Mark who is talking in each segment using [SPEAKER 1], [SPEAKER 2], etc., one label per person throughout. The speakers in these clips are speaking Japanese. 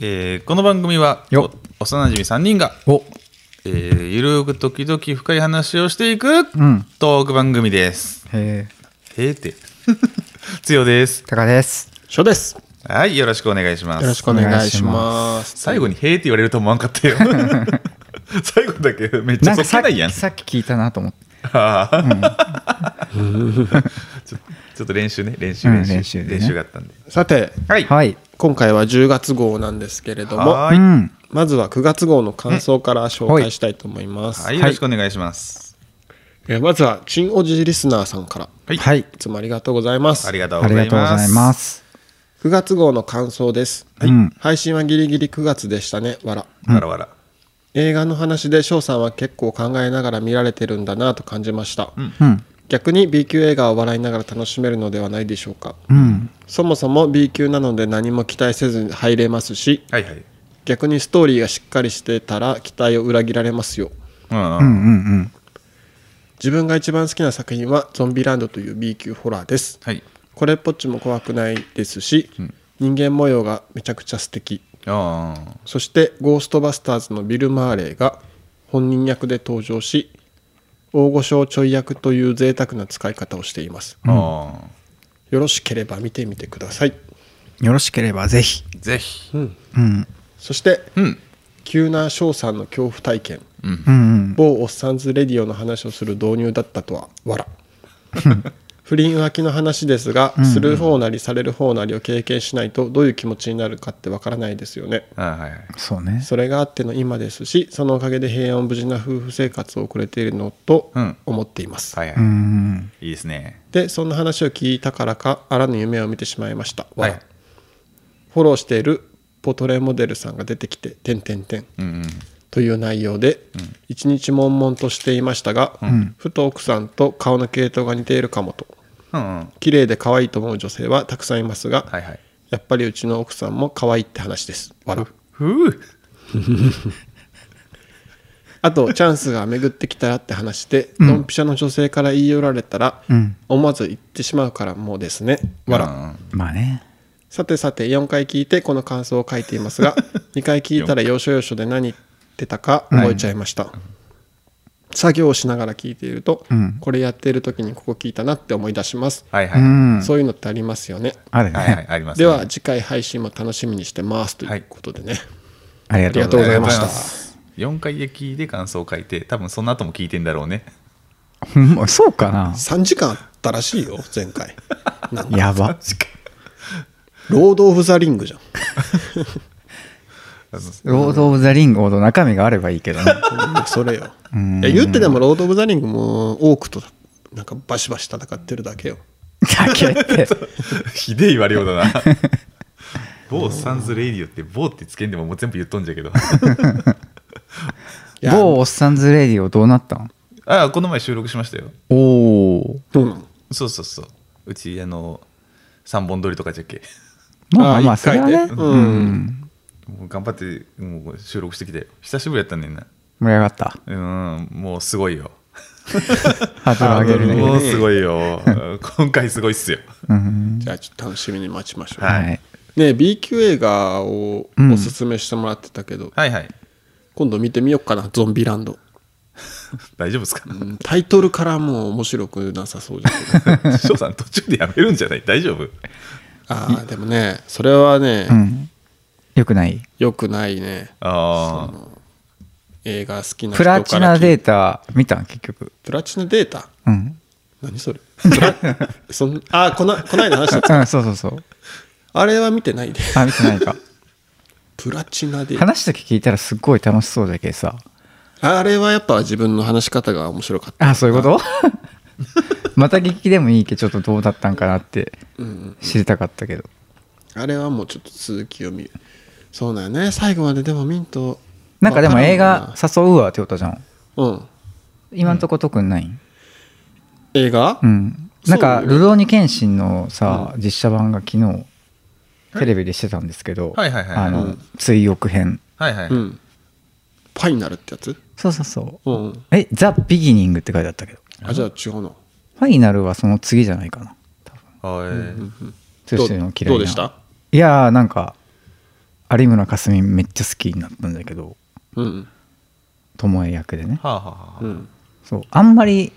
[SPEAKER 1] えーこの番組は
[SPEAKER 2] よ
[SPEAKER 1] お幼馴染3人が、
[SPEAKER 2] お
[SPEAKER 1] えーゆるく時々深い話をしていく
[SPEAKER 2] うん
[SPEAKER 1] トーク番組です。
[SPEAKER 2] えー、
[SPEAKER 1] えーって。 つよです。
[SPEAKER 2] 高です
[SPEAKER 3] 初です。
[SPEAKER 1] はい、よろしくお願いします。
[SPEAKER 3] よろしくお願いします。
[SPEAKER 1] 最後に「へーって言われると思わんか ったよ最後だけめっち
[SPEAKER 2] な
[SPEAKER 1] ゃそ
[SPEAKER 2] んか
[SPEAKER 1] っけ
[SPEAKER 2] さ
[SPEAKER 1] ないや
[SPEAKER 2] っ
[SPEAKER 1] ん
[SPEAKER 2] きさっき聞いたなと思って
[SPEAKER 1] あーちょちょっと練習ね練習
[SPEAKER 2] うん
[SPEAKER 1] 練習,、
[SPEAKER 2] 練習でね
[SPEAKER 1] があったんで
[SPEAKER 3] さて、
[SPEAKER 1] はい
[SPEAKER 2] はい
[SPEAKER 3] 今回は10月号なんですけれども、
[SPEAKER 1] はーい
[SPEAKER 2] うん
[SPEAKER 3] まずは9月号の感想から紹介したいと思います。
[SPEAKER 1] はいよろしくお願いします
[SPEAKER 3] えーまずは、チンおじリスナーさんから。
[SPEAKER 1] はい、
[SPEAKER 2] はい
[SPEAKER 3] いつもありがとうございます。
[SPEAKER 1] ありがとうご
[SPEAKER 2] あり
[SPEAKER 1] ざ
[SPEAKER 2] が
[SPEAKER 1] い
[SPEAKER 2] とうご
[SPEAKER 1] ます
[SPEAKER 2] ざいます
[SPEAKER 3] 9月号の感想です。
[SPEAKER 2] うん
[SPEAKER 3] 配信はギリギリ9月でしたね、わら。
[SPEAKER 1] わらわら
[SPEAKER 3] 映画の話で翔さんは結構考えながら見られてるんだなと感じました。
[SPEAKER 2] うん
[SPEAKER 3] 逆に B 級映画を笑いながら楽しめるのではないでしょうか。
[SPEAKER 2] うん
[SPEAKER 3] そもそも B 級なので何も期待せずに入れますし、
[SPEAKER 1] はいはい
[SPEAKER 3] 逆にストーリーがしっかりしてたら期待を裏切られますよ
[SPEAKER 1] うん
[SPEAKER 2] う
[SPEAKER 1] うん
[SPEAKER 2] んうん
[SPEAKER 3] 自分が一番好きな作品は「ゾンビランド」という B 級ホラーです
[SPEAKER 1] はい
[SPEAKER 3] これっぽっちも怖くないですし、人間模様がめちゃくちゃ素敵
[SPEAKER 1] ああ
[SPEAKER 3] そして「ゴーストバスターズ」のビル・マーレーが本人役で登場し大御所ちょい役という贅沢な使い方をしています
[SPEAKER 1] あ
[SPEAKER 3] よろしければ見てみてください
[SPEAKER 2] うんよろしければぜひ
[SPEAKER 1] ーぜひ
[SPEAKER 2] うん
[SPEAKER 3] そして
[SPEAKER 1] うん
[SPEAKER 3] 急な翔さんの恐怖体験
[SPEAKER 2] うん
[SPEAKER 3] 某おっさんずレディオの話をする導入だったとは 笑不倫浮気の話ですが、する方なりされる方なりを経験しないとどういう気持ちになるかってわからないですよね
[SPEAKER 1] あーはいはい
[SPEAKER 2] そうね
[SPEAKER 3] それがあっての今ですしそのおかげで平穏無事な夫婦生活を送れているのと
[SPEAKER 1] うん
[SPEAKER 3] 思っています、
[SPEAKER 1] はいはい、
[SPEAKER 2] うん
[SPEAKER 1] いいですね
[SPEAKER 3] でそんな話を聞いたからかあらぬ夢を見てしまいました、笑
[SPEAKER 1] はい
[SPEAKER 3] フォローしているポトレモデルさんが出てきて「てんてんてん」
[SPEAKER 1] うんうん
[SPEAKER 3] という内容で、一日悶々としていましたが、ふと奥さんと顔の系統が似ているかもと
[SPEAKER 1] うんうん
[SPEAKER 3] 綺麗で可愛いと思う女性はたくさんいますが、
[SPEAKER 1] はいはい
[SPEAKER 3] やっぱりうちの奥さんも可愛いって話です笑う
[SPEAKER 1] ふう
[SPEAKER 3] あとチャンスが巡ってきたらって話でドンピシャの女性から言い寄られたら、
[SPEAKER 2] うん
[SPEAKER 3] 思わず言ってしまうからもうですね笑う、
[SPEAKER 1] うん
[SPEAKER 2] まあね
[SPEAKER 3] さてさて4回聞いてこの感想を書いていますが2回聞いたら要所要所で何言ってたか覚えちゃいました、作業をしながら聞いていると、
[SPEAKER 2] ん
[SPEAKER 3] これやっている時にここ聞いたなって思い出します、
[SPEAKER 1] はいは
[SPEAKER 2] う
[SPEAKER 1] い、
[SPEAKER 2] ん
[SPEAKER 3] そういうのってありますよね
[SPEAKER 2] ある
[SPEAKER 1] はいはい
[SPEAKER 2] ね
[SPEAKER 1] ありますね
[SPEAKER 3] では次回配信も楽しみにしてますということでね、
[SPEAKER 2] ありがとうございます
[SPEAKER 3] ありがとうございました
[SPEAKER 1] 4回で聞いて感想を書いて多分その後も聞いてんだろうね
[SPEAKER 2] ほんまそうかな
[SPEAKER 3] 3時間あったらしいよ前回なんか
[SPEAKER 2] やば
[SPEAKER 3] ロード・オブ・ザ・リングじゃん
[SPEAKER 2] ロード・オブ・ザ・リンゴの中身があればいいけどね
[SPEAKER 3] うんそれよいや言ってでもロード・オブ・ザ・リングも多くとなんかバシバシ戦ってるだけよ
[SPEAKER 2] だけって
[SPEAKER 1] ひでえ言われようだ な某サンズレイディオって某ってつけんでももう全部言っとんじゃけど
[SPEAKER 3] いや
[SPEAKER 2] 某おっさんずレディオどうなったん
[SPEAKER 1] ああこの前収録しましたよ
[SPEAKER 2] おお
[SPEAKER 3] どうなの
[SPEAKER 1] そうそうそううちあの3本撮りとかじゃっけ
[SPEAKER 2] まあまあ
[SPEAKER 3] 一
[SPEAKER 2] それ
[SPEAKER 3] 回
[SPEAKER 2] は
[SPEAKER 3] で
[SPEAKER 2] ね
[SPEAKER 3] うん
[SPEAKER 1] もう頑張ってもう収録してきて久しぶりやったねんな
[SPEAKER 2] 盛り上がった
[SPEAKER 1] うんもうすごいよ
[SPEAKER 2] ハードル上げるね
[SPEAKER 1] もうすごいよ今回すごいっすよ
[SPEAKER 2] うん
[SPEAKER 3] じゃあちょっと楽しみに待ちましょう、
[SPEAKER 1] はい
[SPEAKER 2] はい
[SPEAKER 3] ねえ B 級映画を
[SPEAKER 2] うん
[SPEAKER 3] おすすめしてもらってたけど、
[SPEAKER 1] はいはい
[SPEAKER 3] 今度見てみようかなゾンビランド、
[SPEAKER 1] 大丈夫ですか
[SPEAKER 3] うんタイトルからもう面白くなさそうじ ゃけど
[SPEAKER 1] 翔さん途中でやめるんじゃない大丈夫
[SPEAKER 3] ああでもねそれはね、
[SPEAKER 2] うんよくない
[SPEAKER 3] よくないね
[SPEAKER 1] ああ
[SPEAKER 3] 映画好きな人
[SPEAKER 2] プ
[SPEAKER 3] から
[SPEAKER 2] ラ
[SPEAKER 3] 聞
[SPEAKER 2] チナデ
[SPEAKER 3] ータ
[SPEAKER 2] ータ見たん結局
[SPEAKER 3] プラチナデータ
[SPEAKER 2] うん
[SPEAKER 3] 何 それプラそんあーこなこないだ話した
[SPEAKER 2] うんそうそうそう
[SPEAKER 3] あれは見てないで
[SPEAKER 2] あ見てない か
[SPEAKER 3] プラチナデータ
[SPEAKER 2] 話だけ聞いたらすっごい楽しそうだけどさ
[SPEAKER 3] あれはやっぱ自分の話し方が面白かった
[SPEAKER 2] あ そういうことまた聞きでもいいけどちょっとどうだったんかなって知りたかったけど
[SPEAKER 3] あれはもうちょっと続きを見るそうだよね最後まででもミント
[SPEAKER 2] なんかでも映画
[SPEAKER 3] わか
[SPEAKER 2] 誘うわってことじゃん
[SPEAKER 3] らんもんなうん
[SPEAKER 2] 今んとこ特にないん
[SPEAKER 3] 映画、
[SPEAKER 2] うんなんか「
[SPEAKER 3] そう
[SPEAKER 2] るろうに剣心」のさ実写版が昨日テレビでしてたんですけど
[SPEAKER 1] はいはいはいはい
[SPEAKER 2] あ
[SPEAKER 1] う
[SPEAKER 2] の追憶編
[SPEAKER 1] はいはい、
[SPEAKER 3] うんファイナルってやつ
[SPEAKER 2] そうそうそう
[SPEAKER 3] うんうん
[SPEAKER 2] え「ザ・ビギニング」って書いてあったけど
[SPEAKER 3] あじゃあ違うの
[SPEAKER 2] ファイナルはその次じゃないかな多
[SPEAKER 1] は
[SPEAKER 2] 分
[SPEAKER 1] い
[SPEAKER 2] 剛の嫌いな
[SPEAKER 3] どうでした
[SPEAKER 2] いやーなんか有村架純めっちゃ好きになったんだけど
[SPEAKER 3] うん
[SPEAKER 2] 巴役でね
[SPEAKER 1] はあはあはあ、
[SPEAKER 3] うん
[SPEAKER 2] そうあんまり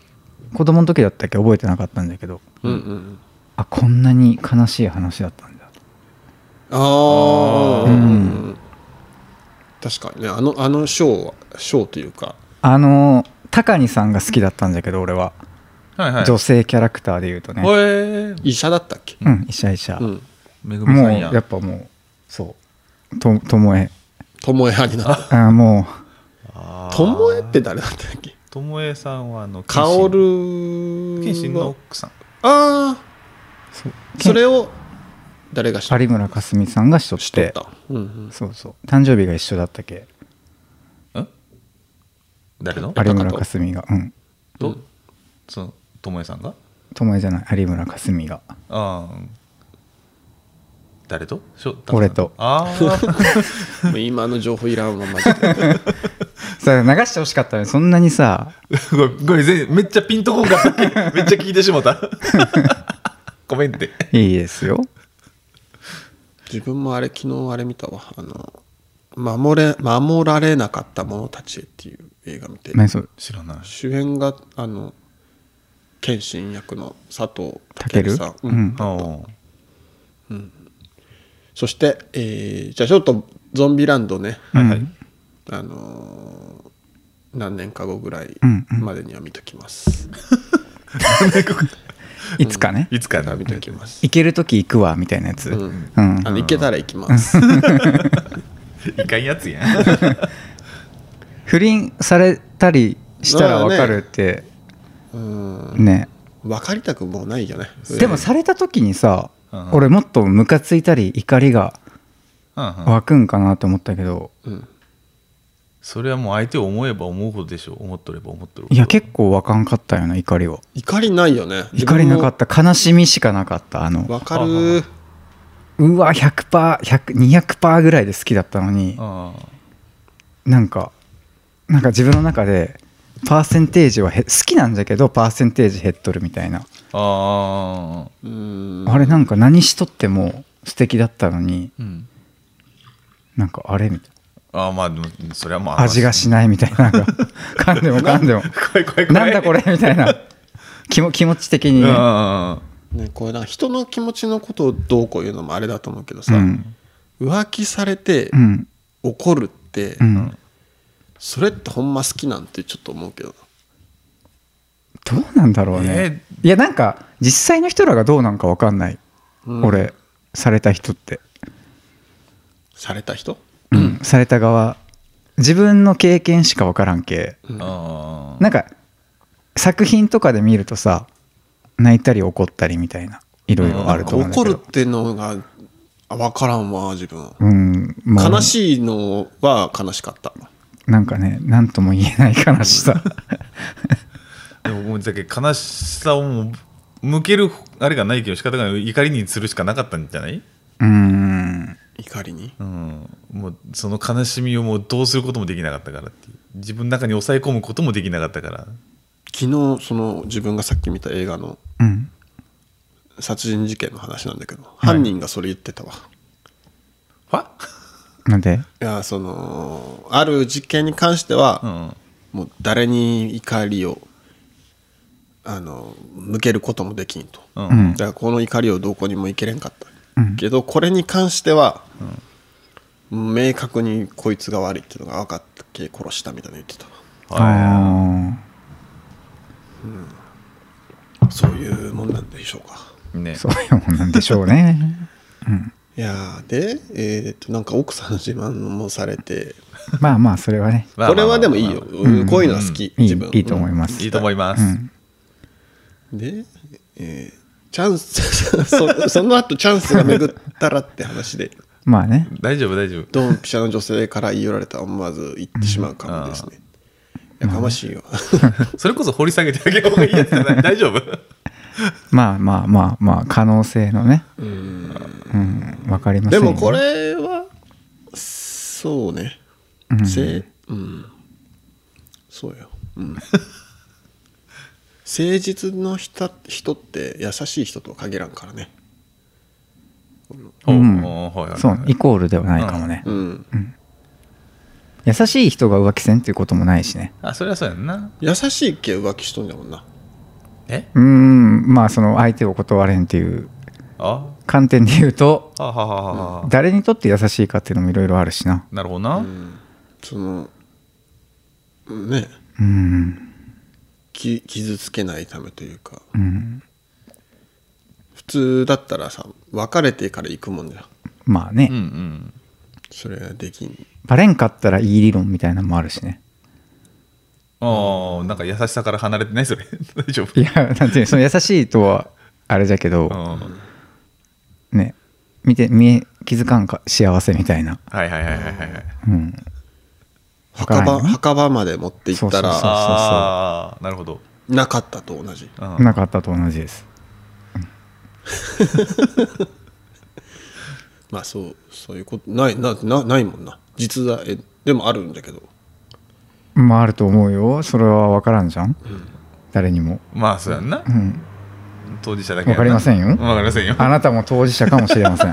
[SPEAKER 2] 子供の時だったっけ覚えてなかったんだけど
[SPEAKER 3] うんうん
[SPEAKER 2] あこんなに悲しい話だったんだ
[SPEAKER 3] ああ
[SPEAKER 2] う
[SPEAKER 3] うんんうん確かにねあのあのショーはショーというか
[SPEAKER 2] あの高木さんが好きだったんだけど俺は、
[SPEAKER 1] はいはい
[SPEAKER 2] 女性キャラクターで言うとね、
[SPEAKER 1] へえ
[SPEAKER 3] 医者だったっけ
[SPEAKER 2] うん医者医者、
[SPEAKER 3] うん
[SPEAKER 1] めぐみ
[SPEAKER 2] も
[SPEAKER 1] さ
[SPEAKER 2] うん
[SPEAKER 1] や
[SPEAKER 2] やっぱもうそうと巴
[SPEAKER 3] 巴派になっ
[SPEAKER 2] あも
[SPEAKER 1] あ
[SPEAKER 3] た
[SPEAKER 1] ー
[SPEAKER 3] 巴って誰だったっけ
[SPEAKER 1] ともえさんはあの
[SPEAKER 3] 薫
[SPEAKER 1] 謙信の
[SPEAKER 3] は
[SPEAKER 1] 奥さん
[SPEAKER 3] ああ
[SPEAKER 2] う
[SPEAKER 3] それを誰が知っ
[SPEAKER 2] 有村架純さんがしとっ
[SPEAKER 3] 知ってとったうんうん
[SPEAKER 2] そうそう誕生日が一緒だったっけ
[SPEAKER 1] ん誰の
[SPEAKER 2] 有村架純がうん
[SPEAKER 1] とそのともえさんが
[SPEAKER 2] 巴じゃない有村架純が
[SPEAKER 1] ああ誰としょ
[SPEAKER 2] 俺と
[SPEAKER 1] ああ
[SPEAKER 3] もう今の情報いらんわマジで
[SPEAKER 2] さ流してほしかったねそんなにさ
[SPEAKER 1] ごめんごめん全然めっちゃピンとこんかっためっちゃ聞いてしもた ごめんって
[SPEAKER 2] いいですよ
[SPEAKER 3] 自分もあれ昨日あれ見たわあの守れ守られなかった者たちへっていう映画見て
[SPEAKER 2] 何それ
[SPEAKER 1] 知らない
[SPEAKER 3] 主演があの謙信役の佐藤健さ
[SPEAKER 2] 健
[SPEAKER 3] ん、うん
[SPEAKER 2] うん
[SPEAKER 1] あー
[SPEAKER 3] そして、えーじゃあちょっとゾンビランドね、
[SPEAKER 1] はいはい、
[SPEAKER 2] うん
[SPEAKER 3] あのー何年か後ぐらい
[SPEAKER 2] うんうん
[SPEAKER 3] までには見ときます、
[SPEAKER 2] いつかね
[SPEAKER 1] いつかな
[SPEAKER 3] 見
[SPEAKER 1] みた
[SPEAKER 3] と
[SPEAKER 1] い
[SPEAKER 3] きます、
[SPEAKER 2] 行ける時行くわみたいなやつう
[SPEAKER 3] うんんあの行けたら行きます、
[SPEAKER 1] ないかんやつやん
[SPEAKER 2] 不倫されたりしたら分かるって
[SPEAKER 3] うん
[SPEAKER 2] ね
[SPEAKER 3] 分かりたくもうないよね
[SPEAKER 2] でもされた時にさ
[SPEAKER 1] うん
[SPEAKER 2] 俺もっとムカついたり怒りが
[SPEAKER 1] うんうん
[SPEAKER 2] 湧くんかなと思ったけど
[SPEAKER 3] うん
[SPEAKER 1] それはもう相手を思えば思うほどでしょ思っとれば思っとるほど
[SPEAKER 2] いや結構湧かんかったよな怒りは
[SPEAKER 3] 怒りないよね
[SPEAKER 2] 怒りなかった悲しみしかなかったあの
[SPEAKER 3] 分かる
[SPEAKER 1] ははは
[SPEAKER 2] うわ 100%200% ぐらいで好きだったのに
[SPEAKER 1] ああ
[SPEAKER 2] なんかなんか自分の中でパーセンテージはへ好きなんじゃけどパーセンテージ減っとるみたいな、
[SPEAKER 1] ああ
[SPEAKER 3] うん
[SPEAKER 2] あれなんか何しとっても素敵だったのに
[SPEAKER 1] うん
[SPEAKER 2] なんかあれみたい
[SPEAKER 1] ああまあでもそれはまあ
[SPEAKER 2] 味がしないみたいななんか噛んでも噛んでも
[SPEAKER 1] 怖い怖い怖い
[SPEAKER 2] なんだこれみたいな気も気持ち的に
[SPEAKER 1] うんうんう
[SPEAKER 2] ね
[SPEAKER 1] ん
[SPEAKER 3] ね、これなんか人の気持ちのことをどうこう言うのもあれだと思うけどさ、
[SPEAKER 2] うん
[SPEAKER 3] 浮気されて
[SPEAKER 2] うん
[SPEAKER 3] 怒るって、
[SPEAKER 2] うん
[SPEAKER 3] それってほんま好きなんてちょっと思うけど
[SPEAKER 2] どうなんだろうね、いやなんか実際の人らがどうなんか分かんない、
[SPEAKER 3] な、うん
[SPEAKER 2] 俺された人って、
[SPEAKER 3] された人
[SPEAKER 2] うんされた側自分の経験しか分からんけ
[SPEAKER 1] うんあ
[SPEAKER 2] なんか作品とかで見るとさ泣いたり怒ったりみたいないろいろあると思うんだ
[SPEAKER 3] 怒
[SPEAKER 2] けど
[SPEAKER 3] るってのが分からんわ自分
[SPEAKER 2] うん、もう
[SPEAKER 3] 悲しいのは悲しかった
[SPEAKER 2] なんかね何とも言えない悲し さ
[SPEAKER 1] あでももうだけど悲しさをもう向けるあれがないけど仕方がない怒りにするしかなかったんじゃない
[SPEAKER 2] うん
[SPEAKER 3] 怒りに
[SPEAKER 1] うんもうその悲しみをもうどうすることもできなかったからっていう自分の中に抑え込むこともできなかったから
[SPEAKER 3] 昨日その自分がさっき見た映画の
[SPEAKER 2] うん
[SPEAKER 3] 殺人事件の話なんだけど、犯人がそれ言ってたわ
[SPEAKER 1] は
[SPEAKER 2] なんで
[SPEAKER 3] いやそのある事件に関しては、
[SPEAKER 1] うん
[SPEAKER 3] もう誰に怒りをあの向けることもできんと、
[SPEAKER 1] う
[SPEAKER 2] うん
[SPEAKER 3] だからこの怒りをどこにもいけれんかった、
[SPEAKER 2] うん
[SPEAKER 3] けどこれに関しては、明確にこいつが悪いっていうのが分かって殺したみたいなの言ってた
[SPEAKER 1] は
[SPEAKER 2] あ
[SPEAKER 3] そういうもんなんでしょうか
[SPEAKER 1] いね
[SPEAKER 2] あそういうもんなんでしょうね
[SPEAKER 3] いやーでえーっとなんか奥さんの自慢もされて
[SPEAKER 2] まあまあそれはね
[SPEAKER 1] まあ
[SPEAKER 3] これはでもいいよ、
[SPEAKER 1] まあ
[SPEAKER 3] うんこういうのは好き、
[SPEAKER 2] いい
[SPEAKER 3] 自分
[SPEAKER 2] いいと思いま
[SPEAKER 1] まあ
[SPEAKER 2] す、
[SPEAKER 1] いいと思います、
[SPEAKER 2] うん
[SPEAKER 3] で、えーチャンス そその後チャンスが巡ったらって話で
[SPEAKER 2] まあね
[SPEAKER 1] 大丈夫大丈夫
[SPEAKER 3] ドンピシャの女性から言い寄られたら思わず言ってしまうかもですね。やかましいよ。
[SPEAKER 1] それこそ掘り下げてあげた方がいいやつじゃない大丈夫
[SPEAKER 2] まあまあまあまあ可能性のね
[SPEAKER 3] うん
[SPEAKER 2] うんわかりませ
[SPEAKER 3] で
[SPEAKER 2] んよ
[SPEAKER 3] もこれは、そうね。
[SPEAKER 2] うん
[SPEAKER 3] せうん。そうよ。うん。誠実の人人って優しい人とは限らんからね。
[SPEAKER 2] う
[SPEAKER 1] ほ
[SPEAKER 2] ん
[SPEAKER 1] うほうはいはいはい
[SPEAKER 2] そうイコールではないかもね、
[SPEAKER 3] うん
[SPEAKER 2] 優しい人が浮気せんっていうこともないしね
[SPEAKER 1] あそれはそうやんな
[SPEAKER 3] 優しい系浮気しとんだもんな
[SPEAKER 1] え
[SPEAKER 2] うーんまあその相手を断れんっていう
[SPEAKER 1] あ
[SPEAKER 2] 観点で言うと
[SPEAKER 1] ははははは
[SPEAKER 2] 誰にとって優しいかっていうのもいろいろあるしな
[SPEAKER 1] なるほどな、
[SPEAKER 3] うんそのね
[SPEAKER 2] うん
[SPEAKER 3] き傷つけないためというか
[SPEAKER 2] うん
[SPEAKER 3] 普通だったらさ別れてから行くもんじゃん
[SPEAKER 2] まあね、
[SPEAKER 1] うんうん
[SPEAKER 3] それができん
[SPEAKER 2] バレんかったらいい理論みたいなのもあるしね
[SPEAKER 1] ああなんか優しさから離れてないそれ 大丈夫
[SPEAKER 2] いやなんていうのその優しいとはあれじゃけど、
[SPEAKER 1] うん
[SPEAKER 2] ね見て見え気づかんか幸せみたいな
[SPEAKER 1] はいはいはいはいはいはい
[SPEAKER 2] うん
[SPEAKER 3] 墓
[SPEAKER 2] わから
[SPEAKER 3] 場
[SPEAKER 2] んよね
[SPEAKER 3] 墓場まで持って行
[SPEAKER 2] そ
[SPEAKER 3] った
[SPEAKER 2] うそう
[SPEAKER 3] ら
[SPEAKER 1] ああなるほど、
[SPEAKER 3] なかったと同じ
[SPEAKER 1] うん
[SPEAKER 2] なかったと同じです
[SPEAKER 3] まあそうそういうことないななないもんな実在えでもあるんだけど
[SPEAKER 2] まああると思うよそれは分からんじゃん、誰にも、
[SPEAKER 1] まあそうやんな
[SPEAKER 2] うん、
[SPEAKER 1] 当事者だけ
[SPEAKER 2] 分かりませんよ
[SPEAKER 1] わかりませんよ
[SPEAKER 2] あなたも当事者かもしれません、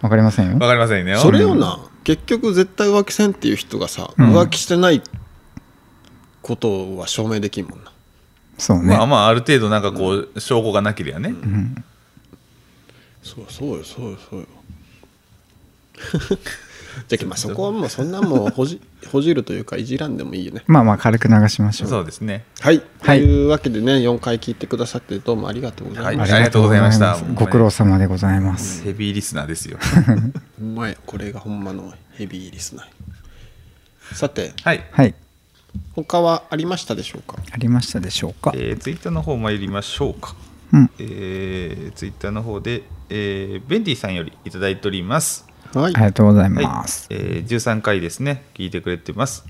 [SPEAKER 2] 分かりませんよ
[SPEAKER 1] わかりませんよ
[SPEAKER 3] それをな結局絶対浮気せんっていう人がさ、
[SPEAKER 2] ん
[SPEAKER 3] 浮気してないことは証明できんもんな
[SPEAKER 2] そうね、
[SPEAKER 1] まあまあある程度なんかこう証拠がなけりゃね、
[SPEAKER 3] そうそうよそうよそうよ じゃあまあそこはもうそんなもうほ じほじるというかいじらんでもいいよね
[SPEAKER 2] まあまあ軽く流しましょう
[SPEAKER 1] そうですね
[SPEAKER 3] はい、
[SPEAKER 2] はい
[SPEAKER 3] というわけでね4回聞いてくださってどうもありがとうございま
[SPEAKER 1] は
[SPEAKER 3] し
[SPEAKER 1] い
[SPEAKER 3] た、
[SPEAKER 1] ありがとうございました
[SPEAKER 2] ありがとうございますご苦労様でございます、
[SPEAKER 1] ヘビーリスナー ですよ
[SPEAKER 3] ほんまやこれがほんまのヘビーリスナーさて
[SPEAKER 1] はい、
[SPEAKER 2] はい
[SPEAKER 3] 他はありましたでしょうか
[SPEAKER 2] ありましたでしょうか
[SPEAKER 1] えー、ツイッターの方参りましょうか
[SPEAKER 2] うん
[SPEAKER 1] えー、ツイッターの方で、えーベンディさんよりいただいております
[SPEAKER 3] はい
[SPEAKER 2] ありがとうござい
[SPEAKER 1] はい
[SPEAKER 2] ます、
[SPEAKER 1] えー13回ですね聞いてくれてます、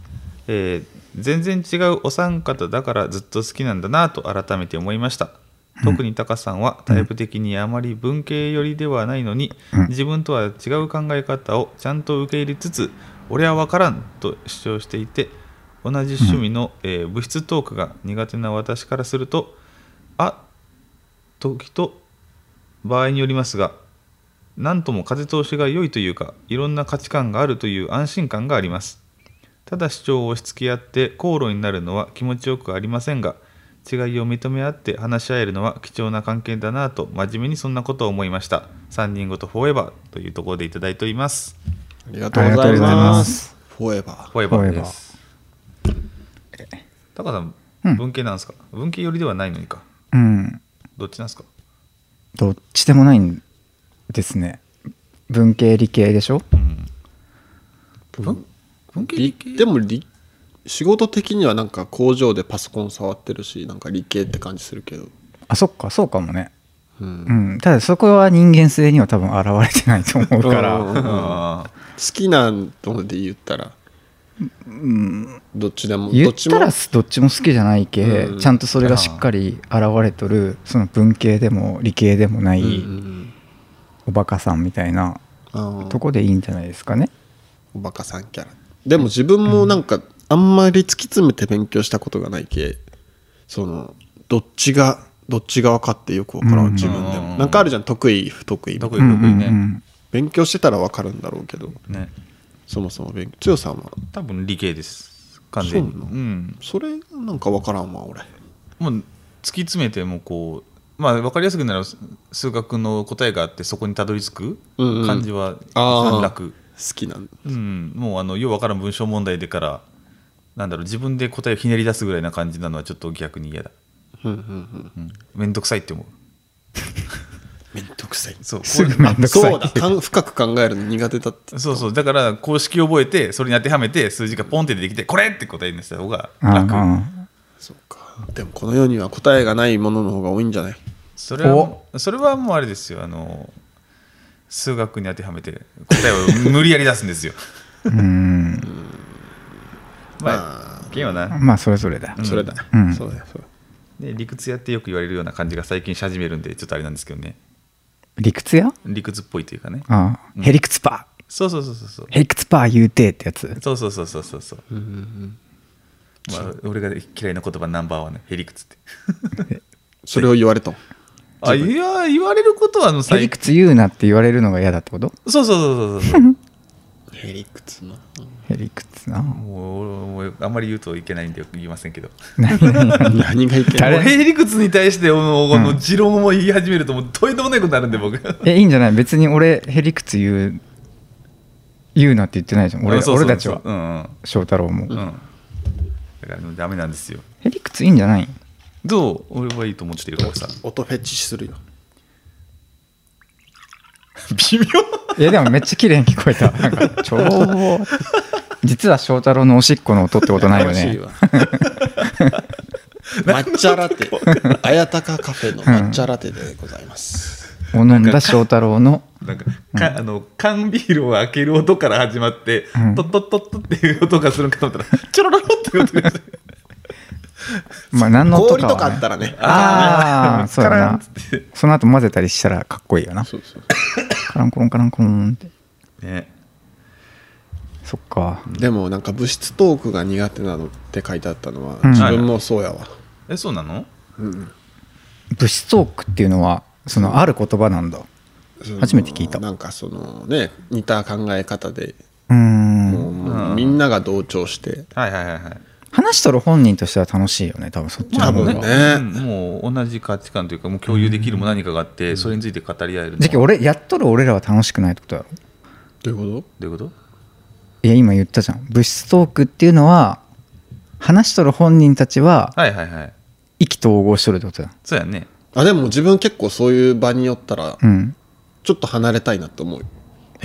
[SPEAKER 1] えー全然違うお三方だからずっと好きなんだなと改めて思いました特にタカさんはタイプ的にあまり文系寄りではないのに、自分とは違う考え方をちゃんと受け入れつつ俺は分からんと主張していて同じ趣味の、えー物質トークが苦手な私からするとあ時と場合によりますがなんとも風通しが良いというかいろんな価値観があるという安心感がありますただ主張を押し付け合って口論になるのは気持ちよくありませんが違いを認め合って話し合えるのは貴重な関係だなぁと真面目にそんなことを思いました3人ごとフォーエバーというところでいただいております
[SPEAKER 3] ありがとうございま
[SPEAKER 2] あ
[SPEAKER 3] す。フォーエバー。
[SPEAKER 1] フォーエバー
[SPEAKER 2] フォーエ
[SPEAKER 1] で
[SPEAKER 2] バ
[SPEAKER 1] す高田さん、
[SPEAKER 2] うん
[SPEAKER 1] 文系なんですか文系寄りではないのにか
[SPEAKER 2] うん
[SPEAKER 1] どっちなんですか
[SPEAKER 2] どっちでもないんですね文系理系でしょ
[SPEAKER 1] 文文系理
[SPEAKER 3] 理
[SPEAKER 1] 系
[SPEAKER 3] でも理仕事的にはなんか工場でパソコン触ってるしなんか理系って感じするけど、
[SPEAKER 2] あそっかそうかもね
[SPEAKER 3] う、
[SPEAKER 2] うんんただそこは人間性には多分現れてないと思うか
[SPEAKER 3] う
[SPEAKER 2] ら
[SPEAKER 3] ん
[SPEAKER 1] あ
[SPEAKER 3] 好きなので言ったら、どっちでも
[SPEAKER 2] 言
[SPEAKER 3] ど
[SPEAKER 2] っ
[SPEAKER 3] っち
[SPEAKER 2] た
[SPEAKER 3] も
[SPEAKER 2] らどっちも好きじゃないけ
[SPEAKER 3] うん
[SPEAKER 2] ちゃんとそれがしっかり現れとるその文系でも理系でもな
[SPEAKER 3] う
[SPEAKER 2] い
[SPEAKER 3] んうん
[SPEAKER 2] おバカさんみたいな
[SPEAKER 3] うんあ
[SPEAKER 2] と
[SPEAKER 3] ー
[SPEAKER 2] こでいいんじゃないですかね
[SPEAKER 3] おバカさんキャラでも自分もなんかあんまり突き詰めて勉強したことがないけそのどっちがどっち側かってよく分からん、
[SPEAKER 2] うん
[SPEAKER 3] 自分で
[SPEAKER 1] う
[SPEAKER 3] も
[SPEAKER 1] ん
[SPEAKER 3] なんかあるじゃん得意不得意
[SPEAKER 1] ー得
[SPEAKER 2] う
[SPEAKER 1] 意
[SPEAKER 2] んう
[SPEAKER 1] 得意
[SPEAKER 2] んう
[SPEAKER 1] ね、
[SPEAKER 2] ん
[SPEAKER 3] 勉強してたら分かるんだろうけど
[SPEAKER 1] ね
[SPEAKER 3] そもそも勉強強さんは
[SPEAKER 1] 多分理系です完全に
[SPEAKER 3] そうなの
[SPEAKER 1] ん
[SPEAKER 3] それなんか分からんわ俺
[SPEAKER 1] もう突き詰めてもこうまあ分かりやすくなら数数学の答えがあってそこにたどり着く
[SPEAKER 3] うんうん
[SPEAKER 1] 感じは一
[SPEAKER 3] あー
[SPEAKER 1] 番楽、
[SPEAKER 3] 好きなん
[SPEAKER 1] うんもうあのよう分からん文章問題でからなんだろう自分で答えをひねり出すぐらいな感じなのはちょっと逆に嫌だ
[SPEAKER 3] うんうんうん
[SPEAKER 1] うん面倒、くさいって思う
[SPEAKER 3] めんどくさい
[SPEAKER 1] そうこ
[SPEAKER 2] すぐ
[SPEAKER 1] う
[SPEAKER 2] 面倒くさい
[SPEAKER 3] そうだかん深く考えるの苦手だって
[SPEAKER 1] そうそうだから公式覚えてそれに当てはめて数字がポンって出てきてこれって答えにした方が楽
[SPEAKER 2] ああ
[SPEAKER 3] そうかでもこの世には答えがないものの方が多いんじゃない
[SPEAKER 1] それはそれはもうあれですよあの数学に当てはめて答えを無理やり出すんですよ
[SPEAKER 2] うん
[SPEAKER 1] まあ件はな
[SPEAKER 2] まあそれぞれだ
[SPEAKER 3] それだ、
[SPEAKER 2] うん
[SPEAKER 3] そうだよそうだよ
[SPEAKER 1] ね、理屈やってよく言われるような感じが最近し始めるんでちょっとあれなんですけどね
[SPEAKER 2] 理屈や
[SPEAKER 1] 理屈っぽいというかね
[SPEAKER 2] ああヘリクツパー
[SPEAKER 1] そうそうそうそうそう
[SPEAKER 2] ヘリクツパー言うてってやつ
[SPEAKER 1] そうそうそうそうそうそうまあ俺が嫌いな言葉ナンバーワンねへりくつって
[SPEAKER 3] それを言われた
[SPEAKER 1] ああいや言われることはあの
[SPEAKER 2] へり
[SPEAKER 1] 最
[SPEAKER 2] くつ言うなって言われるのが嫌だってこと
[SPEAKER 1] そうそうそう そうそう
[SPEAKER 3] へりくつな
[SPEAKER 2] へりくつな
[SPEAKER 1] もうもうあんまり言うといけないんで言いませんけど
[SPEAKER 3] 何がいけない
[SPEAKER 1] もうへ理屈に対してこのこ
[SPEAKER 2] う
[SPEAKER 1] の
[SPEAKER 2] ん
[SPEAKER 1] 持論を言い始めるともうとんでもないことになるんで僕
[SPEAKER 2] えいいんじゃない別に俺へりくつ言う言うなって言ってないじゃん俺
[SPEAKER 1] うんそうそうそう
[SPEAKER 2] 俺たちは
[SPEAKER 1] うん
[SPEAKER 2] 翔太郎も、
[SPEAKER 1] うん、うん、だからでもダメなんですよ
[SPEAKER 2] へりくついいんじゃない
[SPEAKER 1] どう俺はいいと思ってるからさ
[SPEAKER 3] 音フェチするよ
[SPEAKER 1] 微妙
[SPEAKER 2] えでもめっちゃ綺麗に聞こえたなんかちょーって実は翔太郎のおしっこの音ってことないよ
[SPEAKER 3] 楽し
[SPEAKER 2] ね
[SPEAKER 3] わ抹茶ラテ綾鷹カフェの抹茶ラテでございます、
[SPEAKER 2] を飲んだ翔太郎の
[SPEAKER 1] なんかか、あの缶ビールを開ける音から始まって、
[SPEAKER 2] うん
[SPEAKER 1] トットットットっていう音がするのかと思ったら チョロロロっていう音がする
[SPEAKER 2] まあ何の音
[SPEAKER 3] 氷
[SPEAKER 2] か
[SPEAKER 3] と
[SPEAKER 2] は
[SPEAKER 3] か
[SPEAKER 2] ね、
[SPEAKER 3] あったらね
[SPEAKER 2] ああーそうだ
[SPEAKER 1] カラン
[SPEAKER 2] な
[SPEAKER 1] っつって
[SPEAKER 2] その後混ぜたりしたらかっこいいよな
[SPEAKER 3] そうそう
[SPEAKER 2] カランコロンカランコロンって
[SPEAKER 1] ね
[SPEAKER 2] そっか
[SPEAKER 3] でもなんか物質トークが苦手なのって書いてあったのは、
[SPEAKER 2] うん
[SPEAKER 3] 自分もそうやわ、
[SPEAKER 1] えそうなの
[SPEAKER 3] うん、
[SPEAKER 2] 物質トークっていうのはそのある言葉なんだう
[SPEAKER 3] その
[SPEAKER 2] 初めて聞いた
[SPEAKER 3] なんかそのね似た考え方で、
[SPEAKER 2] ー
[SPEAKER 3] もうんもうみんなが同調して
[SPEAKER 1] はいはいはいはい
[SPEAKER 2] 話しとる本人としては楽しいよね多分そっちの
[SPEAKER 3] 多
[SPEAKER 2] 方
[SPEAKER 3] 分
[SPEAKER 2] が
[SPEAKER 3] ね
[SPEAKER 1] うんもう同じ価値観というかもう共有できるも何かがあって、それについて語り合えるのは
[SPEAKER 2] じゃけ俺やっとる俺らは楽しくないってことだろ
[SPEAKER 3] どういうこ
[SPEAKER 1] どういうこと
[SPEAKER 2] いや今言ったじゃん物質トークっていうのは話しとる本人たちは
[SPEAKER 1] はいはいはい
[SPEAKER 2] 意気投合しとるってことだ
[SPEAKER 1] そうやね
[SPEAKER 3] とあでも自分結構そういう場によったら
[SPEAKER 2] うん
[SPEAKER 3] ちょっと離れたいなと思うよ、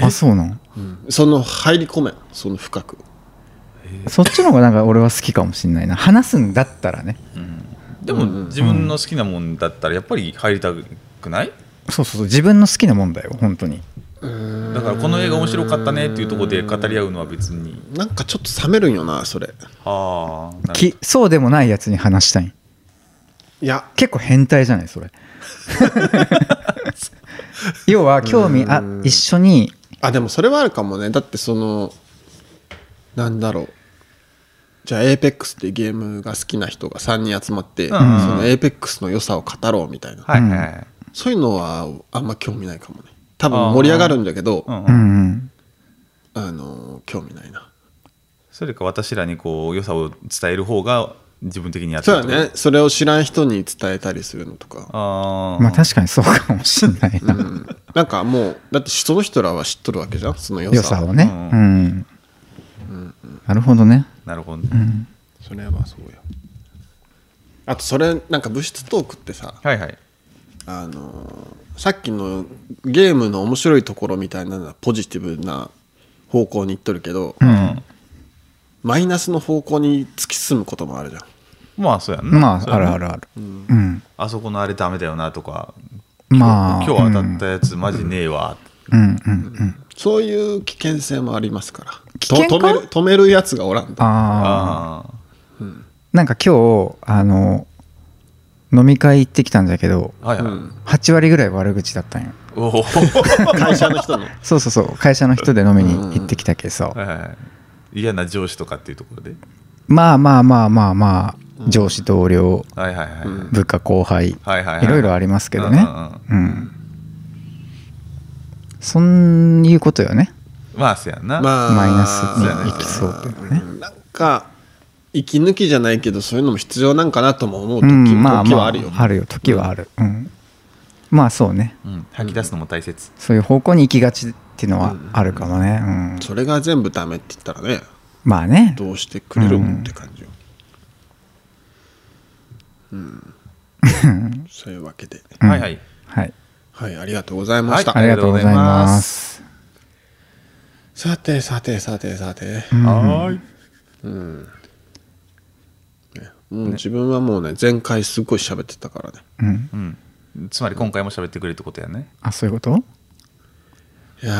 [SPEAKER 2] あそうなん
[SPEAKER 3] その入り込めんその深く
[SPEAKER 2] そっちの方がなんか俺は好きかもしんないな話すんだったらね
[SPEAKER 1] でも、自分の好きなもんだったらやっぱり入りたくない
[SPEAKER 2] そうそうそう自分の好きなもんだよ本当に
[SPEAKER 1] だからこの映画面白かったねっていうところで語り合うのは別に
[SPEAKER 3] なんかちょっと冷めるんよなそれ
[SPEAKER 1] はあなるほど
[SPEAKER 2] きそうでもないやつに話したい
[SPEAKER 3] いや
[SPEAKER 2] 結構変態じゃないそ れ要は興味あ一緒に
[SPEAKER 3] あでもそれはあるかもねだってそのなんだろうじゃあ APEX っていうゲームが好きな人が3人集まって、
[SPEAKER 1] ん
[SPEAKER 3] その APEX の良さを語ろうみたいな、
[SPEAKER 1] はいはいはい
[SPEAKER 3] そういうのはあんま興味ないかもね多分盛り上がるんだけど
[SPEAKER 1] う
[SPEAKER 3] あ、
[SPEAKER 1] んう
[SPEAKER 2] うん
[SPEAKER 1] ん、
[SPEAKER 3] のー興味ないな
[SPEAKER 1] それか私らにこう良さを伝える方が自分的にやって
[SPEAKER 3] そ
[SPEAKER 1] る
[SPEAKER 3] うだねそれを知らん人に伝えたりするのとか、
[SPEAKER 1] あ
[SPEAKER 2] まあ確かにそうかもしんないな、
[SPEAKER 3] うん、なんかもうだってその人らは知っとるわけじゃんその良さ
[SPEAKER 2] 良さをね
[SPEAKER 1] う
[SPEAKER 2] うんん、なるほどね
[SPEAKER 1] なるほど、ね
[SPEAKER 3] それはそうやあとそれなんか物質トークってさ
[SPEAKER 1] はいはい
[SPEAKER 3] あのーさっきのゲームの面白いところみたいなのはポジティブな方向にいっとるけど、
[SPEAKER 1] うん
[SPEAKER 3] マイナスの方向に突き進むこともあるじゃん
[SPEAKER 1] まあそうやんな
[SPEAKER 2] ま
[SPEAKER 1] そう
[SPEAKER 2] あ
[SPEAKER 1] や
[SPEAKER 2] あ
[SPEAKER 1] ん
[SPEAKER 2] る
[SPEAKER 1] な
[SPEAKER 2] あるあるうん、
[SPEAKER 1] あそこのあれダメだよなとか
[SPEAKER 2] まあ
[SPEAKER 1] 今日当たったやつマジねえわ、
[SPEAKER 2] うんうんうん
[SPEAKER 3] そういう危険性もありますから
[SPEAKER 2] 危険か
[SPEAKER 3] と止める止めるやつがおらんと
[SPEAKER 2] ああ
[SPEAKER 1] あ
[SPEAKER 2] なんか今日あの飲み会行ってきたんだけど
[SPEAKER 1] あはいはい、
[SPEAKER 3] うん
[SPEAKER 2] 8割ぐらい悪口だったんよ
[SPEAKER 1] おお
[SPEAKER 3] 会社の人の
[SPEAKER 2] そうそうそう会社の人で飲みに行ってきたけどさ
[SPEAKER 1] はいはい嫌な上司とかっていうところで
[SPEAKER 2] まあまあまあまあまあ上司同僚
[SPEAKER 1] はいはいはい、
[SPEAKER 3] ん
[SPEAKER 2] 部下後輩
[SPEAKER 1] はいはいはい
[SPEAKER 2] いろいろありますけど
[SPEAKER 1] うん
[SPEAKER 2] ね
[SPEAKER 1] うん
[SPEAKER 2] うんそんいうことよね
[SPEAKER 1] まあそうやんな、
[SPEAKER 3] まあ
[SPEAKER 2] マイナスに行きそうっていうね
[SPEAKER 3] なんか息抜きじゃないけどそういうのも必要なんかなとも思う
[SPEAKER 2] う
[SPEAKER 3] 時,、
[SPEAKER 2] んまあ
[SPEAKER 3] 時
[SPEAKER 2] ま
[SPEAKER 3] は
[SPEAKER 2] あ
[SPEAKER 3] あるよ、
[SPEAKER 2] あるよ時はあるうんまあそうね
[SPEAKER 1] うん、吐き出すのも大切、
[SPEAKER 2] そういう方向に行きがちっていうのはあるかもねうん
[SPEAKER 3] それが全部ダメって言ったらね
[SPEAKER 2] まあね
[SPEAKER 3] どうしてくれるのって感じよ うん、そういうわけで
[SPEAKER 2] うん
[SPEAKER 1] はいはい
[SPEAKER 2] はい
[SPEAKER 3] はいありがとうございました、
[SPEAKER 1] は
[SPEAKER 2] ありがとうございます
[SPEAKER 3] さてさてさてさて、
[SPEAKER 1] はーい
[SPEAKER 3] もう自分はもうね前回すごい喋ってたからね
[SPEAKER 2] うん
[SPEAKER 1] うんつまり今回も喋ってくれるってことやね
[SPEAKER 2] あそういうこと
[SPEAKER 3] いや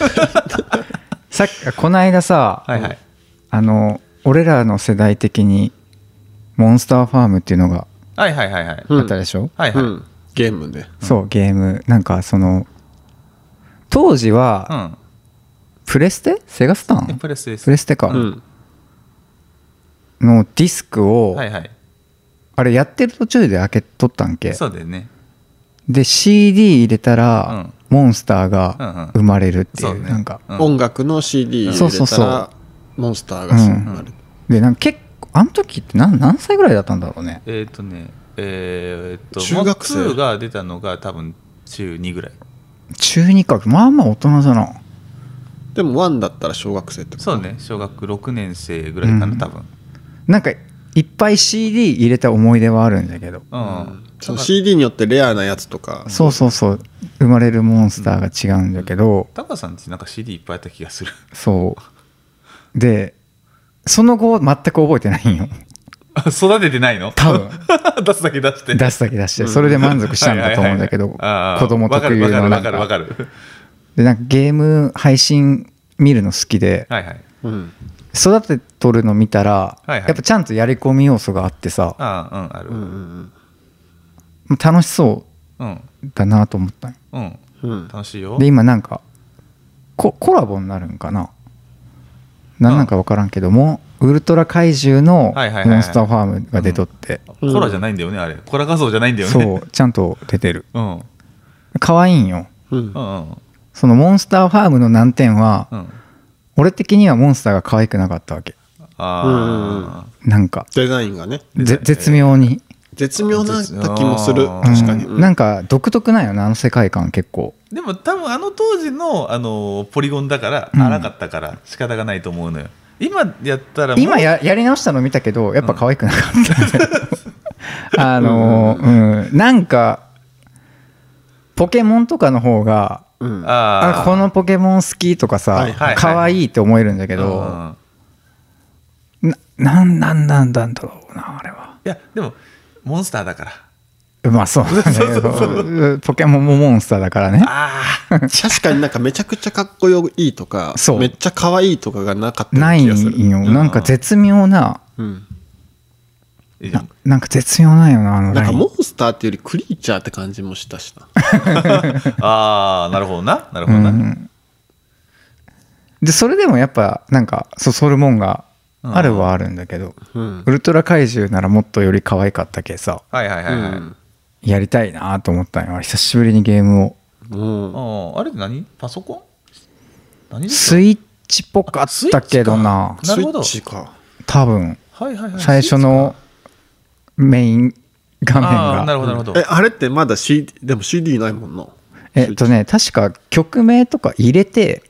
[SPEAKER 3] ー
[SPEAKER 2] さっきこの間さ
[SPEAKER 1] はいはい
[SPEAKER 2] あの俺らの世代的にモンスターファームっていうのが
[SPEAKER 1] はいはいはいはい
[SPEAKER 3] うん
[SPEAKER 2] あったでしょ、
[SPEAKER 1] はいは
[SPEAKER 3] う
[SPEAKER 1] い
[SPEAKER 3] んゲームね
[SPEAKER 2] そうゲームなんかその当時
[SPEAKER 1] う
[SPEAKER 2] は
[SPEAKER 1] ん
[SPEAKER 2] プレステセガスタ
[SPEAKER 1] え
[SPEAKER 2] ン
[SPEAKER 1] プレスです
[SPEAKER 2] プレステか、
[SPEAKER 3] うん
[SPEAKER 2] のディスクを
[SPEAKER 1] はいはい
[SPEAKER 2] あれやってる途中で開けとったんけ
[SPEAKER 1] そうだよね
[SPEAKER 2] で CD 入れたら、モンスターが生まれるっていう,、
[SPEAKER 1] うんうんそうね
[SPEAKER 2] なんか、
[SPEAKER 1] うん
[SPEAKER 3] 音楽の CD
[SPEAKER 2] そうそう
[SPEAKER 3] 入れた
[SPEAKER 2] そ
[SPEAKER 3] ら
[SPEAKER 2] う
[SPEAKER 3] モンスターが生まれる、
[SPEAKER 2] でなんか結構あの時って何何歳ぐらいだったんだろうね
[SPEAKER 1] えっ、とねえっ、と
[SPEAKER 3] 中学生
[SPEAKER 1] モッツーが出たのが多分中2ぐらい
[SPEAKER 2] 中2かまあまあ大人だな
[SPEAKER 3] でも1だったら小学生ってこと
[SPEAKER 1] そうね小学6年生ぐらいかな、
[SPEAKER 2] うん
[SPEAKER 1] 多分
[SPEAKER 2] なんかいっぱい CD 入れた思い出はあるんだけど
[SPEAKER 1] うん、
[SPEAKER 3] その CD によってレアなやつとか
[SPEAKER 2] そうそうそう生まれるモンスターが違うんだけど、
[SPEAKER 1] タカさんってなんか CD いっぱいあった気がする
[SPEAKER 2] そうでその後全く覚えてないんよ
[SPEAKER 1] あ育ててないの
[SPEAKER 2] 多分
[SPEAKER 1] 出すだけ出して
[SPEAKER 2] 出すだけ出してそれで満足したんだと思うんだけ
[SPEAKER 1] は
[SPEAKER 2] ど
[SPEAKER 1] いはいはいはいああ
[SPEAKER 2] 子供特有のな
[SPEAKER 1] わ
[SPEAKER 2] ん
[SPEAKER 1] かるわか
[SPEAKER 2] か
[SPEAKER 1] るわかるわかる
[SPEAKER 2] でなんかゲーム配信見るの好きで
[SPEAKER 1] はいはい
[SPEAKER 3] うん、
[SPEAKER 2] 育てとるの見たら
[SPEAKER 1] はいはい
[SPEAKER 2] やっぱちゃんとやり込み要素があってさ
[SPEAKER 1] ああうんある
[SPEAKER 3] うんうん
[SPEAKER 2] 楽しそ
[SPEAKER 1] うん
[SPEAKER 2] うだなと思ったんよ
[SPEAKER 1] うん
[SPEAKER 3] うんうん
[SPEAKER 1] 楽しいよ
[SPEAKER 2] で今なんかココラボになるんかな何なんか分からんけどもウルトラ怪獣の
[SPEAKER 1] はいはいはいはい
[SPEAKER 2] モンスターファームが出とって
[SPEAKER 1] コラじゃないんだよねあれコラ画像じゃないんだよね
[SPEAKER 2] そうちゃんと出てる
[SPEAKER 1] うんうん
[SPEAKER 2] 可愛いんよ
[SPEAKER 3] うん
[SPEAKER 1] う、ん
[SPEAKER 2] そのモンスターファームの難点は
[SPEAKER 1] うん
[SPEAKER 2] 俺的にはモンスターが可愛くなかったわけ
[SPEAKER 1] あ
[SPEAKER 2] なんか
[SPEAKER 3] デザインがね
[SPEAKER 2] ぜ絶妙に、
[SPEAKER 3] 絶妙な気もする
[SPEAKER 1] あ
[SPEAKER 3] 確かに、
[SPEAKER 2] うんなんか独特なんよなあの世界観結構
[SPEAKER 1] あでも多分あの当時の、あのポリゴンだから
[SPEAKER 2] うん
[SPEAKER 1] 荒かったから仕方がないと思うのよ、今やったらもう
[SPEAKER 2] 今ややり直したの見たけどやっぱ可愛くなかった、あのーうんなんかポケモンとかの方が
[SPEAKER 3] うん
[SPEAKER 1] あ
[SPEAKER 2] あこのポケモン好きとかさ、
[SPEAKER 3] はい
[SPEAKER 1] はいはい
[SPEAKER 2] 可愛いって思えるんだけ
[SPEAKER 1] け
[SPEAKER 2] ど、ななんなんなんなんだろうなあれはい
[SPEAKER 1] やでもモンスターだから
[SPEAKER 2] まあそうなんだけどポケモンもモンスターだからね
[SPEAKER 1] あ
[SPEAKER 3] 確かになんかめちゃくちゃかっこよいいとか
[SPEAKER 2] そう
[SPEAKER 3] めっちゃ可愛いとかがなかった
[SPEAKER 2] ない
[SPEAKER 3] 気
[SPEAKER 2] ん
[SPEAKER 3] がする
[SPEAKER 2] よなんか絶妙な
[SPEAKER 3] うん、
[SPEAKER 1] ーいいじゃん
[SPEAKER 2] なんか絶妙なんよなあの
[SPEAKER 3] なん
[SPEAKER 2] ラ
[SPEAKER 3] か
[SPEAKER 2] イン
[SPEAKER 3] モンスターっていうよりクリーチャーって感じもしたしな
[SPEAKER 1] あーなるほどななるほどな、
[SPEAKER 2] うんでそれでもやっぱなんかそそるもんがあるはあるんだけど、
[SPEAKER 3] うん
[SPEAKER 2] ウルトラ怪獣ならもっとより可愛かったけさ
[SPEAKER 1] はいはいはいはい、
[SPEAKER 3] うん
[SPEAKER 2] やりたいなと思ったんよ久しぶりにゲームを
[SPEAKER 3] うん
[SPEAKER 1] あああれって何パソコン何で
[SPEAKER 2] スイッチっぽかったけどな
[SPEAKER 1] あなるほど
[SPEAKER 3] スイッチか
[SPEAKER 2] 多分
[SPEAKER 1] はいはいはい
[SPEAKER 2] 最初のメイン画面
[SPEAKER 1] ああーなるほど
[SPEAKER 2] が
[SPEAKER 1] なるほど
[SPEAKER 3] えあれってまだ CD でも CD ないもんな
[SPEAKER 2] えっとね確か曲名とか入れて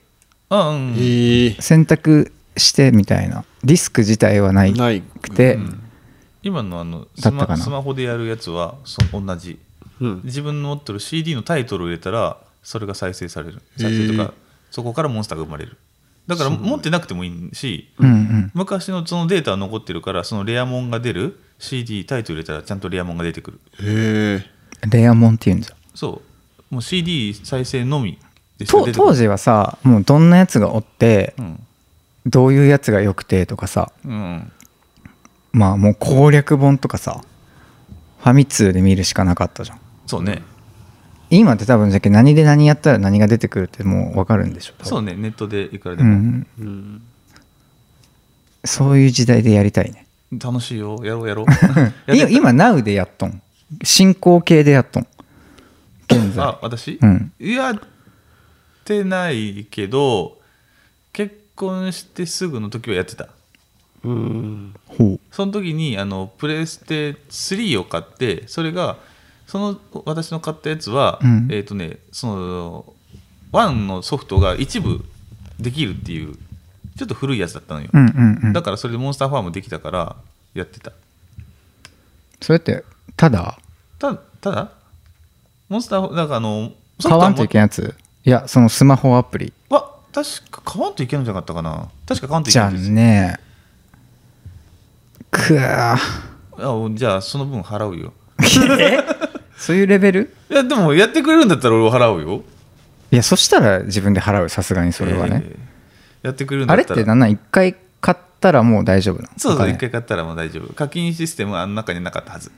[SPEAKER 1] うんうんうん
[SPEAKER 3] ええ
[SPEAKER 2] 選択してみたいなディスク自体はない
[SPEAKER 3] ない
[SPEAKER 2] くて、
[SPEAKER 1] 今のあのス
[SPEAKER 2] だった
[SPEAKER 1] マ
[SPEAKER 2] かな
[SPEAKER 1] スマホでやるやつはそ同じ
[SPEAKER 3] うん
[SPEAKER 1] 自分の持ってる CD のタイトルを入れたらそれが再生される再生と
[SPEAKER 3] へー
[SPEAKER 1] かそこからモンスターが生まれるだから持ってなくてもいいし
[SPEAKER 2] うんうん
[SPEAKER 1] 昔のそのデータは残ってるからそのレアモンが出る CD タイトル入れたらちゃんとレアモンが出てくる
[SPEAKER 3] へ
[SPEAKER 2] レアモンっていうんじゃ
[SPEAKER 1] そうもう CD 再生のみでしか出
[SPEAKER 2] と
[SPEAKER 1] てこな
[SPEAKER 2] 当
[SPEAKER 1] い
[SPEAKER 2] 時はさもうどんなやつがおって
[SPEAKER 1] うん
[SPEAKER 2] どういうやつが良くてとかさ
[SPEAKER 1] うん
[SPEAKER 2] まあもう攻略本とかさファミ通で見るしかなかったじゃん
[SPEAKER 1] そうね
[SPEAKER 2] 今って多分じゃけ何で何やったら何が出てくるってもう分かるんでしょ多分
[SPEAKER 1] そうねネットでいくらで
[SPEAKER 2] う
[SPEAKER 1] も
[SPEAKER 2] ん
[SPEAKER 3] えうん
[SPEAKER 2] そういう時代でやりたいね
[SPEAKER 1] 楽しいよやろう やろうや
[SPEAKER 2] い
[SPEAKER 1] れた
[SPEAKER 2] 今 NOW でやっとん進行形でやっとん現在
[SPEAKER 1] あ私、
[SPEAKER 2] うん
[SPEAKER 1] いやってないけど結婚してすぐの時はやってた
[SPEAKER 3] うん
[SPEAKER 2] ほ
[SPEAKER 1] その時にあのプレステ3を買ってそれがその私の買ったやつは、
[SPEAKER 2] うん
[SPEAKER 1] えっ、とねその1のソフトが一部できるっていうちょっと古いやつだったのよ、
[SPEAKER 2] ううんうんうん
[SPEAKER 1] だからそれでモンスターファームできたからやってた
[SPEAKER 2] それってただ
[SPEAKER 1] たただモンスターファーなんかあのソフ
[SPEAKER 2] 買
[SPEAKER 1] ト
[SPEAKER 2] わ
[SPEAKER 1] は
[SPEAKER 2] んといけんやついやそのスマホアプリ
[SPEAKER 1] わ確か買わんといけないんじゃなかったかな確か買わんとい
[SPEAKER 2] じ
[SPEAKER 1] けな
[SPEAKER 2] ゃ
[SPEAKER 1] いんです
[SPEAKER 2] んねくわ
[SPEAKER 1] あおじゃあその分払うよ
[SPEAKER 2] そういうレベル
[SPEAKER 1] いやでもやってくれるんだったら俺は払うよ
[SPEAKER 2] いやそしたら自分で払うさすがにそれはね、
[SPEAKER 1] えーやってくれるんだ
[SPEAKER 2] あ
[SPEAKER 1] った
[SPEAKER 2] れっ
[SPEAKER 1] ら
[SPEAKER 2] てなんなん一回買ったらもう大丈夫なの
[SPEAKER 1] そう
[SPEAKER 2] お
[SPEAKER 1] そう
[SPEAKER 2] 金
[SPEAKER 1] 一回買ったらもう大丈夫課金システムはあの中になかったはず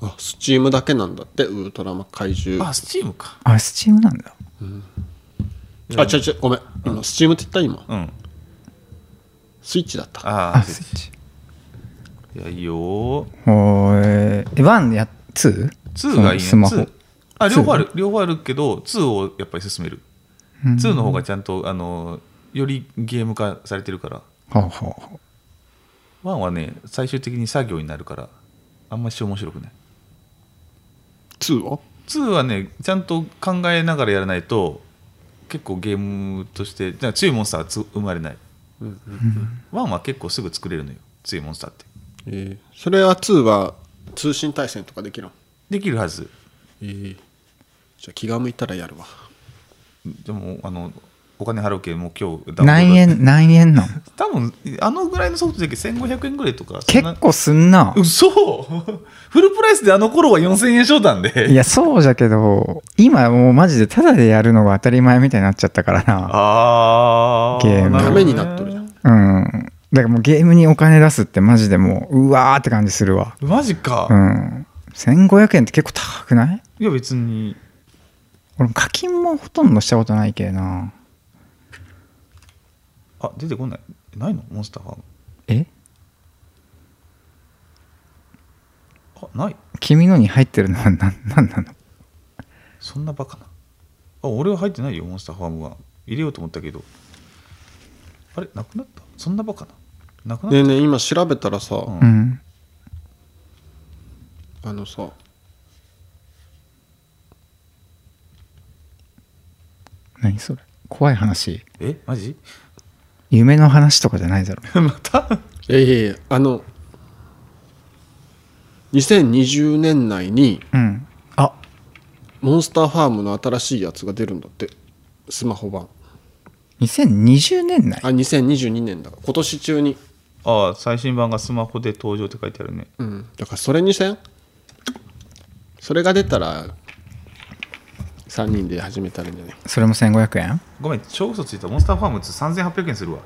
[SPEAKER 3] あスチームだけなんだってウルトラマン怪獣
[SPEAKER 1] あ
[SPEAKER 3] あ
[SPEAKER 1] スチームか
[SPEAKER 2] あスチームなんだ
[SPEAKER 3] 違う違うごめん今スチームって言った今
[SPEAKER 1] うん
[SPEAKER 3] スイッチだった
[SPEAKER 1] あ
[SPEAKER 2] あ
[SPEAKER 1] あ
[SPEAKER 2] スイッチ
[SPEAKER 1] いやいいよ
[SPEAKER 2] ほーえワンやツー
[SPEAKER 1] 2がいいね
[SPEAKER 2] スマホ
[SPEAKER 1] 2あ両方ある両方あるけど2をやっぱり進める
[SPEAKER 2] うん
[SPEAKER 1] 2の方がちゃんとあのよりゲーム化されてるから
[SPEAKER 2] はあはあはあ
[SPEAKER 1] 1はね最終的に作業になるからあんまし面白くない
[SPEAKER 3] 2は
[SPEAKER 1] 2はねちゃんと考えながらやらないと結構ゲームとしてだから強いモンスターはつ生まれない、1は結構すぐ作れるのよ強いモンスターって
[SPEAKER 3] えーそれは2は通信対戦とかできるの
[SPEAKER 1] できるはず
[SPEAKER 3] えーじゃあ気が向いたらやるわ
[SPEAKER 1] でもあのお金払うけどもう今日ダウンロード
[SPEAKER 2] 何円何円なん
[SPEAKER 1] 多分あのぐらいのソフトだけ1500円ぐらいとかそんな
[SPEAKER 2] 結構すんな
[SPEAKER 1] 嘘フルプライスであの頃は4000円商談で
[SPEAKER 2] いやそうじゃけど今もうマジでタダでやるのが当たり前みたいになっちゃったからな
[SPEAKER 1] ああ
[SPEAKER 2] ゲーム
[SPEAKER 3] ダメになっとるじゃん
[SPEAKER 2] うんだからもうゲームにお金出すってマジでもううわーって感じするわ
[SPEAKER 1] マジか、
[SPEAKER 2] うん1500円って結構高くない
[SPEAKER 1] いや別に
[SPEAKER 2] 俺も課金もほとんどしたことないけどな
[SPEAKER 1] あ出てこないないのモンスターファーム
[SPEAKER 2] え
[SPEAKER 1] あない
[SPEAKER 2] 君のに入ってるのは何何なの
[SPEAKER 1] そんなバカなあ俺は入ってないよモンスターファームは入れようと思ったけどあれなくなったそんなバカななくなった、
[SPEAKER 3] ねえねえ今調べたらさ、
[SPEAKER 1] うん
[SPEAKER 2] うん
[SPEAKER 3] あのさ
[SPEAKER 2] 何それ怖い話
[SPEAKER 1] えマジ
[SPEAKER 2] 夢の話とかじゃないだろ
[SPEAKER 1] また
[SPEAKER 3] いやいやいやあの2020年内に
[SPEAKER 2] うんあ
[SPEAKER 3] モンスターファームの新しいやつが出るんだってスマホ版
[SPEAKER 2] 2020年内
[SPEAKER 3] あ2022年だから今年中に
[SPEAKER 1] ああ最新版がスマホで登場って書いてあるね
[SPEAKER 3] うんだからそれにせんそれが出たら3人で始めたらいいんじゃない
[SPEAKER 2] それも1500円
[SPEAKER 1] ごめん超嘘ついたモンスターファームって3800円するわ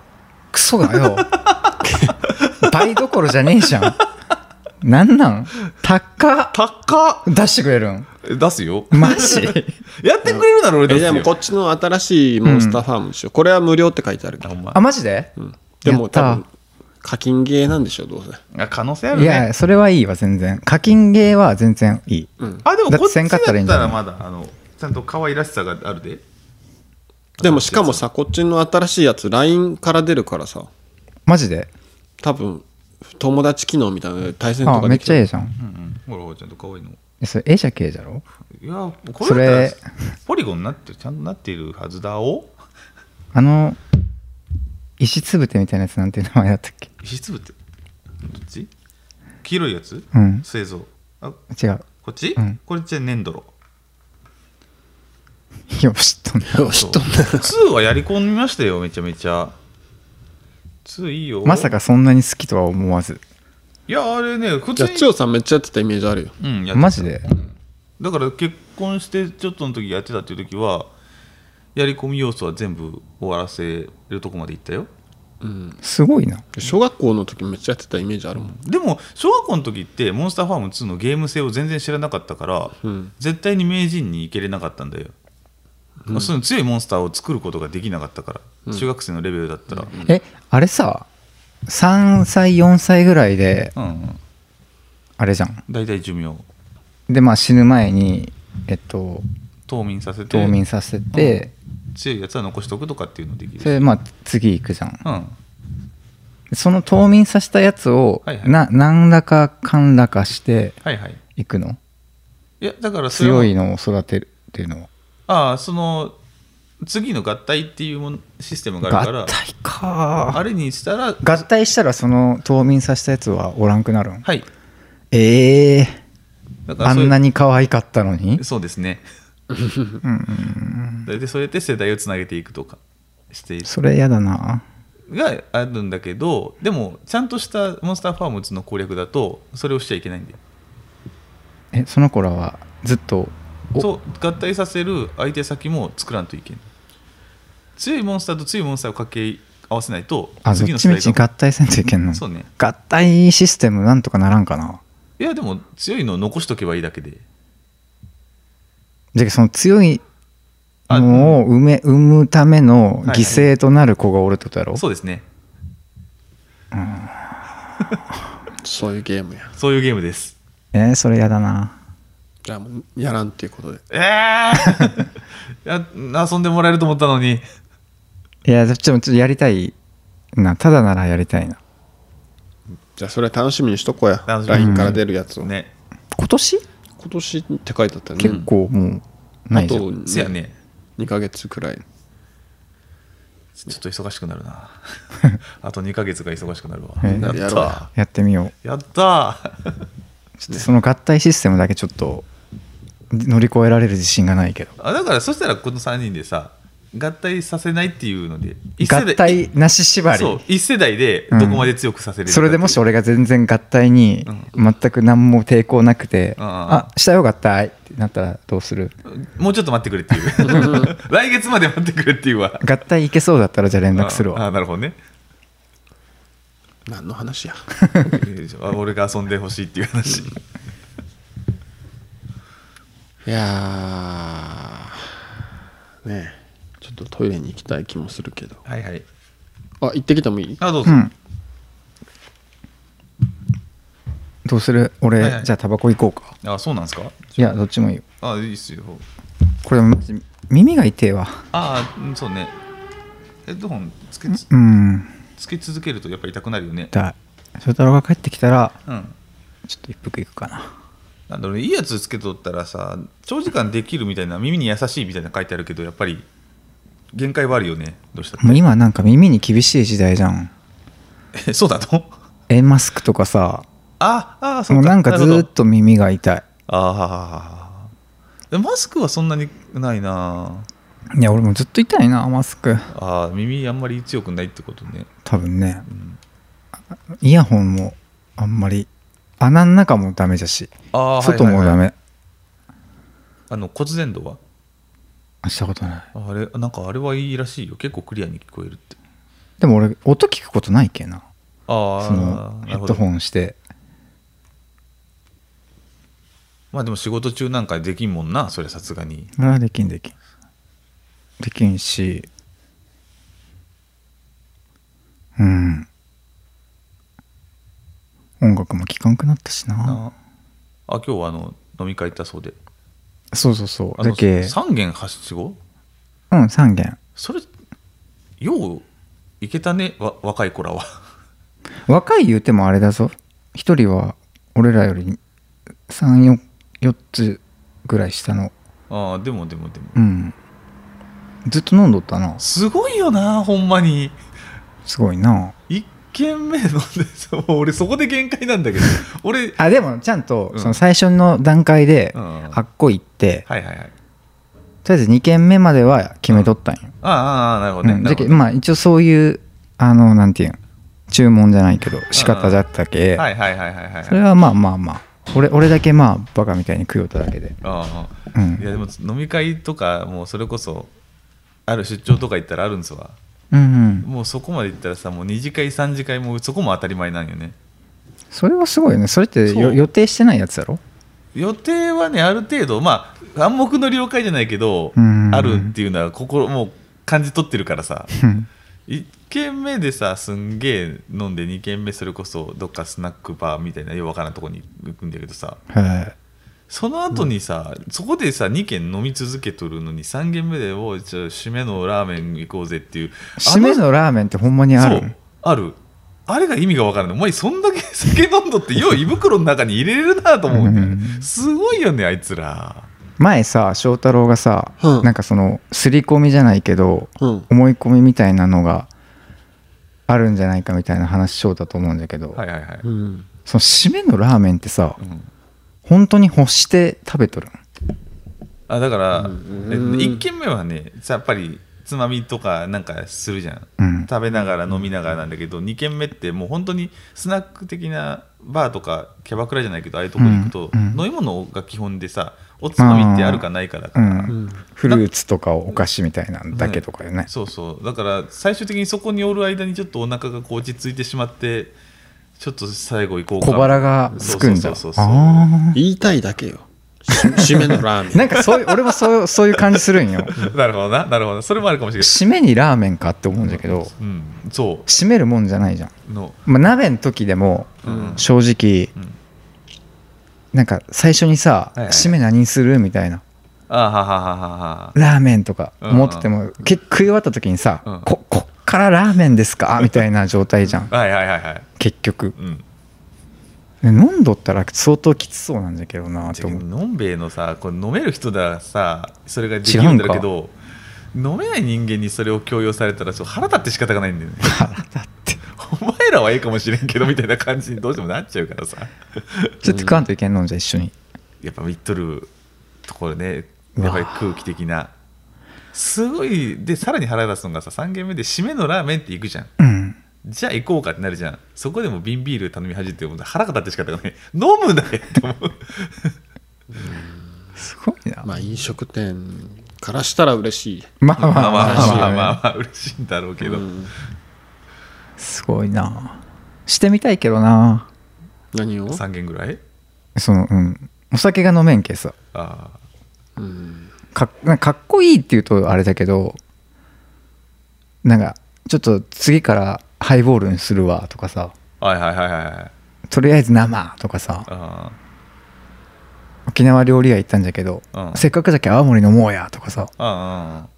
[SPEAKER 2] クソがよ 倍どころじゃねえじゃんなんなん高っ
[SPEAKER 1] 高っ
[SPEAKER 2] 出してくれるん
[SPEAKER 1] 出すよ
[SPEAKER 2] マジ
[SPEAKER 1] やってくれるなら俺
[SPEAKER 3] え
[SPEAKER 1] 出す
[SPEAKER 3] で
[SPEAKER 1] よ
[SPEAKER 3] もこっちの新しいモンスターファームでしょ、これは無料って書いてあるけ
[SPEAKER 1] あ
[SPEAKER 3] ど
[SPEAKER 1] ほんま
[SPEAKER 2] あマジで、
[SPEAKER 3] でも多
[SPEAKER 2] やっ
[SPEAKER 3] 分課金ゲーなんでしょどうせ
[SPEAKER 1] あ可能性あ
[SPEAKER 2] た
[SPEAKER 1] る
[SPEAKER 2] い
[SPEAKER 1] ね
[SPEAKER 2] やそれはいいわ全然課金ゲーは全然いい
[SPEAKER 1] あでも
[SPEAKER 2] だっ
[SPEAKER 1] こ
[SPEAKER 2] て
[SPEAKER 1] っちだ
[SPEAKER 2] せん
[SPEAKER 1] っ
[SPEAKER 2] かったらいいんじ
[SPEAKER 1] た
[SPEAKER 2] ゃな
[SPEAKER 1] ら
[SPEAKER 2] い
[SPEAKER 1] まだあのちゃんと可愛らしさがあるで
[SPEAKER 3] でもしかもさこっちの新しいやつ LINE から出るからさ
[SPEAKER 2] マジで
[SPEAKER 3] 多分友達機能みたいなので対戦と
[SPEAKER 2] あ
[SPEAKER 3] か
[SPEAKER 2] め
[SPEAKER 3] で
[SPEAKER 2] っ
[SPEAKER 3] き
[SPEAKER 2] ちゃ
[SPEAKER 3] て
[SPEAKER 2] ええじゃん
[SPEAKER 1] うんうんほらほらちゃんと可愛いの
[SPEAKER 2] えそれ A 社系じゃろ
[SPEAKER 1] いやこ
[SPEAKER 2] そ
[SPEAKER 1] れだっ
[SPEAKER 2] れ
[SPEAKER 1] たらポリゴンになってるちゃんとなっているはずだお
[SPEAKER 2] あの石つぶてみたいなやつなんていう名前だったっけ
[SPEAKER 1] 石粒ってどっち黄色いやつ
[SPEAKER 2] うん
[SPEAKER 1] 製造あ
[SPEAKER 2] 違う
[SPEAKER 1] こっち、
[SPEAKER 2] うん
[SPEAKER 1] これじゃねんどろ
[SPEAKER 2] よしとんな
[SPEAKER 1] 知っとん2はやり込みましたよめちゃめちゃ2いいよ
[SPEAKER 2] まさかそんなに好きとは思わず
[SPEAKER 1] いやあれね普通
[SPEAKER 3] じゃあ
[SPEAKER 1] に
[SPEAKER 3] 千代さんめっちゃやってたイメージあるよ
[SPEAKER 1] うんやってた
[SPEAKER 2] マジで
[SPEAKER 1] だから結婚してちょっとの時やってたっていう時はやり込み要素は全部終わらせるとこまで行ったよ
[SPEAKER 3] うん
[SPEAKER 2] すごいな
[SPEAKER 3] 小学校の時めっちゃやってたイメージあるもん
[SPEAKER 1] でも小学校の時って「モンスターファーム2」のゲーム性を全然知らなかったから、
[SPEAKER 3] うん
[SPEAKER 1] 絶対に名人に行けれなかったんだよ、その強いモンスターを作ることができなかったから、中学生のレベルだったらうん、
[SPEAKER 2] えあれさ3歳4歳ぐらいであれじゃん
[SPEAKER 1] 大体寿命
[SPEAKER 2] でまあ死ぬ前にえっと
[SPEAKER 1] 冬眠させて
[SPEAKER 2] 冬眠させて、
[SPEAKER 1] 強いやつは残しとくとかっていうのでき
[SPEAKER 2] それ
[SPEAKER 1] る
[SPEAKER 2] でまあ次行くじゃん
[SPEAKER 1] うん
[SPEAKER 2] その冬眠させたやつを、
[SPEAKER 1] はいはい
[SPEAKER 2] な何らかかんらかして
[SPEAKER 1] はいはい
[SPEAKER 2] いくの
[SPEAKER 1] いやだからそれは
[SPEAKER 2] 強いのを育てるっていうのは
[SPEAKER 1] ああその次の合体っていうもんシステムがあるか
[SPEAKER 2] 合
[SPEAKER 1] ら
[SPEAKER 2] 体か
[SPEAKER 1] あれにしたら
[SPEAKER 2] 合体したらその冬眠させたやつはおらんくなるん
[SPEAKER 1] はい
[SPEAKER 2] ええ
[SPEAKER 1] だから
[SPEAKER 2] あ
[SPEAKER 1] そうん
[SPEAKER 2] なに可愛かったのに
[SPEAKER 1] そうですね
[SPEAKER 2] うんうんうん
[SPEAKER 1] でそれで世代をつなげていくとかしてい
[SPEAKER 2] それやだな
[SPEAKER 1] るがあるんだけどでもちゃんとしたモンスターファームズの攻略だとそれをしちゃいけないんで
[SPEAKER 2] えその子らはずっとお
[SPEAKER 1] そう合体させる相手先も作らんといけない強いモンスターと強いモンスターを掛け合わせないと
[SPEAKER 2] あど
[SPEAKER 1] 次
[SPEAKER 2] っ
[SPEAKER 1] の
[SPEAKER 2] ち
[SPEAKER 1] 世
[SPEAKER 2] み
[SPEAKER 1] 代
[SPEAKER 2] ち合体せんといけんの
[SPEAKER 1] そうね
[SPEAKER 2] 合体システムなんとかならんかない
[SPEAKER 1] やでも強いのを残しとけばいいだけで
[SPEAKER 2] じゃあその強い
[SPEAKER 1] あ
[SPEAKER 2] のを埋め生むための
[SPEAKER 1] はいはい
[SPEAKER 2] 犠牲となる子がおるってことやろ、
[SPEAKER 1] そうですね
[SPEAKER 3] そういうゲームや
[SPEAKER 1] そういうゲームです
[SPEAKER 2] えー、それやだな。
[SPEAKER 3] じゃあもうやらんっていうことで
[SPEAKER 1] ええーいや遊んでもらえると思ったのに
[SPEAKER 2] いや、ちょっとちょっとやりたいな。ただならやりたいな。
[SPEAKER 3] じゃあそれ楽しみにしとこうや
[SPEAKER 1] 楽しみ
[SPEAKER 3] LINE から出るやつを、
[SPEAKER 1] ね
[SPEAKER 2] 今年
[SPEAKER 3] 今年って書いてあったよね
[SPEAKER 2] 結構もう、な
[SPEAKER 3] あ
[SPEAKER 2] いじゃん。
[SPEAKER 3] と
[SPEAKER 1] せやね
[SPEAKER 3] 2ヶ月くらい
[SPEAKER 1] ちょっと忙しくなる なあと2ヶ月が忙しくなるわ
[SPEAKER 2] え
[SPEAKER 1] やっ
[SPEAKER 3] やろう
[SPEAKER 1] た
[SPEAKER 3] や
[SPEAKER 2] やってみよう。
[SPEAKER 1] やった ー
[SPEAKER 2] ちょっとその合体システムだけちょっと乗り越えられる自信がないけど。
[SPEAKER 1] あだからそしたらこの3人でさ合体させないっていうので一世
[SPEAKER 2] 合
[SPEAKER 1] 代
[SPEAKER 2] 体なし縛
[SPEAKER 1] そう
[SPEAKER 2] り。
[SPEAKER 1] 一世代でどこまで強くさせれるか
[SPEAKER 2] それでもし俺が全然合体に全く何も抵抗なくて、
[SPEAKER 1] うん
[SPEAKER 2] あしたよ合体ってなったらどうする
[SPEAKER 1] もうちょっと待ってくれっていう 来月まで待ってくれっていうわ
[SPEAKER 2] 合体いけそうだったらじゃあ連絡する
[SPEAKER 1] あ
[SPEAKER 2] わ。
[SPEAKER 1] あなるほどね
[SPEAKER 3] 何の話や
[SPEAKER 1] えーあ俺が遊んでほしいっていう話
[SPEAKER 3] いやーねえちょっとトイレに行きたい気もするけど
[SPEAKER 1] はいはい
[SPEAKER 3] あ行ってきてもいい
[SPEAKER 1] あどう
[SPEAKER 2] う
[SPEAKER 1] ぞ、
[SPEAKER 2] ん。どうする俺、
[SPEAKER 1] はいはい
[SPEAKER 2] じゃあタバコ行こうか。
[SPEAKER 1] あそうなんですか
[SPEAKER 2] いや、どっちもいいよ。
[SPEAKER 1] あいいっすよ
[SPEAKER 2] これマジ耳が痛えわ。
[SPEAKER 1] ああそうねヘッドホンつけつ
[SPEAKER 2] うん。
[SPEAKER 1] つけ続けるとやっぱり痛くなるよね
[SPEAKER 2] だ。翔太郎が帰ってきたら、
[SPEAKER 1] うん
[SPEAKER 2] ちょっと一服行くかな。
[SPEAKER 1] なんだろうねいいやつつけとったらさ長時間できるみたいな耳に優しいみたいなの書いてあるけどやっぱり限界はあるよねどうした
[SPEAKER 2] もう今なんか耳に厳しい時代じゃん。
[SPEAKER 1] って そうなの
[SPEAKER 2] え、マスクとかさ、
[SPEAKER 1] ああそう
[SPEAKER 2] もうなんかず
[SPEAKER 1] るほ
[SPEAKER 2] ー
[SPEAKER 1] ど
[SPEAKER 2] っと耳が痛い。
[SPEAKER 1] ああマスクはそんなにないない
[SPEAKER 2] や、俺もずっと痛いな、マスク。
[SPEAKER 1] あー耳あんまり強くないってことね
[SPEAKER 2] 多分ね。イヤホンもあんまり、穴の中もダメじゃし、
[SPEAKER 1] あー
[SPEAKER 2] 外
[SPEAKER 1] はい
[SPEAKER 2] も
[SPEAKER 1] はい
[SPEAKER 2] ダ
[SPEAKER 1] はい
[SPEAKER 2] メ。
[SPEAKER 1] あの骨伝導は
[SPEAKER 2] したことない。
[SPEAKER 1] あれなんかあれはいいらしいよ結構クリアに聞こえるって
[SPEAKER 2] でも俺、音聞くことないけな。そ
[SPEAKER 1] あ
[SPEAKER 2] の
[SPEAKER 1] あ
[SPEAKER 2] ヘッドホ
[SPEAKER 1] ン
[SPEAKER 2] ンして。
[SPEAKER 1] まあでも仕事中なんかできんもんなそれさすがに
[SPEAKER 2] ああ、できんできん。できんし、うん。音楽も聴かんくなったしな。
[SPEAKER 1] なあ今日はあの飲み会行ったそうで
[SPEAKER 2] そうそうそう。
[SPEAKER 1] あ
[SPEAKER 2] だ
[SPEAKER 1] の
[SPEAKER 2] け、
[SPEAKER 1] 3軒はしご
[SPEAKER 2] うん、3弦。
[SPEAKER 1] それよういけたねわ若い子らは
[SPEAKER 2] 若い言うてもあれだぞ。一人は、俺らより3、4、4つぐらい下の。
[SPEAKER 1] ああでもでもでも
[SPEAKER 2] うん。ずっと飲んどったな。
[SPEAKER 1] すごいよなほんまに
[SPEAKER 2] すごいな。
[SPEAKER 1] 1軒目飲んで そう俺そこで限界なんだけど俺
[SPEAKER 2] あ、でも、ちゃんと、
[SPEAKER 1] うん
[SPEAKER 2] その最初の段階で、
[SPEAKER 1] うんうん
[SPEAKER 2] あっこ行って、
[SPEAKER 1] はいはいはい
[SPEAKER 2] とりあえず2軒目までは決めとったんよ、
[SPEAKER 1] ああああなるほ
[SPEAKER 2] うん
[SPEAKER 1] どねな
[SPEAKER 2] じゃ
[SPEAKER 1] る
[SPEAKER 2] け
[SPEAKER 1] ほど
[SPEAKER 2] まあ一応そういうあのなんていうん注文じゃないけど仕方だったけ、
[SPEAKER 1] はいはいはいはいはい
[SPEAKER 2] それはまあまあまあ俺俺だけまあバカみたいに食いよっただけで
[SPEAKER 1] あ
[SPEAKER 2] う
[SPEAKER 1] あいや
[SPEAKER 2] ん
[SPEAKER 1] でも飲み会とかもうそれこそある出張とか行ったらあるんですわ
[SPEAKER 2] うんうん
[SPEAKER 1] もうそこまで行ったらさもう2次会3次会もそこも当たり前なんよね
[SPEAKER 2] それはすごいよねそれって
[SPEAKER 1] そ
[SPEAKER 2] よ
[SPEAKER 1] う
[SPEAKER 2] 予定してないやつだろ
[SPEAKER 1] 予定はねある程度まあ暗黙の了解じゃないけど
[SPEAKER 2] うん
[SPEAKER 1] あるっていうのは心もう感じ取ってるからさ
[SPEAKER 2] うん
[SPEAKER 1] 1軒目でさすんげえ飲んで2軒目それこそどっかスナックバーみたいなようわからんとこに行くんだけどさ
[SPEAKER 2] はい
[SPEAKER 1] その後にさ、そこでさ2軒飲み続けとるのに3軒目でおうちょ締めのラーメン行こうぜっていう
[SPEAKER 2] 締めのラーメンってほんまにあ
[SPEAKER 1] あのそ
[SPEAKER 2] る
[SPEAKER 1] うあるあれが意味が分からないお前そんだけ酒飲んどってよう胃袋の中に入れれるなと思うね
[SPEAKER 2] う
[SPEAKER 1] すごいよねあいつら
[SPEAKER 2] 前さ翔太郎がさ、
[SPEAKER 3] うん
[SPEAKER 2] なんかその刷り込みじゃないけど
[SPEAKER 3] うん
[SPEAKER 2] 思い込みみたいなのがあるんじゃないかみたいな話しようだと思うんだけど、
[SPEAKER 1] はいはいはい、
[SPEAKER 3] うん
[SPEAKER 2] その締めのラーメンってさ
[SPEAKER 1] うん
[SPEAKER 2] 本当に欲して食べとるん
[SPEAKER 1] あだから、
[SPEAKER 3] うん
[SPEAKER 1] え1軒目はねやっぱりつまみとかなんかするじゃん
[SPEAKER 2] うん
[SPEAKER 1] 食べながら飲みながらなんだけど2軒目ってもう本当にスナック的なバーとかキャバクラじゃないけどああいうとこに行くと、
[SPEAKER 2] うんうん
[SPEAKER 1] 飲み物が基本でさおつまみってあるかないかだ
[SPEAKER 2] う
[SPEAKER 1] から、
[SPEAKER 2] ん
[SPEAKER 3] うん
[SPEAKER 2] フルーツとかお菓子みたいなんだけとかよね
[SPEAKER 1] そうそうだから最終的にそこにおる間にちょっとお腹がこう落ち着いてしまってちょっと最後行こうか
[SPEAKER 2] 小腹がすくんじゃ
[SPEAKER 1] そうそうそうそう
[SPEAKER 2] あ
[SPEAKER 3] 言いたいだけよ締めの ラーメン
[SPEAKER 2] なんかそういう俺もそうそういう感じするんよ
[SPEAKER 1] なるほどななるほどそれもあるかもしれない
[SPEAKER 2] 締めにラーメンかって思うんだけど
[SPEAKER 1] うんそ
[SPEAKER 2] 締めるもんじゃないじゃん、
[SPEAKER 1] うの
[SPEAKER 2] まあ、鍋の時でも
[SPEAKER 1] うん
[SPEAKER 2] 正直、
[SPEAKER 1] うん
[SPEAKER 2] なんか最初にさ、
[SPEAKER 1] はいはい
[SPEAKER 2] 締め何するみたいな
[SPEAKER 1] あははははは
[SPEAKER 2] ラーメンとか思ってても、結食い終わった時にさ、
[SPEAKER 1] うん
[SPEAKER 2] ここっからラーメンですかみたいな状態じゃん
[SPEAKER 1] はいはいはいはい
[SPEAKER 2] 結局
[SPEAKER 1] うん
[SPEAKER 2] 飲んどったら相当きつそうなんだけどなと思う
[SPEAKER 1] のんべえのさこれ飲める人だらさそれができるんだろうけど飲めない人間にそれを強要されたらちょっと腹立って仕方がないんだよね
[SPEAKER 2] 腹立って
[SPEAKER 1] お前らはいいかもしれんけどみたいな感じにどうしてもなっちゃうからさ
[SPEAKER 2] ちょっと食わんといけんのんじゃ一緒に
[SPEAKER 1] やっぱ見っとるところね
[SPEAKER 2] うわ
[SPEAKER 1] やっぱり空気的なすごいでさらに腹立つのがさ3軒目で締めのラーメンって行くじゃん
[SPEAKER 2] うん
[SPEAKER 1] じゃあ行こうかってなるじゃんそこでも瓶ビール頼み始めてもう腹が立って仕方がない飲むなよって思う
[SPEAKER 2] すごいな
[SPEAKER 3] まあ飲食店からしたら嬉しい
[SPEAKER 2] まあまあ
[SPEAKER 1] まあまあ
[SPEAKER 2] まあ
[SPEAKER 1] まあ
[SPEAKER 2] ま
[SPEAKER 1] ま
[SPEAKER 2] あ
[SPEAKER 1] あまあ嬉しいんだろうけど、
[SPEAKER 3] うん
[SPEAKER 2] すごいなしてみたいけどな
[SPEAKER 3] 何を、
[SPEAKER 1] 3軒ぐらい
[SPEAKER 2] そのうんお酒が飲めんけさ
[SPEAKER 1] ああ
[SPEAKER 3] うん、
[SPEAKER 2] かなんかかっこいいっていうとあれだけどなんかちょっと次からハイボールにするわとかさ
[SPEAKER 1] はいはいはいはいはい
[SPEAKER 2] とりあえず生とかさ
[SPEAKER 1] あ
[SPEAKER 2] 沖縄料理屋行ったんじゃけど、
[SPEAKER 1] うん
[SPEAKER 2] せっかくじゃけ泡盛飲もうやとかさ
[SPEAKER 1] ああ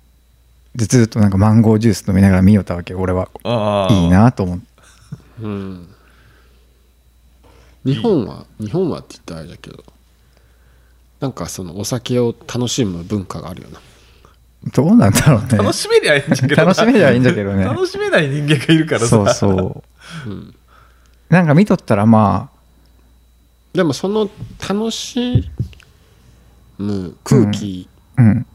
[SPEAKER 2] でずっとなんかマンゴージュース飲みながら見よったわけ俺は
[SPEAKER 1] あああ
[SPEAKER 2] いいなと思って
[SPEAKER 3] うん、日本は日本はって言ったらあれだけどなんかそのお酒を楽しむ文化があるよな
[SPEAKER 2] どうなんだろうね
[SPEAKER 1] 楽しめりゃいいんだけどな
[SPEAKER 2] 楽しめりゃいいんだけどね
[SPEAKER 1] 楽しめない人間がいるからさ
[SPEAKER 2] そうそう
[SPEAKER 3] うん、
[SPEAKER 2] なんか見とったらま
[SPEAKER 3] でもその楽しむ空気
[SPEAKER 2] あうん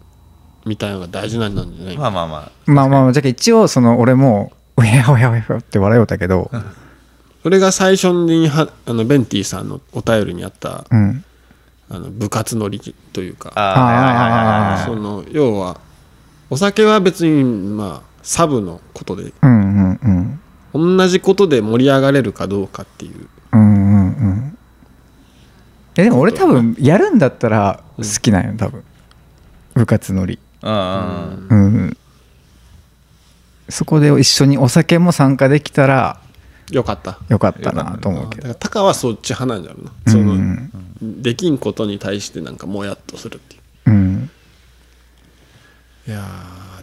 [SPEAKER 3] みたいなのが大事なんじゃない、
[SPEAKER 1] まあまあま
[SPEAKER 2] まあまあじゃあ一応その俺も「おやおやおや」って笑いよったけど、
[SPEAKER 3] それが最初にはあのベンティさんのお便りにあった
[SPEAKER 2] うん、
[SPEAKER 3] あの部活のりという
[SPEAKER 1] あ
[SPEAKER 3] か
[SPEAKER 1] ああはいはいはいはい
[SPEAKER 3] その要はお酒は別にまあサブのことで
[SPEAKER 2] うんうんうん
[SPEAKER 3] 同じことで盛り上がれるかどうかっていう
[SPEAKER 2] うんうんうんえでも俺多分やるんだったら好きなんよ多分部活乗り
[SPEAKER 1] うんうん
[SPEAKER 2] うん、うん、そこで一緒にお酒も参加できたら
[SPEAKER 3] よかった
[SPEAKER 2] よかったなと思う
[SPEAKER 3] だ
[SPEAKER 2] け
[SPEAKER 3] か
[SPEAKER 2] ど
[SPEAKER 3] らタカはそっち派なんじゃろうな
[SPEAKER 2] う
[SPEAKER 3] そ
[SPEAKER 2] んう
[SPEAKER 3] の
[SPEAKER 2] ん
[SPEAKER 3] できんことに対してなんかもやっとするってい
[SPEAKER 2] うん
[SPEAKER 3] ういや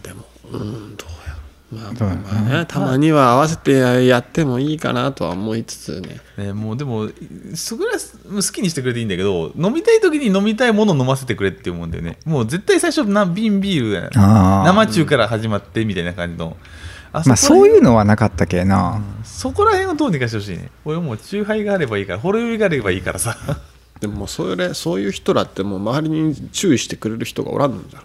[SPEAKER 3] ーでもうんどうやろうまあ
[SPEAKER 2] どうやろう
[SPEAKER 3] まあねたまには合わせてやってもいいかなとは思いつつね
[SPEAKER 1] ね、もうでもそこら好きにしてくれていいんだけど飲みたい時に飲みたいものを飲ませてくれって思うんだよねもう絶対最初な瓶ビールだよ
[SPEAKER 2] ああ
[SPEAKER 1] 生中から始まってみたいな感じのあ
[SPEAKER 2] まあそういう
[SPEAKER 1] の
[SPEAKER 2] のはなかったけな、
[SPEAKER 1] そこら辺をどうにかしてほしいね俺もう酎ハイがあればいいからほろ酔いがあればいいからさ
[SPEAKER 3] でももうそれそういう人らってもう周りに注意してくれる人がおらんのじゃん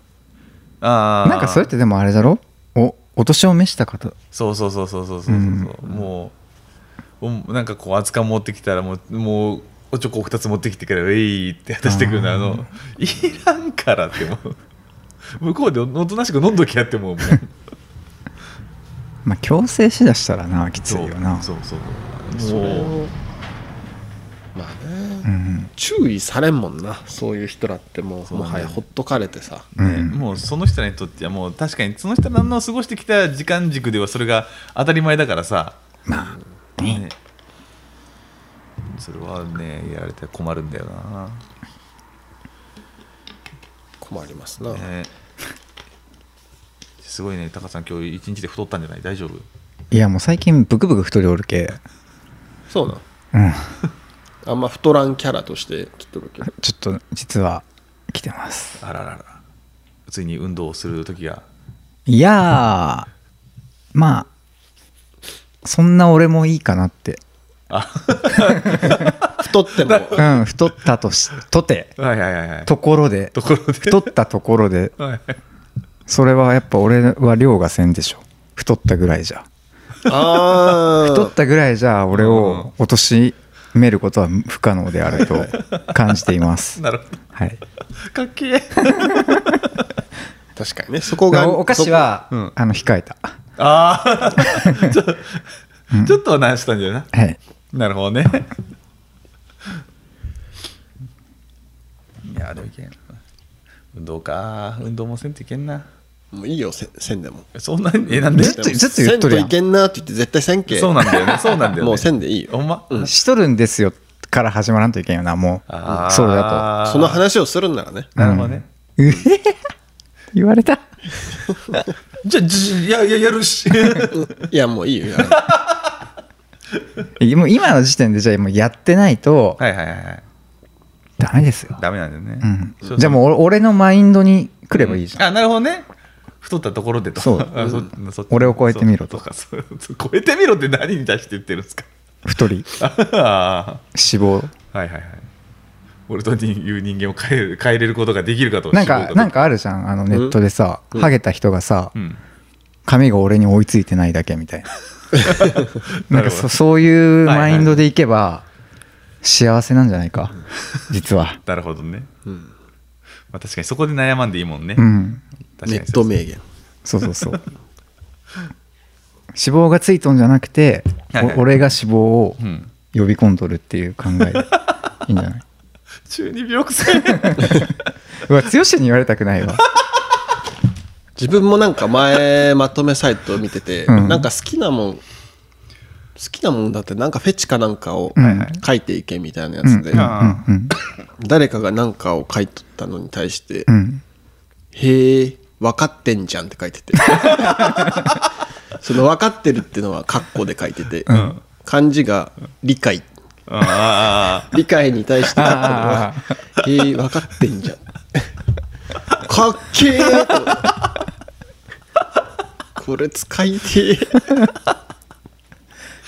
[SPEAKER 1] あー
[SPEAKER 2] なんかそれってでもあれだろおお年を召した方
[SPEAKER 1] そうそうそうそうそうそうそう、
[SPEAKER 2] う
[SPEAKER 1] もうおなんかこう厚か持ってきたらもうもうおちょこ2つ持ってきてくれよ「えい」って渡してくるのあのいらんからって思う向こうでおおとなしく飲んどきやってもうもう
[SPEAKER 2] まあ強制しだしたらなきついよ な
[SPEAKER 1] そうそう
[SPEAKER 3] そ
[SPEAKER 1] そう
[SPEAKER 3] れ
[SPEAKER 1] もう
[SPEAKER 3] をまあね、
[SPEAKER 2] うん
[SPEAKER 3] 注意されんもんなそういう人らってもうもはやほっとかれてさ
[SPEAKER 2] うん
[SPEAKER 1] ねもうその人らにとってはもう確かにその人らの過ごしてきた時間軸ではそれが当たり前だからさ
[SPEAKER 2] まあ
[SPEAKER 1] ねそれはねやられては困るんだよな、
[SPEAKER 3] 困りますな、
[SPEAKER 1] ね、 すごいねタカさん今日一日で太ったんじゃない大丈夫
[SPEAKER 2] いやもう最近ブクブク太りおるけ
[SPEAKER 3] そうなん
[SPEAKER 2] うん
[SPEAKER 3] あんま太らんキャラとしてちょっとるけど
[SPEAKER 2] ちょっと実は来てます
[SPEAKER 1] あらららついに運動をする時が
[SPEAKER 2] いやーまあそんな俺もいいかなって
[SPEAKER 3] 太って も
[SPEAKER 2] うん太ったとしとて
[SPEAKER 1] はいはいはいはい
[SPEAKER 2] ところで
[SPEAKER 1] ところで
[SPEAKER 2] 太ったところで
[SPEAKER 1] はい
[SPEAKER 2] それはやっぱ俺は量がせんでしょ太ったぐらいじゃ
[SPEAKER 3] あ
[SPEAKER 2] 太っ
[SPEAKER 3] あ
[SPEAKER 2] たぐらいじゃ俺を貶めることは不可能であると感じています
[SPEAKER 1] なるほど
[SPEAKER 2] はい
[SPEAKER 1] かっけえ
[SPEAKER 3] 確かにねそこが
[SPEAKER 2] おお菓子は、
[SPEAKER 1] うん
[SPEAKER 2] あの控えた
[SPEAKER 1] ああ ちょちょっとは難したんじゃない
[SPEAKER 2] はい
[SPEAKER 1] なるほどねいやでもいけん運動か運動もせんといけんな
[SPEAKER 3] もういいよせせんでも
[SPEAKER 1] そんなにえなんで
[SPEAKER 2] ずっとずっと言っとるやん
[SPEAKER 3] せんといけんなって言って絶対せんけ
[SPEAKER 1] そうなんだよねそうなんだよね
[SPEAKER 3] もうせんでいいよ
[SPEAKER 1] ほんま、
[SPEAKER 2] しとるんですよから始まらんといけんよなも
[SPEAKER 1] あー
[SPEAKER 2] うそうだ
[SPEAKER 3] その話をするんならね
[SPEAKER 2] と
[SPEAKER 1] なるほどね、
[SPEAKER 2] うんうえへへ言われた
[SPEAKER 1] じゃあじいやいややるし
[SPEAKER 3] いやもういい よいや
[SPEAKER 2] もう今の時点でじゃあもうやってないと
[SPEAKER 1] はいはいはいはい
[SPEAKER 2] ダメですよ、
[SPEAKER 1] ダメなんだよね
[SPEAKER 2] う、ん
[SPEAKER 1] そうそう、
[SPEAKER 2] じゃあもう俺俺のマインドに来ればいいじゃん、
[SPEAKER 1] あなるほどね太ったところでと
[SPEAKER 2] そう
[SPEAKER 1] あそそっち
[SPEAKER 2] 俺を超えてみろと
[SPEAKER 1] そうそうかそう超えてみろって何に対して言ってるんですか
[SPEAKER 2] 太り
[SPEAKER 1] あ
[SPEAKER 2] 死亡
[SPEAKER 1] ーはいはいはい俺という人間を変える変えれることができるかと
[SPEAKER 2] なん
[SPEAKER 1] 仕
[SPEAKER 2] か
[SPEAKER 1] 事と
[SPEAKER 2] なんかあるじゃんあのネットでさ、
[SPEAKER 3] うん
[SPEAKER 2] ハゲた人がさ、
[SPEAKER 1] うん
[SPEAKER 2] 髪が俺に追いついてないだけ みたいななんか
[SPEAKER 1] なるほど
[SPEAKER 2] そそういうマインドでいけば幸せなんじゃないか実は
[SPEAKER 1] なるほどね、
[SPEAKER 3] ん
[SPEAKER 1] まあ、確かにそこで悩まんでいいもんね、
[SPEAKER 2] うん
[SPEAKER 1] 確
[SPEAKER 3] ネ
[SPEAKER 1] かに
[SPEAKER 3] ット名言
[SPEAKER 2] そうそ うそう脂肪がついとんじゃなくて、お
[SPEAKER 1] はいはい
[SPEAKER 2] 俺が脂肪を
[SPEAKER 1] うん
[SPEAKER 2] 呼び込んどるっていう考えでいいんじゃない
[SPEAKER 1] 中二病くせ
[SPEAKER 2] うわ剛に言われたくないわ
[SPEAKER 3] 自分もなんか前まとめサイトを見てて、
[SPEAKER 2] うん
[SPEAKER 3] なんか好きなもん好きなもんだってなんかフェチかなんかを
[SPEAKER 2] はいはい
[SPEAKER 3] 書いていけみたいなやつで、
[SPEAKER 1] うんうん
[SPEAKER 2] うん
[SPEAKER 3] 誰かがなんかを書いとったのに対して「
[SPEAKER 2] うん
[SPEAKER 3] へえ分かってんじゃん」って書い ててその「分かってる」ってのはカッコで書いてて、漢字が「理解」
[SPEAKER 1] ああ
[SPEAKER 3] 理解に対してカッ
[SPEAKER 2] あ
[SPEAKER 3] コでは「へえ分かってんじゃん」かっけえと思ってこれ使いてえ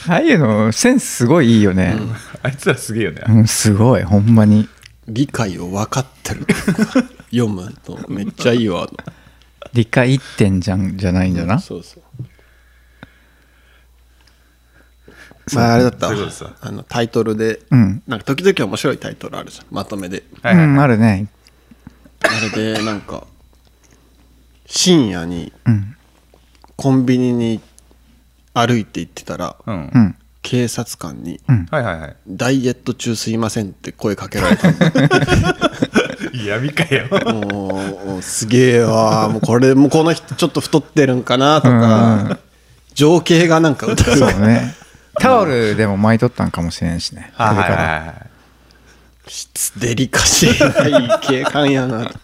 [SPEAKER 2] ああいうのセンスすごいいいよね、
[SPEAKER 1] あいつらすげえよね、
[SPEAKER 2] うん、すごいほんまに
[SPEAKER 3] 理解を分かってる読むとめっちゃいいわ
[SPEAKER 2] 理解一点じゃんじゃないんだな、
[SPEAKER 3] そうそうまああれだったわ
[SPEAKER 1] そういうことです
[SPEAKER 3] あのタイトルで、
[SPEAKER 2] うん
[SPEAKER 3] なんか時々面白いタイトルあるじゃんまとめで
[SPEAKER 1] はいはい、
[SPEAKER 2] うんあるね
[SPEAKER 3] あれでなんか深夜に
[SPEAKER 2] うん
[SPEAKER 3] コンビニに歩いて行ってたら
[SPEAKER 1] うん
[SPEAKER 2] うん
[SPEAKER 3] 警察官に
[SPEAKER 1] はいはいはい
[SPEAKER 3] 「ダイエット中すいません」って声かけられたの
[SPEAKER 1] 闇かよ
[SPEAKER 3] もうもうすげえわもうこれもうこの人ちょっと太ってるんかなと
[SPEAKER 2] うんうん
[SPEAKER 3] か情景がなんか歌う
[SPEAKER 2] そうねタオルでも巻いとったんかもしれんしね
[SPEAKER 1] はいは
[SPEAKER 2] これ
[SPEAKER 1] い
[SPEAKER 2] から
[SPEAKER 1] はいはい
[SPEAKER 3] デリカシーない警官やなと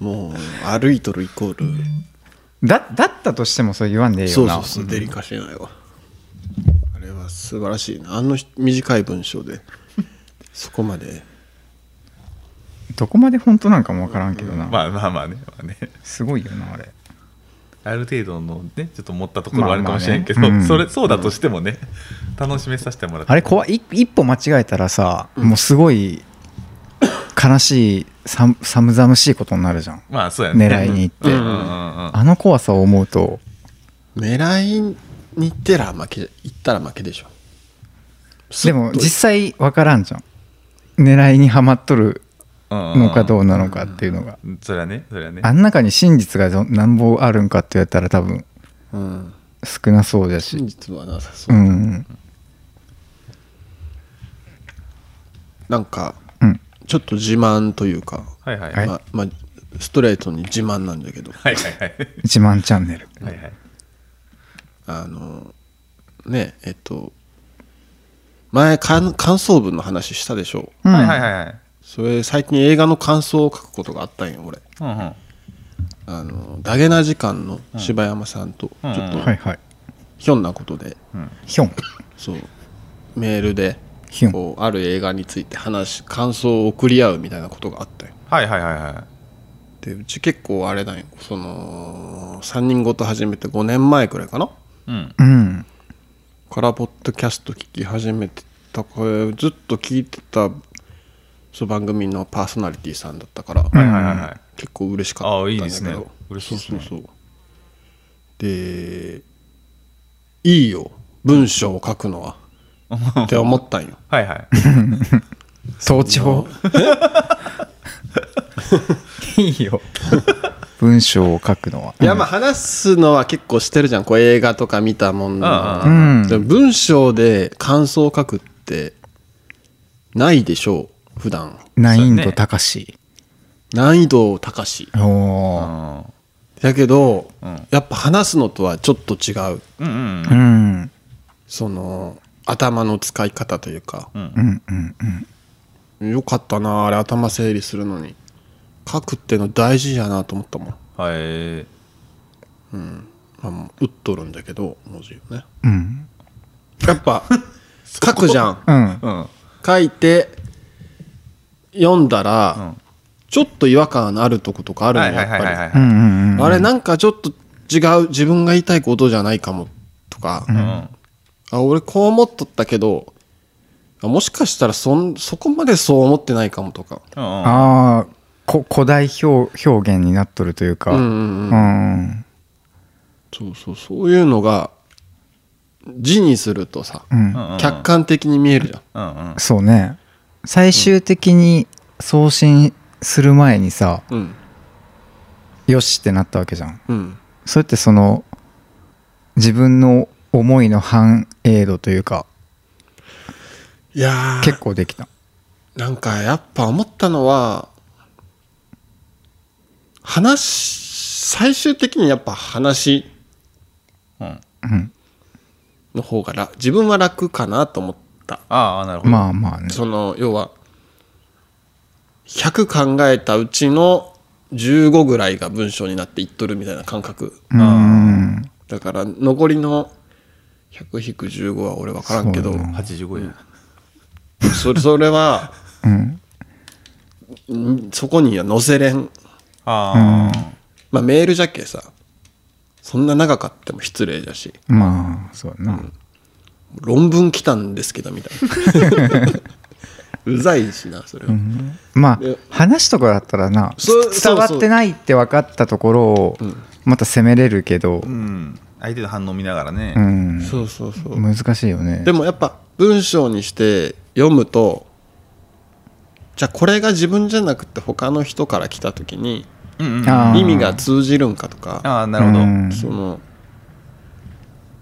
[SPEAKER 3] もう歩いとるイコール
[SPEAKER 2] だだったとしてもそう言わんでええ
[SPEAKER 3] そ
[SPEAKER 2] よ
[SPEAKER 3] う
[SPEAKER 2] な
[SPEAKER 3] そうそうデリカシーないわあれは素晴らしいなあの短い文章でそこまで
[SPEAKER 2] どこまで本当なんかもわからんけどな、
[SPEAKER 1] まあまあまあね,、まあ、ね
[SPEAKER 2] すごいよなあれ
[SPEAKER 1] ある程度のねちょっと持ったところはあるかもしれんけど、
[SPEAKER 2] まあまあねうん
[SPEAKER 1] それそうだとしてもね、楽しめさせてもらって
[SPEAKER 2] あれ怖いい一歩間違えたらさ、もうすごい悲しいさ寒々しいことになるじゃん
[SPEAKER 1] まあそうやね
[SPEAKER 2] 狙いに行って
[SPEAKER 1] うんうんうんうん
[SPEAKER 2] あの怖さを思うと
[SPEAKER 3] 狙いに行ってら負け行ったら負けでしょ
[SPEAKER 2] でも実
[SPEAKER 3] 実
[SPEAKER 2] 際わからんじゃん狙いにはまっとる
[SPEAKER 1] うんうん
[SPEAKER 2] のかどうなのかっていうのが
[SPEAKER 1] そりゃねそりゃね
[SPEAKER 2] あん中に真実がどなんぼあるんかって言われたら多分
[SPEAKER 3] うん
[SPEAKER 2] 少なそうだし
[SPEAKER 3] 真実はなさそうう、
[SPEAKER 2] ん
[SPEAKER 3] なんか
[SPEAKER 2] うん
[SPEAKER 3] ちょっと自慢というか、
[SPEAKER 1] はいはいは
[SPEAKER 2] はい
[SPEAKER 3] ままあストレートに自慢なんだけど
[SPEAKER 1] はいはい
[SPEAKER 2] 自慢チャンネル
[SPEAKER 1] はいはい
[SPEAKER 3] あのねえっと前感感想文の話したでしょ
[SPEAKER 2] うん
[SPEAKER 1] はいはいはいはい
[SPEAKER 3] それ最近映画の感想を書くことがあったんよ俺
[SPEAKER 1] うんうん
[SPEAKER 3] あのダゲな時間の柴山さんとち
[SPEAKER 1] う
[SPEAKER 3] ょ
[SPEAKER 1] ん
[SPEAKER 3] っ
[SPEAKER 1] う
[SPEAKER 3] と
[SPEAKER 1] ん
[SPEAKER 2] はいはい
[SPEAKER 3] ひょんなことで
[SPEAKER 2] ヒョン
[SPEAKER 3] そうメールで
[SPEAKER 2] ひょん
[SPEAKER 3] こうある映画について話し感想を送り合うみたいなことがあったんよ
[SPEAKER 1] はいはいはいはい
[SPEAKER 3] でうち結構あれなんよその3人ごと始めて5年前くらいかな
[SPEAKER 1] うん
[SPEAKER 2] うん
[SPEAKER 3] からポッドキャスト聞き始めてたこれずっと聞いてたそう番組のパーソナリティさんだったから、
[SPEAKER 1] はいはいはいはい
[SPEAKER 3] 結構嬉しかったん
[SPEAKER 1] あ
[SPEAKER 3] だけど
[SPEAKER 1] あいいですね嬉しいですね
[SPEAKER 3] そうそうそうでいいよ文章を書くのはって思ったんよ
[SPEAKER 1] はいはい
[SPEAKER 2] 統治法 いいよ文章を書くのはい
[SPEAKER 3] やまあ話すのは結構してるじゃんこう映画とか見たもんな
[SPEAKER 1] うん
[SPEAKER 2] うん
[SPEAKER 3] でも文章で感想を書くってないでしょう普段
[SPEAKER 2] 難易度高し。
[SPEAKER 3] 難易度高し
[SPEAKER 2] お
[SPEAKER 1] う
[SPEAKER 2] おー。
[SPEAKER 1] ん
[SPEAKER 3] だけど、
[SPEAKER 1] うん
[SPEAKER 3] やっぱ話すのとはちょっと違う
[SPEAKER 1] うんうん
[SPEAKER 2] う。ん。
[SPEAKER 3] その頭の使い方というか
[SPEAKER 1] うん
[SPEAKER 2] うんうんうん。
[SPEAKER 3] よかったなあれ頭整理するのに書くっての大事やなと思ったもん、
[SPEAKER 1] はい。
[SPEAKER 3] まあ、もう打っとるんだけど文字をね
[SPEAKER 2] うん。
[SPEAKER 3] や っぱ書くじゃん
[SPEAKER 2] うん。
[SPEAKER 1] うん。
[SPEAKER 3] 書いて読んだら、
[SPEAKER 1] うん
[SPEAKER 3] ちょっと違和感あるとことかあるの
[SPEAKER 1] は
[SPEAKER 3] よ
[SPEAKER 1] いはい
[SPEAKER 3] やっ
[SPEAKER 1] は
[SPEAKER 3] ぱ
[SPEAKER 1] い
[SPEAKER 3] り、
[SPEAKER 1] はいはい。
[SPEAKER 2] うんうんうん。
[SPEAKER 3] あれなんかちょっと違う自分が言いたいことじゃないかもとか、
[SPEAKER 1] うん
[SPEAKER 3] あ俺こう思っとったけどあもしかしたらそんそこまでそう思ってないかもとか
[SPEAKER 1] うんうん
[SPEAKER 2] ああ、こ古代表表現になっとるというか。
[SPEAKER 3] うんう
[SPEAKER 2] うん
[SPEAKER 3] うん
[SPEAKER 2] ん。
[SPEAKER 3] そうそうそういうのが字にするとさ、
[SPEAKER 2] うん
[SPEAKER 1] う。んうん
[SPEAKER 3] 客観的に見えるじゃん
[SPEAKER 1] うんうん
[SPEAKER 2] そうね。最終的に送信する前にさ、
[SPEAKER 3] うん
[SPEAKER 2] よしってなったわけじゃん。
[SPEAKER 3] うん
[SPEAKER 2] それってその、自分の思いの反映度というか、
[SPEAKER 3] いや
[SPEAKER 2] 結
[SPEAKER 3] ー
[SPEAKER 2] 構できた。
[SPEAKER 3] なんかやっぱ思ったのは話最終的にやっぱ話
[SPEAKER 1] うん。
[SPEAKER 2] うん。
[SPEAKER 3] の方が楽自分は楽かなと思った
[SPEAKER 1] ああ、なるほど。
[SPEAKER 2] まあまあね。
[SPEAKER 3] その要は100考えたうちの15ぐらいが文章になっていっとるみたいな感覚
[SPEAKER 2] うん。
[SPEAKER 3] だから残りの100-15は俺分からんけど
[SPEAKER 2] そうね
[SPEAKER 1] 85や。
[SPEAKER 3] それそれは
[SPEAKER 2] うん。
[SPEAKER 3] んそこには載せれん
[SPEAKER 1] あ
[SPEAKER 3] まあメールじゃけさそんな長かっても失礼だし
[SPEAKER 2] まあ、そうやな。
[SPEAKER 3] 論文来たんですけどみたいな うざいしなそれは、
[SPEAKER 2] まあ
[SPEAKER 3] で、
[SPEAKER 2] 話とかだったらな、
[SPEAKER 3] そう
[SPEAKER 2] 伝わってないって分かったところを、また責めれるけど
[SPEAKER 1] あ。う、ん。相手の反応見ながらね
[SPEAKER 2] う。ん。
[SPEAKER 3] そうそうそう
[SPEAKER 2] 難しいよね。
[SPEAKER 3] でもやっぱ文章にして読むとじゃあこれが自分じゃなくて他の人から来た時に
[SPEAKER 1] うんうんうん。
[SPEAKER 2] あー
[SPEAKER 3] 意味が通じるんかとか
[SPEAKER 1] ああ、なるほど。
[SPEAKER 2] うん
[SPEAKER 3] その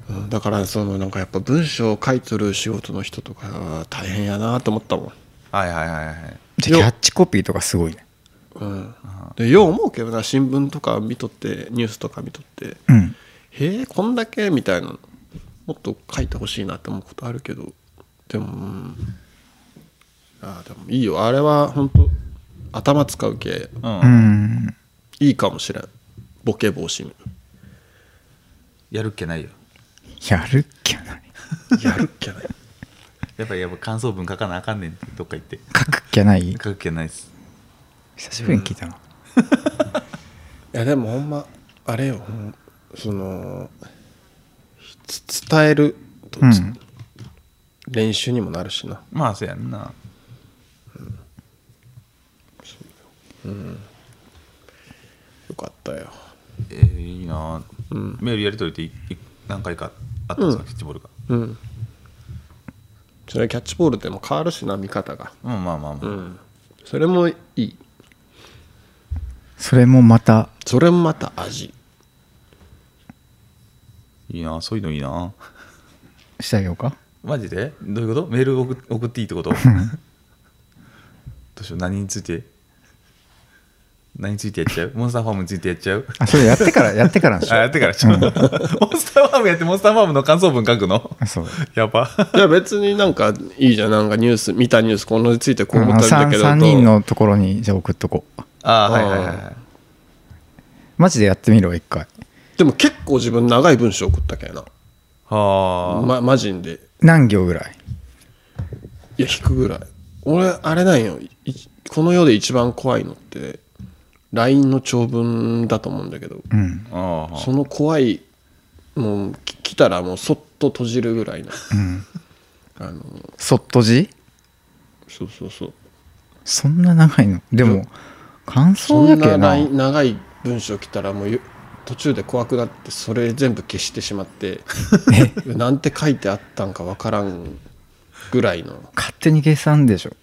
[SPEAKER 3] うんだからそのなんかやっぱ文章を書いとる仕事の人とかは大変やなと思ったもん、
[SPEAKER 1] はいはいはいはい。
[SPEAKER 2] じゃあキャッチコピーとかすごいね。
[SPEAKER 3] うん、でよう思うけどな新聞とか見とってニュースとか見とって
[SPEAKER 2] うん。
[SPEAKER 3] へえこんだけみたいなのもっと書いてほしいなって思うことあるけどでもうんあーでもいいよあれは本当頭使う系
[SPEAKER 1] うん
[SPEAKER 2] う。ん。
[SPEAKER 3] いいかもしれんボケ防止に
[SPEAKER 1] やるっけないよ。
[SPEAKER 2] やるっきゃない。
[SPEAKER 3] やるっけない
[SPEAKER 1] やっぱりやっぱ感想文書かなあかんねんってどっか行って。
[SPEAKER 2] 書くっきゃない
[SPEAKER 1] 書。くっけないっす。
[SPEAKER 2] 久しぶりに聞いたな。
[SPEAKER 3] いやでもほんまあれよほんそのつ伝えると、
[SPEAKER 2] うん
[SPEAKER 3] つ練習にもなるしな
[SPEAKER 1] まあ、そうやんな。
[SPEAKER 3] よかったよ
[SPEAKER 1] えー、いいな、メールやりとりっていい何回かあったんですか、キャッチボールが。
[SPEAKER 3] うんそれキャッチボールでも変わるしな見方が
[SPEAKER 1] うん、まあまあまあ。
[SPEAKER 3] うんそれもいい
[SPEAKER 2] それもまた、
[SPEAKER 3] それもまた味
[SPEAKER 1] いいなそういうのいいな
[SPEAKER 2] してあげようか。
[SPEAKER 1] マジでどういうことメール送送っていいって ことどうしよう何について何についてやっちゃうモンスターファームについてやっちゃう
[SPEAKER 2] あ、それやって から、やってからでし
[SPEAKER 1] あ
[SPEAKER 2] ょ。
[SPEAKER 1] やってからちょ モンスターファームやってモンスターファームの感想文書くの
[SPEAKER 2] あそう。
[SPEAKER 1] やば
[SPEAKER 3] いや別になんかいいじゃんなんかニュース見たニュースこのについてこう思ったんだ
[SPEAKER 2] 3
[SPEAKER 3] けど
[SPEAKER 2] 人のところに、じゃあ送っとこう。
[SPEAKER 1] あーはいはいはいはい
[SPEAKER 2] マジでやってみろ、一回。
[SPEAKER 3] でも結構自分長い文章送ったけどな
[SPEAKER 1] は
[SPEAKER 3] まマジで
[SPEAKER 2] 何行ぐらい
[SPEAKER 3] いや引くぐらい俺あれなんよいこの世で一番怖いのって LINE の長文だと思うんだけど、
[SPEAKER 2] うん。
[SPEAKER 1] ああー
[SPEAKER 3] その怖いもうき来たらもうそっと閉じるぐらいの、あの
[SPEAKER 2] そっと字
[SPEAKER 3] そうそうそう
[SPEAKER 2] そんな長いのでも、感
[SPEAKER 3] そ
[SPEAKER 2] 想だ
[SPEAKER 3] ん
[SPEAKER 2] け
[SPEAKER 3] な
[SPEAKER 2] どな。
[SPEAKER 3] ライ
[SPEAKER 2] う
[SPEAKER 3] ン長い文章来たらもうよ途中で怖くなってそれ全部消してしまって なんて書いてあったんかわからんぐらいの
[SPEAKER 2] 勝手に計算でしょ。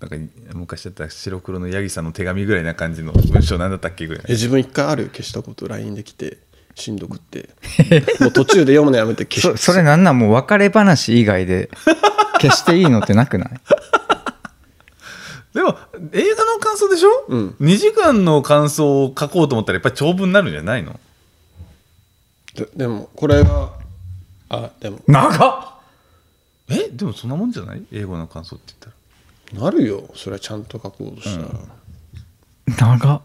[SPEAKER 1] なんか昔だったら白黒のヤギさんの手紙ぐらいな感じの文章なんだったっけぐらい
[SPEAKER 3] え自分一回あるよ消したこと LINE で来てしんどくって もう途中で読むのやめて消
[SPEAKER 2] そ
[SPEAKER 3] し
[SPEAKER 2] それなんなんも う別れ話以外で消していいのってなくない
[SPEAKER 1] でも映画の感想でしょ、
[SPEAKER 3] うん
[SPEAKER 1] 2時間の感想を書こうと思ったらやっぱり長文になるんじゃないの
[SPEAKER 3] ででもこれがあでも
[SPEAKER 2] 長
[SPEAKER 1] えでもそんなもんじゃない英語の感想って言っ
[SPEAKER 3] なるよそれはちゃんと書こうとしたら、
[SPEAKER 2] っ長っ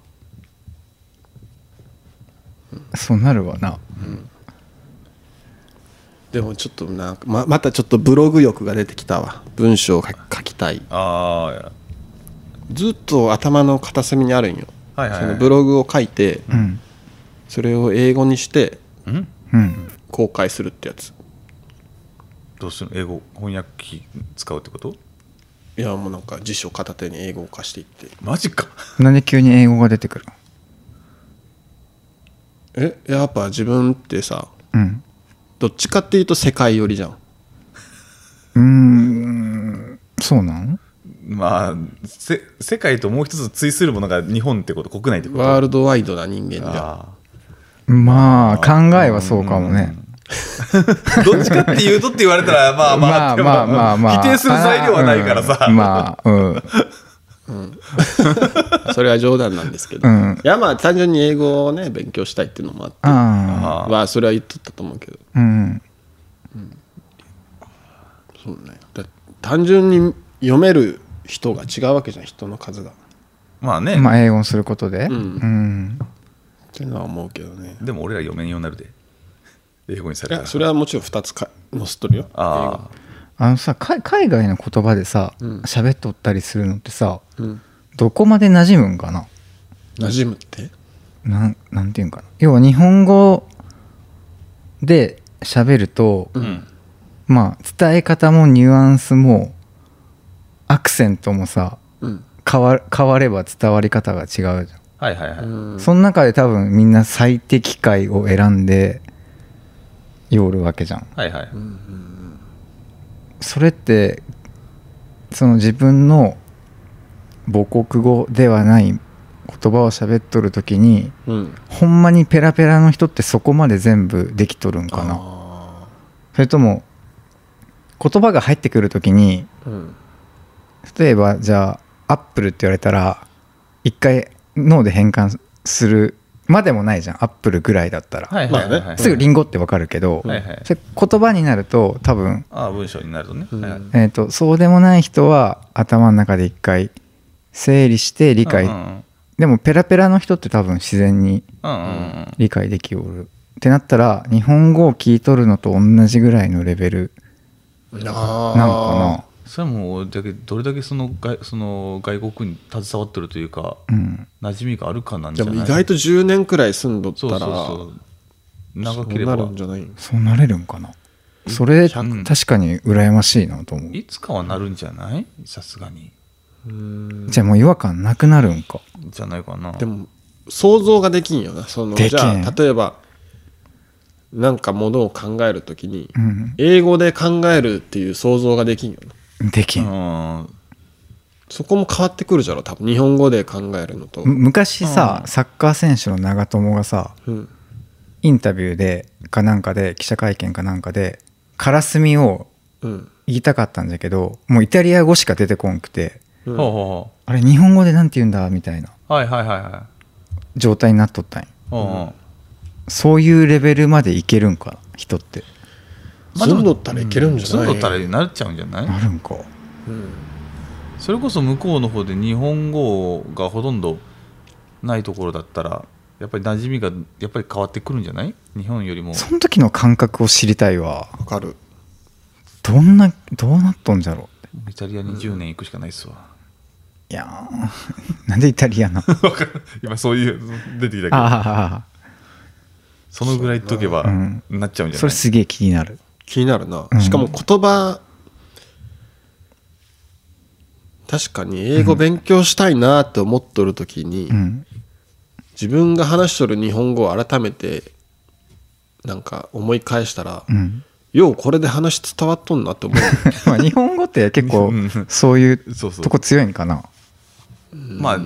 [SPEAKER 2] そうなるわな
[SPEAKER 3] でもちょっとなんかままたちょっとブログ欲が出てきたわ文章を書き書きたい
[SPEAKER 1] たらああー
[SPEAKER 3] ずっと頭の片隅にあるんよ、
[SPEAKER 1] はいはいはい
[SPEAKER 3] そのブログを書いて、
[SPEAKER 2] うん
[SPEAKER 3] それを英語にして
[SPEAKER 1] うん
[SPEAKER 2] うん
[SPEAKER 3] 公開するってやつ
[SPEAKER 1] どうする英語翻訳機使うってこと
[SPEAKER 3] いやもうなんか辞書片手に英語を貸していって
[SPEAKER 1] マジか
[SPEAKER 2] なんで急に英語が出てくるの
[SPEAKER 3] えやっぱ自分ってさ
[SPEAKER 2] うん
[SPEAKER 3] どっちかっていうと世界寄りじゃん
[SPEAKER 2] うーんそうなん
[SPEAKER 1] まあせ世界ともう一つ追するものが日本ってこと国内ってこと
[SPEAKER 3] ワールドワイドな人間じゃん
[SPEAKER 1] あ
[SPEAKER 2] まあ考えはそうかもね
[SPEAKER 1] ーどっちかっていうとって言われたらまあまあ
[SPEAKER 2] まあまあまあまあ
[SPEAKER 1] でも否定する材料はないからさ、
[SPEAKER 2] うんまあうん
[SPEAKER 3] それは冗談なんですけど、
[SPEAKER 2] うん
[SPEAKER 3] いやまあ単純に英語をね勉強したいっていうのもあって
[SPEAKER 2] ああ
[SPEAKER 1] あー
[SPEAKER 3] まあそれは言っとったと思うけど
[SPEAKER 2] うん
[SPEAKER 3] そうねだ単純に読める人が違うわけじゃん人の数がっ
[SPEAKER 1] まあね、
[SPEAKER 2] まあ英語にすることで
[SPEAKER 3] ん
[SPEAKER 2] うん
[SPEAKER 3] ていうのは思うけどね
[SPEAKER 1] でも俺ら嫁にようになるで英語にさ
[SPEAKER 3] い
[SPEAKER 1] れた
[SPEAKER 3] や
[SPEAKER 1] ら
[SPEAKER 3] それはもちろん2つか載せとるよ
[SPEAKER 1] あ
[SPEAKER 2] あのさ海海外の言葉でさ
[SPEAKER 3] うん
[SPEAKER 2] 喋っとったりするのってさ
[SPEAKER 3] 英語うん
[SPEAKER 2] どこまで馴染むんかな
[SPEAKER 3] 馴染むって
[SPEAKER 2] なんなんていうんかな要は日本語で喋ると、
[SPEAKER 1] あ
[SPEAKER 3] う
[SPEAKER 1] うんん
[SPEAKER 2] まあ伝え方もニュアンスもアクセントもさ
[SPEAKER 3] うん、
[SPEAKER 2] 変わ変われば伝わり方が違うじゃん、
[SPEAKER 1] はいはいはい、
[SPEAKER 3] うん
[SPEAKER 2] その中で多分みんな最適解を選んでよるわけじゃん
[SPEAKER 1] はいはい、
[SPEAKER 3] うんうん
[SPEAKER 2] それってその自分の母国語ではない言葉を喋っとる時に
[SPEAKER 3] うんうん
[SPEAKER 2] ほんまにペラペラの人ってそこまで全部できとるんかな
[SPEAKER 3] あ
[SPEAKER 2] それとも言葉が入ってくるときに
[SPEAKER 3] ーうん
[SPEAKER 2] 例えばじゃあアップルって言われたら一回脳で変換するまでもないじゃんアップルぐらいだったら、
[SPEAKER 1] はいはいはいはい、
[SPEAKER 3] まあね
[SPEAKER 2] すぐリンゴってわかるけど、
[SPEAKER 1] はいはい
[SPEAKER 2] それ言葉になると多分、
[SPEAKER 1] ああ文章になるとね、
[SPEAKER 3] うん
[SPEAKER 1] はいはい
[SPEAKER 2] えー、とそうでもない人は頭の中で一回整理して理解、
[SPEAKER 1] うんうん
[SPEAKER 2] でもペラペラの人って多分自然に
[SPEAKER 1] うんうんうん
[SPEAKER 2] 理解できおるってなったら日本語を聞いとるのと同じぐらいのレベル
[SPEAKER 3] な
[SPEAKER 2] なの
[SPEAKER 1] それはもうだけどれだけその外その外国に携わってるというか
[SPEAKER 2] かなうん
[SPEAKER 1] 馴染みがあるかなんじ
[SPEAKER 3] で
[SPEAKER 1] ゃない
[SPEAKER 3] も意外と10年くらい住んどった
[SPEAKER 1] そう
[SPEAKER 3] ら
[SPEAKER 1] そうそう長
[SPEAKER 3] そう
[SPEAKER 1] ければ
[SPEAKER 3] なるんじゃない
[SPEAKER 2] そうなれるんかなそれ
[SPEAKER 1] 100
[SPEAKER 2] 確かに羨ましいなと思う
[SPEAKER 1] いつかはなるんじゃないさすがに
[SPEAKER 3] うん
[SPEAKER 2] じゃあもう違和感なくなるんか
[SPEAKER 1] じゃないかな
[SPEAKER 3] でも想像ができんよなその
[SPEAKER 2] できん
[SPEAKER 3] じゃあ例えばなんかものを考えるときに
[SPEAKER 2] うん
[SPEAKER 3] 英語で考えるっていう想像ができんよな
[SPEAKER 2] でき
[SPEAKER 1] うん
[SPEAKER 2] ん
[SPEAKER 1] は
[SPEAKER 3] そこも変わってくるじゃろ多分日本語で考えるのと、
[SPEAKER 2] む昔さ
[SPEAKER 1] うん
[SPEAKER 2] サッカー選手の長友がさ
[SPEAKER 3] うん
[SPEAKER 2] インタビューでかなんかで記者会見かなんかでからすみを
[SPEAKER 3] うん
[SPEAKER 2] 言いたかったんだけどもうイタリア語しか出てこんくて
[SPEAKER 3] う
[SPEAKER 1] うんほ
[SPEAKER 2] あれ日本語でなんて言うんだみたいな
[SPEAKER 1] うはいはいはいは
[SPEAKER 2] 状態になっとったんよ
[SPEAKER 1] いほうほう
[SPEAKER 2] そういうレベルまでいけるんかな人って
[SPEAKER 1] まあでも
[SPEAKER 3] 住んどったらいけるんじゃ
[SPEAKER 1] 住
[SPEAKER 3] なんい
[SPEAKER 1] どったらなっちゃうんじゃな
[SPEAKER 2] ないるんか
[SPEAKER 3] うん
[SPEAKER 1] それこそ向こうの方で日本語がほとんどないところだったらやっぱり馴染みがやっぱり変わってくるんじゃない日本よりも
[SPEAKER 2] その時の感覚を知りたいわ
[SPEAKER 3] わかる
[SPEAKER 2] どんなどうなっとんじゃろう
[SPEAKER 1] イタリアに10年行くしかないっすわ、
[SPEAKER 2] いやー なんでイタリアな
[SPEAKER 1] わかる今そういう出てきたけど
[SPEAKER 2] あ
[SPEAKER 1] そのぐらい言っとけば
[SPEAKER 2] うん
[SPEAKER 1] なっちゃうん
[SPEAKER 2] あ
[SPEAKER 1] じゃ
[SPEAKER 2] そ
[SPEAKER 1] な
[SPEAKER 2] れ
[SPEAKER 1] い、
[SPEAKER 2] すげえ気になる
[SPEAKER 3] 気になるな、
[SPEAKER 2] うん
[SPEAKER 3] しかも言葉確かに英語勉強したいなって思っとる時に、
[SPEAKER 2] うん
[SPEAKER 3] 自分が話しとる日本語を改めてなんか思い返したら、
[SPEAKER 2] うん
[SPEAKER 3] ようこれで話伝わっとんなって思う
[SPEAKER 2] まあ日本語って結構
[SPEAKER 1] うん
[SPEAKER 2] そういう
[SPEAKER 1] そうそう
[SPEAKER 2] とこ強いんかな
[SPEAKER 1] まあ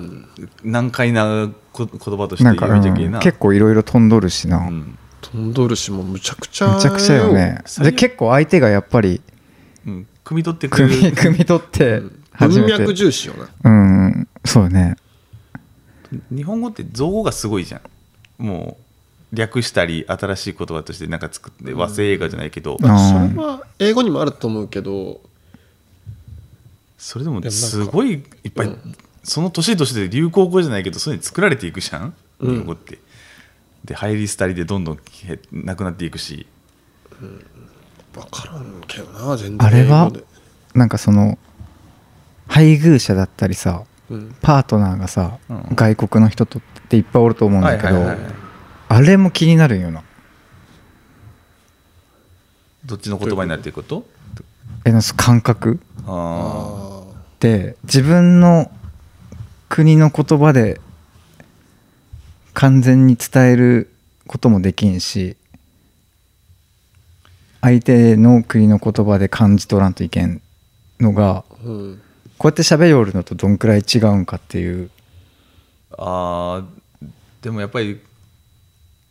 [SPEAKER 1] 難解なこ言葉として
[SPEAKER 2] な
[SPEAKER 1] 言
[SPEAKER 2] んか、
[SPEAKER 1] うべき
[SPEAKER 2] う
[SPEAKER 1] なん
[SPEAKER 2] 結構いろいろ飛んどるしな、
[SPEAKER 1] う
[SPEAKER 2] め
[SPEAKER 1] ん
[SPEAKER 3] 飛んどるしもうむちゃくちゃ
[SPEAKER 2] ちゃくちゃよね
[SPEAKER 1] 最
[SPEAKER 2] で
[SPEAKER 1] 悪
[SPEAKER 2] 結構相手がやっぱり
[SPEAKER 1] うん、汲み取ってく
[SPEAKER 2] 組み
[SPEAKER 1] る
[SPEAKER 2] 組み取って初
[SPEAKER 3] 文
[SPEAKER 2] めて
[SPEAKER 3] 脈重視よな
[SPEAKER 2] うんそうね
[SPEAKER 1] 日本語って造語がすごいじゃんもう略したり新しい言葉としてなんか作って和製映画じゃないけど、
[SPEAKER 2] うん
[SPEAKER 3] それは英語にもあると思うけど
[SPEAKER 1] それでもすごいいっぱい、その年々で流行語じゃないけどそういうの作られていくじゃん
[SPEAKER 3] うん
[SPEAKER 1] 日本語って、で入り廃りでどんどんへなくなっていくし
[SPEAKER 3] 分からんけどな全然
[SPEAKER 2] あれ
[SPEAKER 3] 英
[SPEAKER 2] は
[SPEAKER 3] 語で
[SPEAKER 2] なんかその配偶者だったりさ
[SPEAKER 3] うん
[SPEAKER 2] パートナーがさ、
[SPEAKER 1] うん
[SPEAKER 2] 外国の人とっていっぱいおると思うんだけ
[SPEAKER 1] はい
[SPEAKER 2] ど、
[SPEAKER 1] はいはいはい
[SPEAKER 2] あれも気になるんよな
[SPEAKER 1] どっちの言葉になっていくこと
[SPEAKER 2] えなんかその感覚
[SPEAKER 1] あ
[SPEAKER 3] あ
[SPEAKER 2] で自分の国の言葉で完全に伝えることもできんし相手の国の言葉で感じ取らんといけんのが
[SPEAKER 3] あうん
[SPEAKER 2] こうやって喋りおるのとどんくらい違うんかっていう
[SPEAKER 1] ーあーでもやっぱり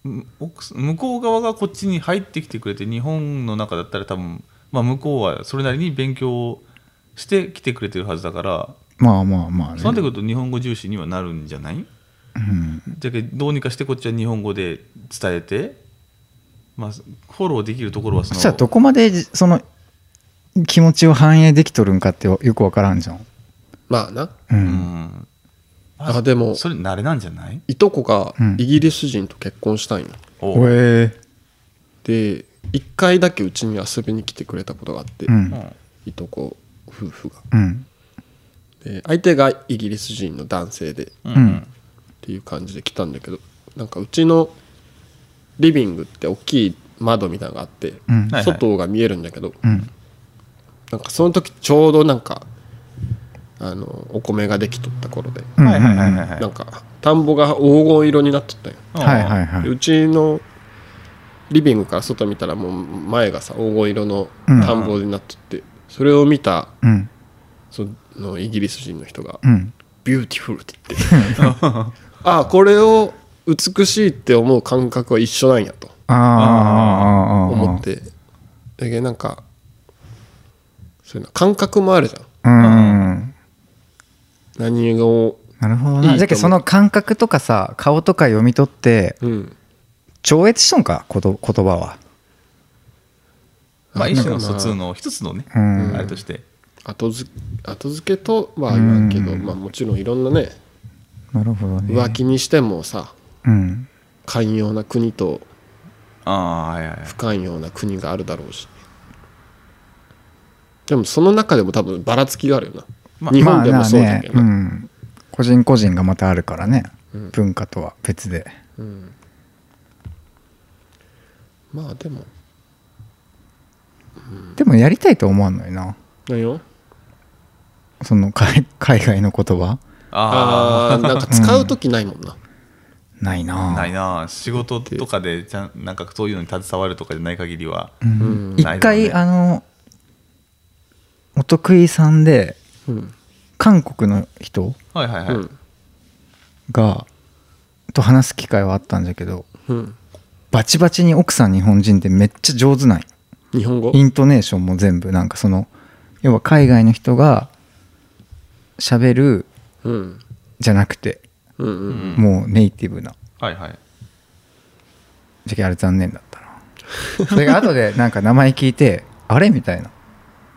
[SPEAKER 1] む奥す向こう側がこっちに入ってきてくれて日本の中だったら多分、まあ、向こうはそれなりに勉強をして来てくれてるはずだから、
[SPEAKER 2] まあまあまあね
[SPEAKER 1] そうなってくると日本語重視にはなるんじゃない
[SPEAKER 2] うん
[SPEAKER 1] じゃけどうにかしてこっちは日本語で伝えて、まあ、フォローできるところはそ
[SPEAKER 2] そ
[SPEAKER 1] の
[SPEAKER 2] したらどこまでじその気持ちを反映できとるんかってよくわからんじゃん。
[SPEAKER 3] まあな
[SPEAKER 2] う、
[SPEAKER 1] うんん、
[SPEAKER 3] あでも
[SPEAKER 1] それ慣れなんじゃない
[SPEAKER 3] いとこが
[SPEAKER 2] うん
[SPEAKER 3] イギリス人と結婚したんよ、
[SPEAKER 1] お
[SPEAKER 2] お
[SPEAKER 1] う
[SPEAKER 2] え
[SPEAKER 3] で1回だけうちに遊びに来てくれたことがあって、
[SPEAKER 2] う
[SPEAKER 1] うんん
[SPEAKER 3] いとこ夫婦が
[SPEAKER 2] うん
[SPEAKER 3] で相手がイギリス人の男性でっ
[SPEAKER 1] うんん
[SPEAKER 3] ていう感じで来たんだけどなんかうちのリビングって大きい窓みたいなのがあって、
[SPEAKER 2] うん
[SPEAKER 1] はい
[SPEAKER 3] 外が見えるんだけど
[SPEAKER 2] うん
[SPEAKER 3] なんかその時ちょうどなんかあのお米ができとった頃で、
[SPEAKER 2] うん
[SPEAKER 1] はいはいはいはい
[SPEAKER 3] な
[SPEAKER 1] は
[SPEAKER 3] んか田んぼが黄金色になっとったんよ
[SPEAKER 1] い
[SPEAKER 2] はいはい
[SPEAKER 3] で
[SPEAKER 2] は
[SPEAKER 3] うちのリビングから外見たらもう前がさ黄金色の田んぼになっとって、それを見た
[SPEAKER 2] い。うん
[SPEAKER 3] そのイギリス人の人が
[SPEAKER 2] うん
[SPEAKER 3] 「ビューティフル」って言って 「ああこれを美しいって思う感覚は一緒なんや」と
[SPEAKER 2] あーあーあーあー
[SPEAKER 3] 思ってだけどなんかそういうの感覚もあるじゃん
[SPEAKER 2] うん
[SPEAKER 3] 何を
[SPEAKER 2] なるほど
[SPEAKER 3] いいと思
[SPEAKER 2] な
[SPEAKER 3] う
[SPEAKER 2] じゃけその感覚とかさ顔とか読み取って
[SPEAKER 3] うん
[SPEAKER 2] 超越しとんかこと言葉は
[SPEAKER 1] まあ一種の疎通
[SPEAKER 3] なんか
[SPEAKER 1] の一つのね、
[SPEAKER 2] うん
[SPEAKER 1] あれとして
[SPEAKER 3] まあ後付後付けとは言わんけど、
[SPEAKER 2] うん
[SPEAKER 3] まあ、もちろんいろんなね
[SPEAKER 2] なるほどね
[SPEAKER 3] 浮気にしてもさ
[SPEAKER 2] うん
[SPEAKER 3] 寛容な国と
[SPEAKER 1] ああはいはいはい
[SPEAKER 3] 不寛容な国があるだろうしでもその中でも多分ばらつきがあるよな、
[SPEAKER 1] まあ
[SPEAKER 3] 日本でもそうだけど、
[SPEAKER 2] まあなあねうん個人個人がまたあるからね文化とは別で
[SPEAKER 3] うんまあでも
[SPEAKER 2] でもやりたいと思わんのよな
[SPEAKER 3] 何よ
[SPEAKER 2] その海海外の言葉
[SPEAKER 1] あ
[SPEAKER 3] ああーなんか使う時ないもんな、
[SPEAKER 2] ない
[SPEAKER 1] あ
[SPEAKER 2] な
[SPEAKER 1] ないな仕事とかでちゃんなんかそういうのに携わるとかじゃない限りは
[SPEAKER 2] うん
[SPEAKER 3] うん
[SPEAKER 2] 一
[SPEAKER 1] ない
[SPEAKER 2] 回、
[SPEAKER 1] だ
[SPEAKER 2] あのお得意さんで
[SPEAKER 3] うん
[SPEAKER 2] 韓国の人
[SPEAKER 1] はいはいは
[SPEAKER 3] う
[SPEAKER 1] い、
[SPEAKER 3] ん
[SPEAKER 2] がと話す機会はあったんだけど
[SPEAKER 3] うん
[SPEAKER 2] バチバチに奥さん日本人ってめっちゃ上手ない
[SPEAKER 3] 日本語
[SPEAKER 2] イントネーションも全部なんかその要は海外の人が喋る
[SPEAKER 3] うん
[SPEAKER 2] じゃなくて
[SPEAKER 3] うんう
[SPEAKER 1] うん
[SPEAKER 3] ん
[SPEAKER 2] もうネイティブな
[SPEAKER 1] はいはい
[SPEAKER 2] じゃけあれ残念だったなそれが後でなんか名前聞いてあれみたいな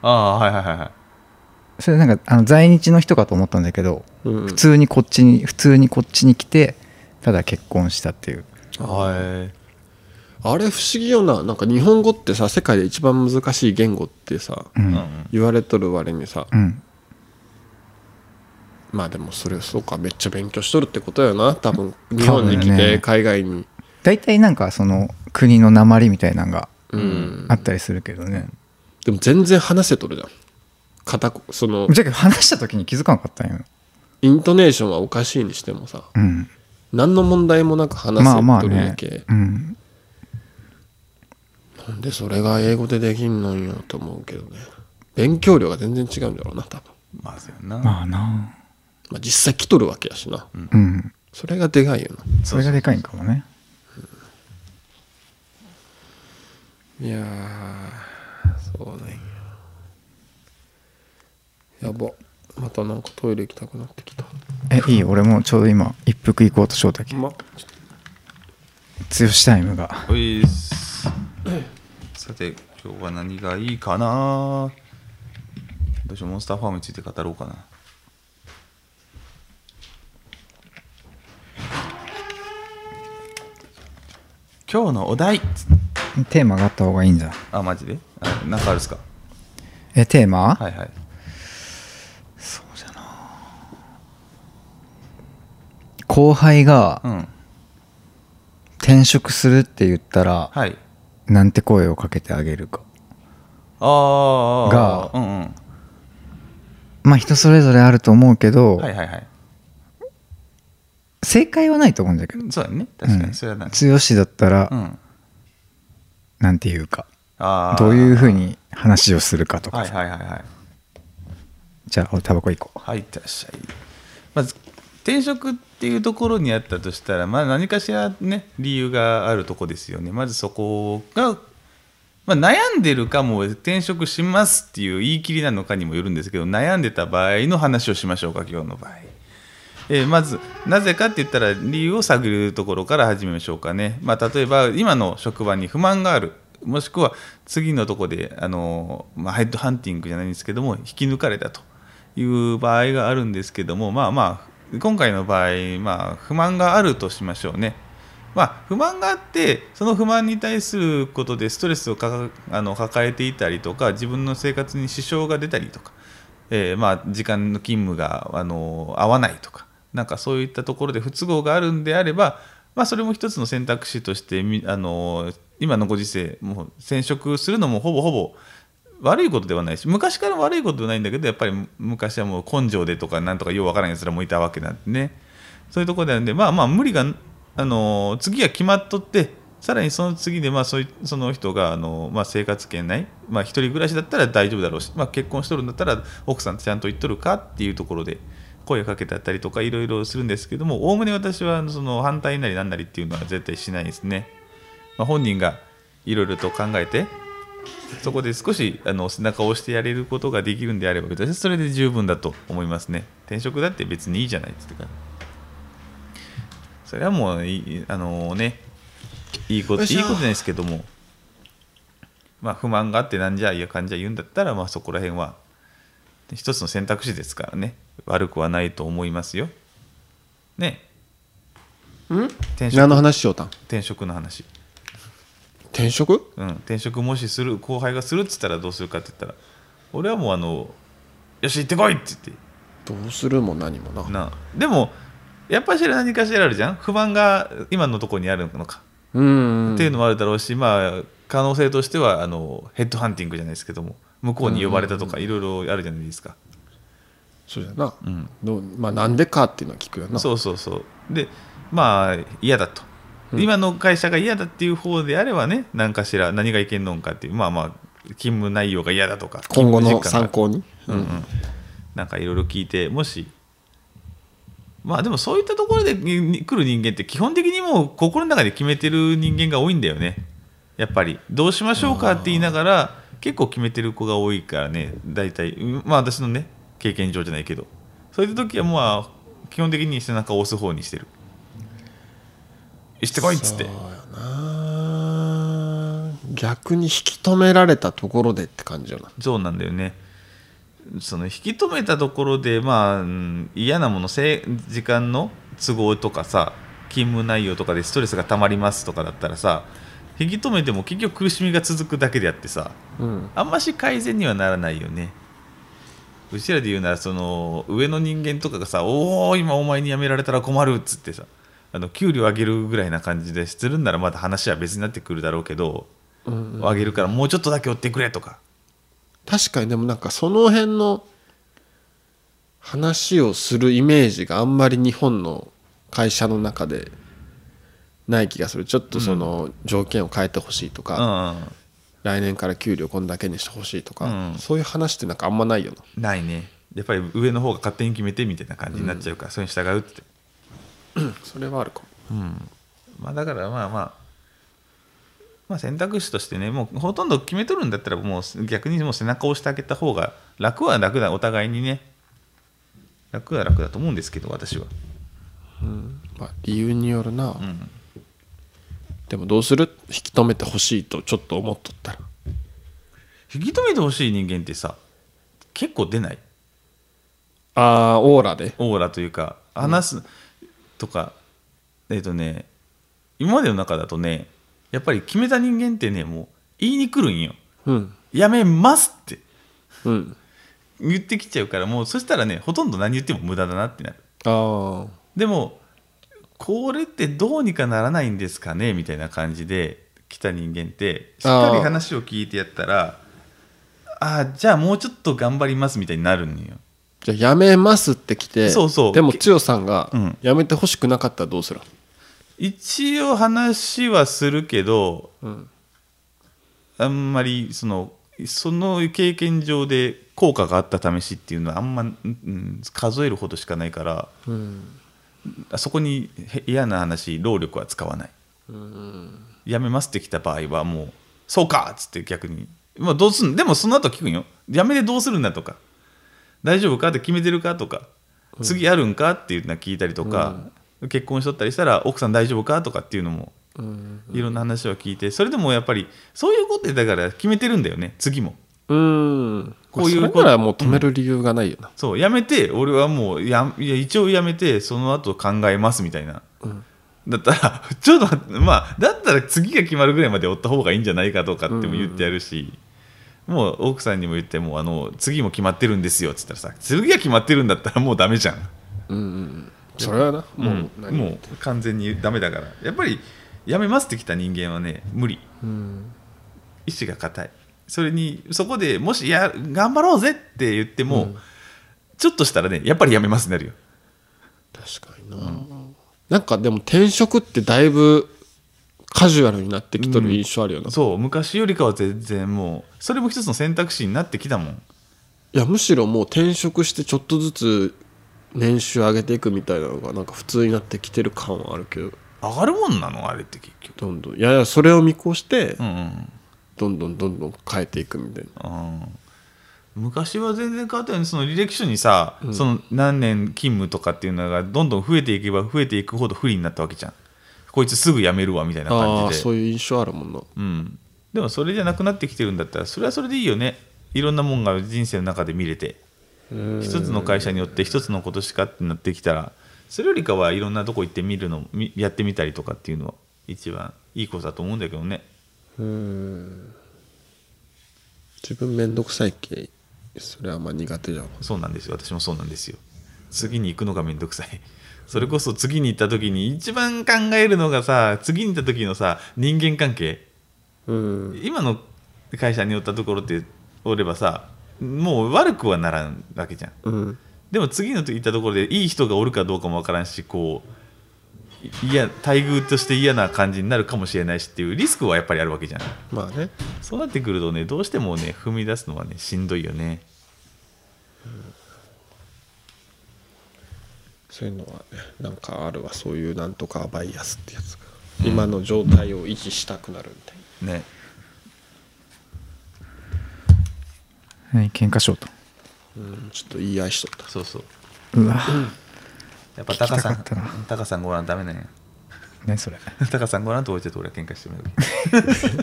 [SPEAKER 1] ああはいはいはいはい
[SPEAKER 2] それなんかあの在日の人かと思ったんだけど
[SPEAKER 3] うんうん
[SPEAKER 2] 普通にこっちに普通にこっちに来てただ結婚したっていう
[SPEAKER 1] はい
[SPEAKER 3] あれ不思議よななんか日本語ってさ世界で一番難しい言語ってさ
[SPEAKER 2] う
[SPEAKER 1] うんん
[SPEAKER 3] 言われとる割にさ
[SPEAKER 2] うん
[SPEAKER 3] まあでもそれそうかめっちゃ勉強しとるってことやな多分
[SPEAKER 2] ね
[SPEAKER 3] 日本に来て海外に、
[SPEAKER 2] 大体なんかその国の鉛みたいなのが
[SPEAKER 3] うん
[SPEAKER 2] あったりするけどね、
[SPEAKER 3] でも全然話せとるじゃん片こその
[SPEAKER 2] じゃあ話した時に気づかなかったんよ、
[SPEAKER 3] イントネーションはおかしいにしてもさ
[SPEAKER 2] うん、
[SPEAKER 3] 何の問題もなく話
[SPEAKER 2] まあま
[SPEAKER 3] せ
[SPEAKER 2] あ
[SPEAKER 3] とるだ
[SPEAKER 2] ね
[SPEAKER 3] け、、
[SPEAKER 2] うん、
[SPEAKER 3] なんでそれが英語でできんのんよと思うけどね勉強量が全然違うんだろうな多分、
[SPEAKER 1] まあそうやな、
[SPEAKER 2] まあな
[SPEAKER 3] まあ、実際来とるわけやしな
[SPEAKER 2] うん
[SPEAKER 3] それがでかいよ
[SPEAKER 2] それがでかいんかもね
[SPEAKER 3] ないやーそうなんややばたなんかトイレ行きたくなってきた。
[SPEAKER 2] えいいよ俺もちょうど今一服行こうとしようだけ
[SPEAKER 3] うまっ
[SPEAKER 2] 強しタイムが
[SPEAKER 1] おいっすさて今日は何がいいかなどうしようモンスターファームについて語ろうかな今日のお題
[SPEAKER 2] テーマがあった方がいいんだ
[SPEAKER 1] あマジであなんかあるっすか
[SPEAKER 2] えテーマ、
[SPEAKER 1] はいはい
[SPEAKER 2] 後輩が
[SPEAKER 1] うん
[SPEAKER 2] 転職するって言ったら、
[SPEAKER 1] はい
[SPEAKER 2] なんて声をかけてあげるか
[SPEAKER 1] あー
[SPEAKER 2] が
[SPEAKER 1] うんうん
[SPEAKER 2] まあ人それぞれあると思うけど、
[SPEAKER 1] はいはいはい
[SPEAKER 2] 正解はないと思うんだけど
[SPEAKER 1] そうだね確か
[SPEAKER 2] う
[SPEAKER 1] に
[SPEAKER 2] ん
[SPEAKER 1] それはなんか
[SPEAKER 2] 強しだったら、
[SPEAKER 1] うん
[SPEAKER 2] なんていうか
[SPEAKER 1] あー
[SPEAKER 2] どういうふうに話をするかとか、
[SPEAKER 1] はいはいはいはい
[SPEAKER 2] じゃあおタバコ行こ
[SPEAKER 1] はいいってらっしゃいまず転職っていうところにあったとしたら、まあ、何かしらね理由があるとこですよねまずそこが、まあ、悩んでるかも転職しますっていう言い切りなのかにもよるんですけど悩んでた場合の話をしましょうか今日の場合、えーまずなぜかって言ったら理由を探るところから始めましょうかね、まあ、例えば今の職場に不満があるもしくは次のとこであの、まあ、ヘッドハンティングじゃないんですけども引き抜かれたという場合があるんですけどもまあまあ今回の場合、まあ、不満があるとしましょうね。まあ、不満があってその不満に対することでストレスをかかあの抱えていたりとか自分の生活に支障が出たりとか、えーまあ、時間の勤務があの合わないとかなんかそういったところで不都合があるんであれば、まあ、それも一つの選択肢としてみあの今のご時世もう転職するのもほぼほぼ悪いことではないし昔から悪いことではないんだけどやっぱり昔はもう根性でとかなんとかようわからないやつらもいたわけなんでねそういうところであるんでまあまあ無理が、あの次が決まっとってさらにその次で、まあ、そういその人が、あのまあ、生活圏内、まあ、一人暮らしだったら大丈夫だろうし、まあ、結婚しとるんだったら奥さんちゃんと行っとるかっていうところで声かけてあったりとかいろいろするんですけどもおおむね私はあのその反対なりなんなりっていうのは絶対しないですね。まあ、本人がいろいろと考えてそこで少しあの背中を押してやれることができるんであれば私はそれで十分だと思いますね転職だって別にいいじゃないですかそれはもういいあのねいいこと
[SPEAKER 3] よ
[SPEAKER 1] い
[SPEAKER 3] いしょ
[SPEAKER 1] いことじゃないですけどもまあ不満があってなんじゃいやかんじゃ言うんだったらまあそこら辺は一つの選択肢ですからね悪くはないと思いますよね
[SPEAKER 3] ん
[SPEAKER 1] 転
[SPEAKER 3] 何の
[SPEAKER 1] 職
[SPEAKER 3] 話しようたん
[SPEAKER 1] 転職の話
[SPEAKER 3] 転職
[SPEAKER 1] うん、転職もしする後輩がするっつったらどうするかって言ったら俺はもうあのよし行ってこいって言って
[SPEAKER 3] どうするも何もな。
[SPEAKER 1] なでもやっぱしら何かしらあるじゃん不満が今のところにあるのか、
[SPEAKER 3] うん。
[SPEAKER 1] っていうのもあるだろうしまあ可能性としてはあのヘッドハンティングじゃないですけども向こうに呼ばれたとかいろいろあるじゃないですか、
[SPEAKER 3] そうじゃな。
[SPEAKER 1] うん、
[SPEAKER 3] どうまあなんでかっていうのは聞くよな。
[SPEAKER 1] そうそうそうでまあ嫌だと、
[SPEAKER 3] うん
[SPEAKER 1] 今の会社が嫌だっていう方であればね何かしら何がいけんのんかっていうまあまあ勤務内容が嫌だとか
[SPEAKER 3] 今後
[SPEAKER 1] 勤務
[SPEAKER 3] の
[SPEAKER 1] 時間が
[SPEAKER 3] 参考に。
[SPEAKER 1] うんうん、なんかいろいろ聞いてもしまあでもそういったところでにに来る人間って基本的にもう心の中で決めてる人間が多いんだよねやっぱりどうしましょうかって言いながら結構決めてる子が多いからね大体うんまあ私のね経験上じゃないけどそういった時はまあ基本的に背中を押す方にしてるしてこいっつって
[SPEAKER 3] そうやな逆に引き止められたところでって感じよな
[SPEAKER 1] そうなんだよねその引き止めたところでまあうん嫌なものせい時間の都合とかさ勤務内容とかでストレスがたまりますとかだったらさ引き止めても結局苦しみが続くだけであってさ
[SPEAKER 3] うん
[SPEAKER 1] あんまし改善にはならないよねうちらで言うならその上の人間とかがさ「おお今お前に辞められたら困る」っつってさあの給料上げるぐらいな感じでするんならまだ話は別になってくるだろうけど、
[SPEAKER 3] うん
[SPEAKER 1] 上げるからもうちょっとだけ追ってくれとか
[SPEAKER 3] 確かにでもなんかその辺の話をするイメージがあんまり日本の会社の中でない気がするちょっとその条件を変えてほしいと
[SPEAKER 1] う
[SPEAKER 3] か、
[SPEAKER 1] ん
[SPEAKER 3] 来年から給料こんだけにしてほしいとか、
[SPEAKER 1] うん
[SPEAKER 3] そういう話ってなんかあんまないよな
[SPEAKER 1] ないねやっぱり上の方が勝手に決めてみたいな感じになっちゃうから、それに従うって、
[SPEAKER 3] それはあるかも
[SPEAKER 1] うんまあ、だからまあまあまあ選択肢としてねもうほとんど決めとるんだったらもう逆にもう背中を押してあげた方が楽は楽だお互いにね楽は楽だと思うんですけど私は
[SPEAKER 3] うんまあ、理由によるな、
[SPEAKER 1] うん
[SPEAKER 3] でもどうする引き止めてほしいとちょっと思っとったら
[SPEAKER 1] 引き止めてほしい人間ってさ結構出ない
[SPEAKER 3] あーオーラで
[SPEAKER 1] オーラというか話すとか、えっ、とね今までの中だとねやっぱり決めた人間ってねもう言いに来るんよ
[SPEAKER 3] うん
[SPEAKER 1] やめますって
[SPEAKER 3] うん
[SPEAKER 1] 言ってきちゃうからもうそしたらねほとんど何言っても無駄だなってなる
[SPEAKER 3] ああ
[SPEAKER 1] でもこれってどうにかならないんですかねみたいな感じで来た人間ってしっかり話を聞いてやったらああじゃあもうちょっと頑張りますみたいになるんよ
[SPEAKER 3] じゃあやめますって来て
[SPEAKER 1] そうそう
[SPEAKER 3] でも千代さんが
[SPEAKER 1] うん
[SPEAKER 3] やめてほしくなかったらどうする、
[SPEAKER 1] 一応話はするけど
[SPEAKER 3] うん、
[SPEAKER 1] あんまりそのその経験上で効果があった試しっていうのはあんま、うんうん数えるほどしかないから
[SPEAKER 3] うん
[SPEAKER 1] あそこにへ嫌な話労力は使わない、やめますってきた場合はもう「そうか!」っつって逆に「まあ、どうすんでもその後聞くんよ「やめてどうするんだ」とか「大丈夫か?」って決めてるかとか「次あるんか?」っていうのは聞いたりとか、結婚しとったりしたら「奥さん大丈夫か?」とかっていうのも
[SPEAKER 3] うん
[SPEAKER 1] いろんな話を聞いてそれでもやっぱりそういうことでだから決めてるんだよね次も。
[SPEAKER 3] うん
[SPEAKER 1] こういう
[SPEAKER 3] それならもう止める理由がないよな、
[SPEAKER 1] そうやめて俺はもうやいや一応やめてその後考えますみたいな、
[SPEAKER 3] ん
[SPEAKER 1] だったら ちょっと待ってまあだったら次が決まるぐらいまで追った方がいいんじゃないかとかっても言ってやるし、もう奥さんにも言ってもうあの次も決まってるんですよっつったらさ次が決まってるんだったらもうダメじゃん
[SPEAKER 3] うんうんうん、それはなもう何、
[SPEAKER 1] んもう完全にダメだからやっぱりやめますってきた人間はね無理
[SPEAKER 3] うん
[SPEAKER 1] 意志が固いそれにそこでもしや頑張ろうぜって言っても、ちょっとしたらねやっぱりやめますになるよ
[SPEAKER 3] 確かにな、なんかでも転職ってだいぶカジュアルになってきとる印象あるよな、い
[SPEAKER 1] そう昔よりかは全然もうそれも一つの選択肢になってきたもん
[SPEAKER 3] やむしろもう転職してちょっとずつ年収上げていくみたいなのがなんか普通になってきてる感はあるけど
[SPEAKER 1] 上がるもんなのあれって結局
[SPEAKER 3] どんどんいやいやそれを見越して
[SPEAKER 1] うんうん
[SPEAKER 3] どんどんどんどん変えていくみたいな
[SPEAKER 1] うん昔は全然変わったよねその履歴書にさ、その何年勤務とかっていうのがどんどん増えていけば増えていくほど不利になったわけじゃんこいつすぐ辞めるわみたいな
[SPEAKER 3] あ
[SPEAKER 1] 感じ
[SPEAKER 3] あ
[SPEAKER 1] で
[SPEAKER 3] そういう印象あるもんな
[SPEAKER 1] うん、でもそれじゃなくなってきてるんだったらそれはそれでいいよねいろんなもんが人生の中で見れて一つの会社によって一つのことしかってなってきたらそれよりかはいろんなとこ行ってみるのみやってみたりとかっていうのは一番いいことだと思うんだけどね
[SPEAKER 3] うん自分めんどくさいけそれはあんま苦手だわ
[SPEAKER 1] そうなんですよ私もそうなんですよ次に行くのがめんどくさい それこそ次に行った時に一番考えるのがさ次に行った時のさ人間関係
[SPEAKER 3] うん
[SPEAKER 1] 今の会社におったところっておればさもう悪くはならんわけじゃん
[SPEAKER 3] うん
[SPEAKER 1] でも次のと言ったところでいい人がおるかどうかもわからんしこういや待遇として嫌な感じになるかもしれないしっていうリスクはやっぱりあるわけじゃん
[SPEAKER 3] まあね
[SPEAKER 1] そうなってくるとねどうしてもね踏み出すのはねしんどいよね
[SPEAKER 3] そういうのはねなんかあるわそういうなんとかバイアスってやつが、今の状態を維持したくなるみたい
[SPEAKER 1] ね
[SPEAKER 2] はい喧嘩しようと
[SPEAKER 3] な、うん、ちょっと言い合いしとった
[SPEAKER 1] そうそう
[SPEAKER 2] うわ
[SPEAKER 1] やっぱタカさ
[SPEAKER 2] 聞
[SPEAKER 1] ん
[SPEAKER 2] きたかった
[SPEAKER 1] タカさんごらんダメなん や
[SPEAKER 2] 何それ
[SPEAKER 1] タカさんごらんと置いてると俺は喧嘩してる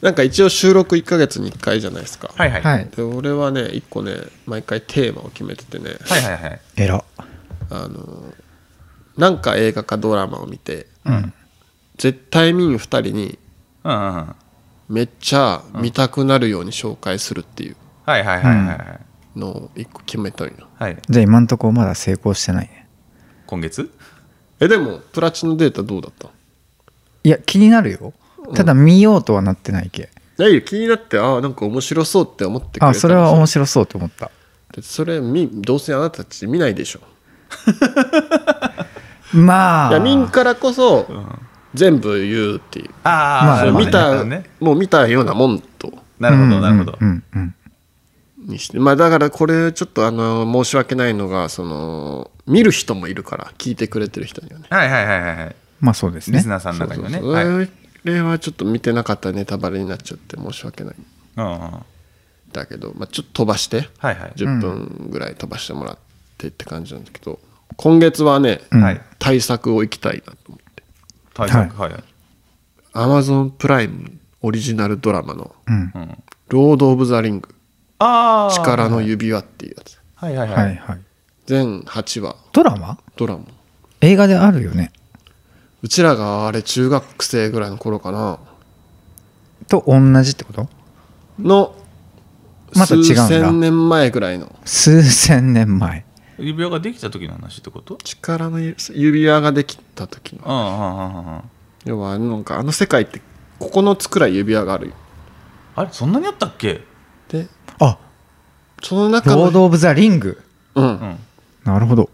[SPEAKER 3] なんか一応収録1ヶ月に1回じゃないですか、
[SPEAKER 1] はいはい
[SPEAKER 2] はい
[SPEAKER 3] で俺はね1個ね毎回テーマを決めててね、
[SPEAKER 1] はいはいはい
[SPEAKER 2] えら
[SPEAKER 3] あのなんか映画かドラマを見て
[SPEAKER 2] うん
[SPEAKER 3] 絶対見ん2人に
[SPEAKER 1] うんうんうん
[SPEAKER 3] めっちゃ見たくなるように紹介するっていう
[SPEAKER 1] はいはいはいはいはい
[SPEAKER 3] のを1個決めたんよ
[SPEAKER 1] はい
[SPEAKER 2] じゃあ今んとこまだ成功してないね
[SPEAKER 1] 今月
[SPEAKER 3] えでもプラチナデータどうだった
[SPEAKER 2] いや気になるよただ見ようとはなってないけ、
[SPEAKER 3] いや気になってああなんか面白そうって思ってくれたん
[SPEAKER 2] あ
[SPEAKER 3] です
[SPEAKER 2] そ
[SPEAKER 3] よ
[SPEAKER 2] れは面白そうと思った
[SPEAKER 3] でそれみどうせあなたたち見ないでしょ
[SPEAKER 2] まあ
[SPEAKER 3] いや見んからこそ
[SPEAKER 1] うん
[SPEAKER 3] 全部言うっていう、
[SPEAKER 2] まあ
[SPEAKER 1] あー
[SPEAKER 3] そ
[SPEAKER 1] そうう
[SPEAKER 3] 見た、
[SPEAKER 1] ね
[SPEAKER 3] もう見たようなもんと
[SPEAKER 1] なるほどなるほど
[SPEAKER 2] うんうん
[SPEAKER 3] にしてまあだからこれちょっとあの申し訳ないのがその見る人もいるから聞いてくれてる人にはね
[SPEAKER 1] はいはいはいはいはい
[SPEAKER 2] まあそうです
[SPEAKER 1] リ
[SPEAKER 2] ね
[SPEAKER 1] スナーさんの中にはね
[SPEAKER 3] そうそう
[SPEAKER 1] はい
[SPEAKER 3] それはちょっと見てなかったらネタバレになっちゃって申し訳ない
[SPEAKER 1] うんうん
[SPEAKER 3] だけど、まあ、ちょっと飛ばして
[SPEAKER 1] はいはい
[SPEAKER 3] 10分ぐらい飛ばしてもらってって感じなんだけど、今月はね、
[SPEAKER 1] はい
[SPEAKER 3] 対策をいきたいなと思って
[SPEAKER 1] 対策はいはい、
[SPEAKER 3] Amazon プライムオリジナルドラマの
[SPEAKER 2] うん
[SPEAKER 1] う。ん、
[SPEAKER 3] 「ロード・オブ・ザ・リング
[SPEAKER 1] ああ
[SPEAKER 3] 力の指輪」っていうやつ
[SPEAKER 1] はいはいはい、
[SPEAKER 2] はいはい。
[SPEAKER 3] 全8話
[SPEAKER 2] ドラマ
[SPEAKER 3] ドラマ
[SPEAKER 2] 映画であるよね。
[SPEAKER 3] うちらがあれ中学生ぐらいの頃かな
[SPEAKER 2] と同じってこと
[SPEAKER 3] の
[SPEAKER 2] また違うんだ
[SPEAKER 3] 数千年前ぐらいの
[SPEAKER 2] 数千年前。
[SPEAKER 1] 指輪ができた時の話ってこと
[SPEAKER 3] 力の指輪ができた時の
[SPEAKER 1] うんうんうんうんうん
[SPEAKER 3] 要はなんかあの世界って9つくらい指輪があるよ
[SPEAKER 1] あれそんなにあったっけ
[SPEAKER 3] で
[SPEAKER 2] あ
[SPEAKER 3] その中
[SPEAKER 2] ロー
[SPEAKER 3] の、
[SPEAKER 2] ド・オブ・ザ・リング。
[SPEAKER 3] う、
[SPEAKER 1] うんん
[SPEAKER 2] なるほど。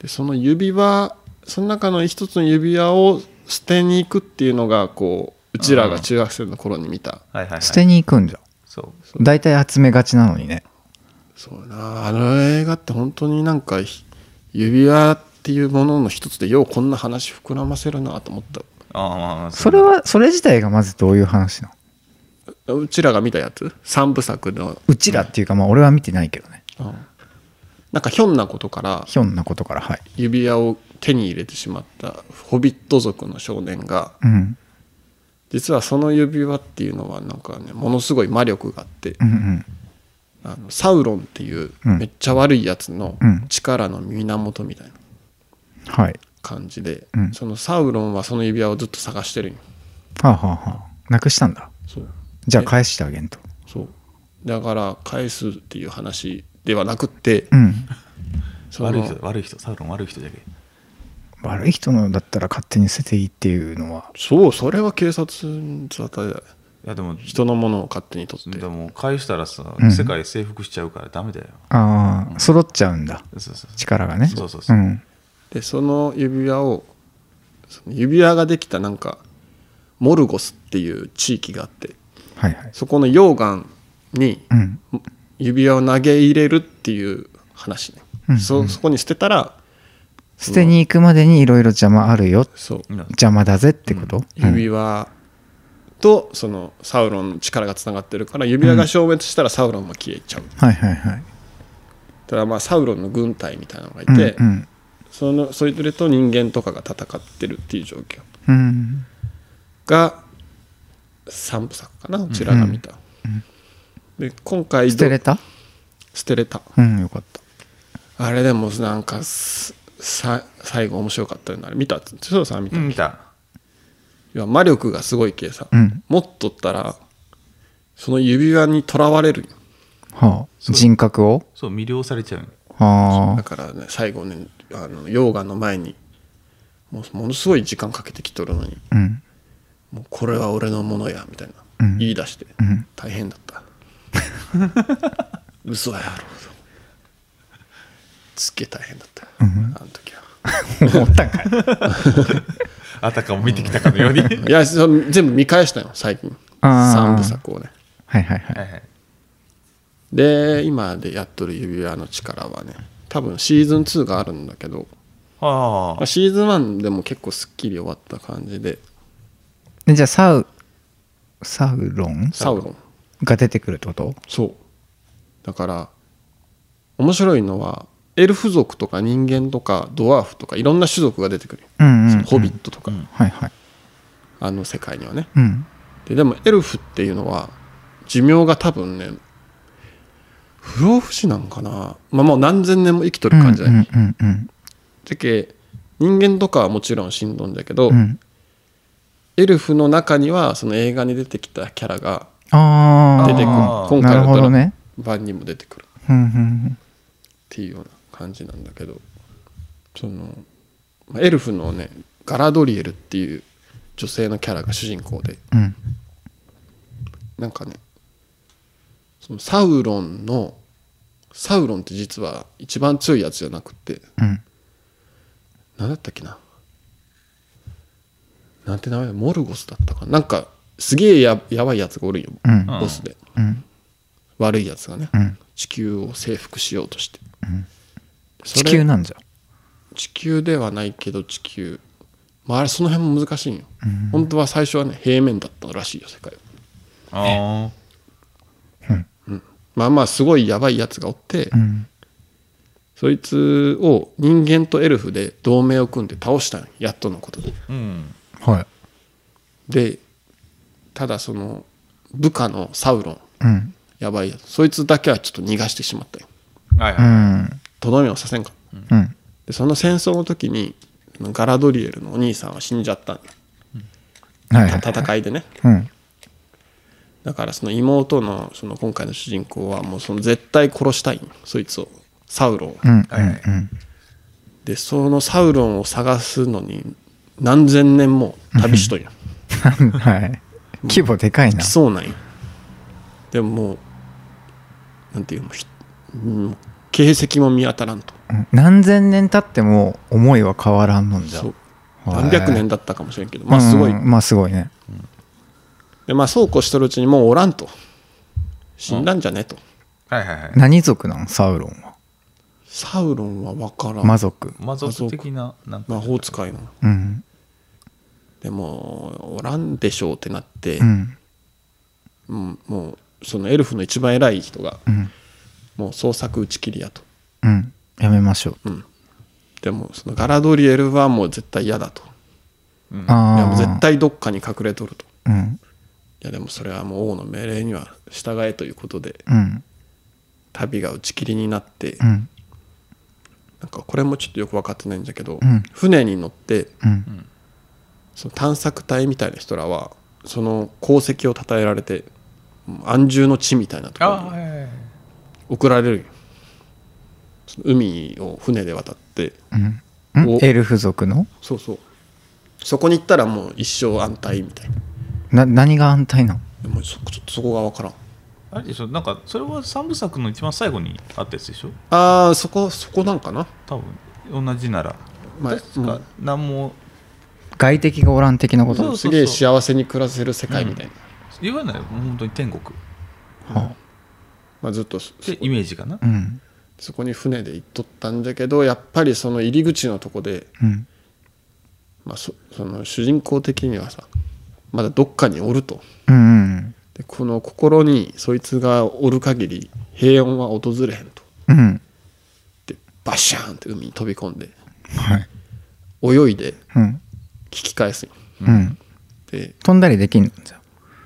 [SPEAKER 3] でその指輪その中の一つの指輪を捨てに行くっていうのがこううちらが中学生の頃に見た、
[SPEAKER 1] はいはいはい
[SPEAKER 2] 捨てに行くんじゃん。
[SPEAKER 1] そう
[SPEAKER 2] 大体集めがちなのにね。
[SPEAKER 3] そうやなあの映画って本当になんかひ指輪っていうものの一つでようこんな話膨らませるなと思っ
[SPEAKER 1] ああまあまあ
[SPEAKER 2] それは、それ自体がまずどういう話なの
[SPEAKER 3] たうちらが見たやつ3部作の、
[SPEAKER 2] うちらっていうか、まあ俺は見てないけどね。
[SPEAKER 3] なんかひょんなことから
[SPEAKER 2] ひょんなことから、はい。
[SPEAKER 3] 指輪を手に入れてしまったホビット族の少年が
[SPEAKER 2] うん。
[SPEAKER 3] 実はその指輪っていうのはなんかねものすごい魔力があって
[SPEAKER 2] うんうん。
[SPEAKER 3] あのサウロンっていう
[SPEAKER 2] うん
[SPEAKER 3] めっちゃ悪いやつの
[SPEAKER 2] うん
[SPEAKER 3] 力の源みたいな
[SPEAKER 2] はい。
[SPEAKER 3] 感じで、
[SPEAKER 2] うん
[SPEAKER 3] そのサウロンはその指輪をずっと探してるんよ
[SPEAKER 2] はあはあはあ。なくしたんだ。
[SPEAKER 3] そう
[SPEAKER 2] じゃあ返してあげんと。
[SPEAKER 3] そうだから返すっていう話ではなくって
[SPEAKER 2] うん。
[SPEAKER 3] その
[SPEAKER 1] 悪い人悪い人サウロン悪い人だけ
[SPEAKER 2] 悪い人のだったら勝手に捨てていいっていうのは。
[SPEAKER 3] そうそれは警察に伝えたい
[SPEAKER 1] いやでも
[SPEAKER 3] 人のものを勝手に取って
[SPEAKER 1] でも返したらさ、
[SPEAKER 2] うん
[SPEAKER 1] 世界征服しちゃうからダメだよ
[SPEAKER 2] ああ、揃っちゃうんだ。
[SPEAKER 1] そうそうそう
[SPEAKER 2] 力がね。。
[SPEAKER 1] そうそうそうん
[SPEAKER 3] でその指輪をその指輪ができたなんかモルゴスっていう地域があって
[SPEAKER 2] はいはい。
[SPEAKER 3] そこの溶岩に
[SPEAKER 2] うん。
[SPEAKER 3] 指輪を投げ入れるっていう話ね、
[SPEAKER 2] うん
[SPEAKER 3] そそこに捨てたら
[SPEAKER 2] 捨てに行くまでにいろいろ邪魔あるよ。
[SPEAKER 3] そう
[SPEAKER 1] いや
[SPEAKER 2] 邪魔だぜってこと、うん
[SPEAKER 3] 指輪とそのサウロンの力がつながってるから指輪が消滅したらサウロンも消えちゃう、
[SPEAKER 2] はいはいはい。
[SPEAKER 3] ただまあサウロンの軍隊みたいなのがいて、
[SPEAKER 2] うん
[SPEAKER 3] そのそれぞれと人間とかが戦ってるっていう状況
[SPEAKER 2] うん。うん。
[SPEAKER 3] が3部作かなうちらが見た、で今回
[SPEAKER 2] 捨てれ
[SPEAKER 3] ど
[SPEAKER 2] た
[SPEAKER 3] 捨てれた
[SPEAKER 2] うん、よかった。
[SPEAKER 3] あれでもなんかすさ最後面白かったよなあれ見たそうさん見た、
[SPEAKER 1] うん
[SPEAKER 3] い
[SPEAKER 1] 見た
[SPEAKER 3] や魔力がすごいけさ、
[SPEAKER 2] うん。
[SPEAKER 3] 持っとったらその指輪にとらわれるんよ
[SPEAKER 2] はあ。
[SPEAKER 1] そう
[SPEAKER 2] 人格を
[SPEAKER 1] そう魅了されちゃうよ
[SPEAKER 2] は
[SPEAKER 3] だからね最後ねあの溶岩の前にもうものすごい時間かけてきとるのに
[SPEAKER 2] あ。うん。
[SPEAKER 3] もうこれは俺のものやみたいな、
[SPEAKER 2] うん
[SPEAKER 3] 言い出して、
[SPEAKER 2] うん。
[SPEAKER 3] 大変だった 嘘やろすっげえ大変だった、あの時は
[SPEAKER 2] 思ったんかい。
[SPEAKER 1] あたかも見てきたかのようにはい
[SPEAKER 3] いやその全部見返したよ最近
[SPEAKER 2] あー
[SPEAKER 3] 3部作をね
[SPEAKER 2] はいはいはい。
[SPEAKER 1] はい
[SPEAKER 3] で今でやっとる指輪の力はね多分シーズン2があるんだけど、
[SPEAKER 1] は
[SPEAKER 3] まあシーズン1でも結構すっきり終わった感じで
[SPEAKER 2] でじゃあサウ、サウロン
[SPEAKER 3] サウロン
[SPEAKER 2] が出てくるってこと
[SPEAKER 3] そうだから面白いのはエルフ族とか人間とかドワーフとかいろんな種族が出てくるよ、
[SPEAKER 2] うんうん。
[SPEAKER 3] ホビットとか、
[SPEAKER 1] うん
[SPEAKER 2] はいはい。
[SPEAKER 3] あの世界にはね
[SPEAKER 2] うん。
[SPEAKER 3] ででもエルフっていうのは寿命が多分ね不老不死なんかな、まあ、もう何千年も生きとる感じだよ、
[SPEAKER 2] うんうんうん
[SPEAKER 3] だけ人間とかはもちろんしんどんだけど、
[SPEAKER 2] うんうん。
[SPEAKER 3] エルフの中にはその映画に出てきたキャラが
[SPEAKER 2] ああ。
[SPEAKER 3] 出てくる
[SPEAKER 1] あー
[SPEAKER 2] な
[SPEAKER 3] 今回
[SPEAKER 2] る
[SPEAKER 3] の
[SPEAKER 2] ほ
[SPEAKER 3] ドラ
[SPEAKER 2] ど
[SPEAKER 3] マ
[SPEAKER 2] ね。
[SPEAKER 3] 版にも出てくるっ
[SPEAKER 2] うんうん
[SPEAKER 3] ていうような感じなんだけどそのまあエルフのねガラドリエルっていう女性のキャラが主人公で
[SPEAKER 2] うん。うん
[SPEAKER 3] なんかねそのサウロンのサウロンって実は一番強いやつじゃなくて
[SPEAKER 2] うん。
[SPEAKER 3] 何だったっけななんて名前モルゴスだったかななんかすげえややばいやつがおるんよ
[SPEAKER 2] うん
[SPEAKER 1] ん
[SPEAKER 3] ボスで
[SPEAKER 2] うん
[SPEAKER 3] 悪いやつがね
[SPEAKER 2] うん。
[SPEAKER 3] 地球を征服しようとしてそ
[SPEAKER 2] 地
[SPEAKER 3] れ
[SPEAKER 2] 球なんじゃ。
[SPEAKER 3] 地球ではないけど地球まああれその辺も難しいんよ本当は最初はね平面だったらしいよ世界
[SPEAKER 1] あああ
[SPEAKER 3] はまあまあすごいやばいやつがおって、
[SPEAKER 2] うん
[SPEAKER 3] そいつを人間とエルフで同盟を組んで倒したんやっとのことで
[SPEAKER 1] うん
[SPEAKER 2] はい
[SPEAKER 3] でただその部下のサウロン
[SPEAKER 2] うん
[SPEAKER 3] やばいやつそいつだけはちょっと逃がしてしまったよ
[SPEAKER 1] はいうは
[SPEAKER 2] ん
[SPEAKER 3] とどめをさせんかった
[SPEAKER 2] うん
[SPEAKER 3] でその戦争の時にガラドリエルのお兄さんは死んじゃったんよ
[SPEAKER 2] はい
[SPEAKER 3] た戦いでね
[SPEAKER 2] うん
[SPEAKER 3] だからその妹のその今回の主人公はもうその絶対殺したいんよそいつをサウロンを
[SPEAKER 2] うんうん
[SPEAKER 1] はいはい
[SPEAKER 2] うん
[SPEAKER 3] でそのサウロンを探すのに何千年も旅しとんよ
[SPEAKER 2] はい規模でかいな
[SPEAKER 3] 来そうなんよでももうなんていうのひうん形跡も見当たらんと
[SPEAKER 2] うん何千年経っても思いは変わらんもんじゃ
[SPEAKER 3] そう
[SPEAKER 2] はい
[SPEAKER 3] 何百年だったかもしれんけどまあすごい
[SPEAKER 2] うんうんまあすごいね
[SPEAKER 3] でまあそうこうしとるうちにもうおらんと死んだんじゃねと
[SPEAKER 1] いはいはいはい
[SPEAKER 2] 何族なんサウロンは
[SPEAKER 3] サウロンは分からん
[SPEAKER 2] 魔族
[SPEAKER 1] 魔族的ななんか
[SPEAKER 3] 魔法使いの
[SPEAKER 2] うん
[SPEAKER 3] でもおらんでしょうってなって、
[SPEAKER 2] うん
[SPEAKER 3] うんもうそのエルフの一番偉い人が
[SPEAKER 2] うん
[SPEAKER 3] もう創作打ち切りやと、
[SPEAKER 2] うんやめましょう
[SPEAKER 3] うん、でもそのガラドリエルはもう絶対嫌だと
[SPEAKER 1] うん
[SPEAKER 3] い
[SPEAKER 2] あ
[SPEAKER 3] や
[SPEAKER 2] あ
[SPEAKER 3] もう絶対どっかに隠れとると
[SPEAKER 2] うん
[SPEAKER 3] いやでもそれはもう王の命令には従えということで
[SPEAKER 2] うん
[SPEAKER 3] 旅が打ち切りになって、
[SPEAKER 2] うん
[SPEAKER 3] なんかこれもちょっとよく分かってないんだけど、
[SPEAKER 2] うん
[SPEAKER 3] 船に乗って
[SPEAKER 2] うん
[SPEAKER 3] その探索隊みたいな人らはその功績を称えられてうん安住の地みたいなとこ
[SPEAKER 1] あ
[SPEAKER 3] ろに
[SPEAKER 1] はいはいはい
[SPEAKER 3] 送られるよその海を船で渡って
[SPEAKER 2] うん
[SPEAKER 3] お
[SPEAKER 2] んエルフ族の
[SPEAKER 3] そうそうそこに行ったらもう一生安泰みたい
[SPEAKER 2] な何が安泰なの
[SPEAKER 3] なもうそちょっとそこが分からん
[SPEAKER 1] あれでしょなんかそれは三部作の一番最後にあったやつでしょ
[SPEAKER 3] ああそこそこなんかな
[SPEAKER 1] 多分同じなら
[SPEAKER 3] まあ
[SPEAKER 1] 確か何も
[SPEAKER 2] 外敵がおらん的なこ
[SPEAKER 1] そう
[SPEAKER 2] と
[SPEAKER 1] そ
[SPEAKER 3] す
[SPEAKER 1] う
[SPEAKER 3] げえ幸せに暮らせる世界みたいな、
[SPEAKER 1] いわゆる本当に天国っ
[SPEAKER 2] は
[SPEAKER 3] まあ、ずっとそ
[SPEAKER 1] てイメージかな
[SPEAKER 2] あうん
[SPEAKER 3] そこに船で行っとったんだけどやっぱりその入り口のとこで、
[SPEAKER 2] うん
[SPEAKER 3] まあ、そその主人公的にはさまだどっかにおると
[SPEAKER 2] うん
[SPEAKER 3] でこの心にそいつがおる限り平穏は訪れへんと
[SPEAKER 2] うんうん
[SPEAKER 3] でバシャーンって海に飛び込んで
[SPEAKER 2] はい
[SPEAKER 3] 泳いで
[SPEAKER 2] うん
[SPEAKER 3] 聞き返すんよ
[SPEAKER 2] うん
[SPEAKER 3] で
[SPEAKER 2] 飛んだりできんのじゃ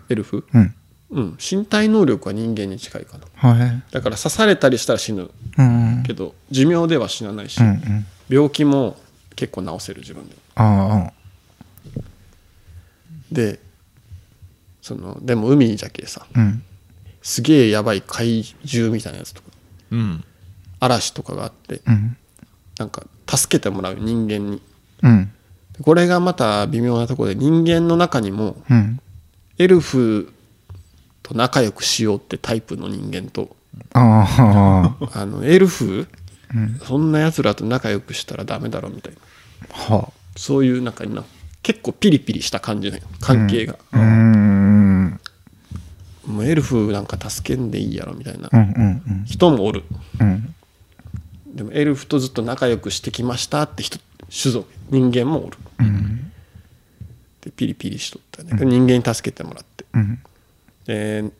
[SPEAKER 3] エルフ
[SPEAKER 2] あうん
[SPEAKER 3] うん身体能力は人間に近いかな
[SPEAKER 2] はい
[SPEAKER 3] だから刺されたりしたら死ぬ
[SPEAKER 2] うん
[SPEAKER 3] けど寿命では死なないし、
[SPEAKER 2] うんうん
[SPEAKER 3] 病気も結構治せる自分で
[SPEAKER 2] ああ
[SPEAKER 3] でそのでも海じゃけさ
[SPEAKER 2] うん
[SPEAKER 3] すげえやばい怪獣みたいなやつとか
[SPEAKER 1] うん
[SPEAKER 3] 嵐とかがあって
[SPEAKER 2] うん
[SPEAKER 3] なんか助けてもらう人間に
[SPEAKER 2] うん
[SPEAKER 3] これがまた微妙なところで人間の中にも
[SPEAKER 2] うん
[SPEAKER 3] エルフと仲良くしようってタイプの人間と
[SPEAKER 2] ああ
[SPEAKER 3] あのエルフ
[SPEAKER 2] うん
[SPEAKER 3] そんなやつらと仲良くしたらダメだろみたいな
[SPEAKER 2] は
[SPEAKER 3] そういうなんかな結構ピリピリした感じの関係が、
[SPEAKER 2] あうん
[SPEAKER 3] もうエルフなんか助けんでいいやろみたいな
[SPEAKER 2] うんうん
[SPEAKER 3] 人もおる
[SPEAKER 2] うんうん
[SPEAKER 3] でもエルフとずっと仲良くしてきましたって人種族人間もおる
[SPEAKER 2] うん
[SPEAKER 3] でピリピリしとったね、人間に助けてもらって
[SPEAKER 2] うん
[SPEAKER 3] で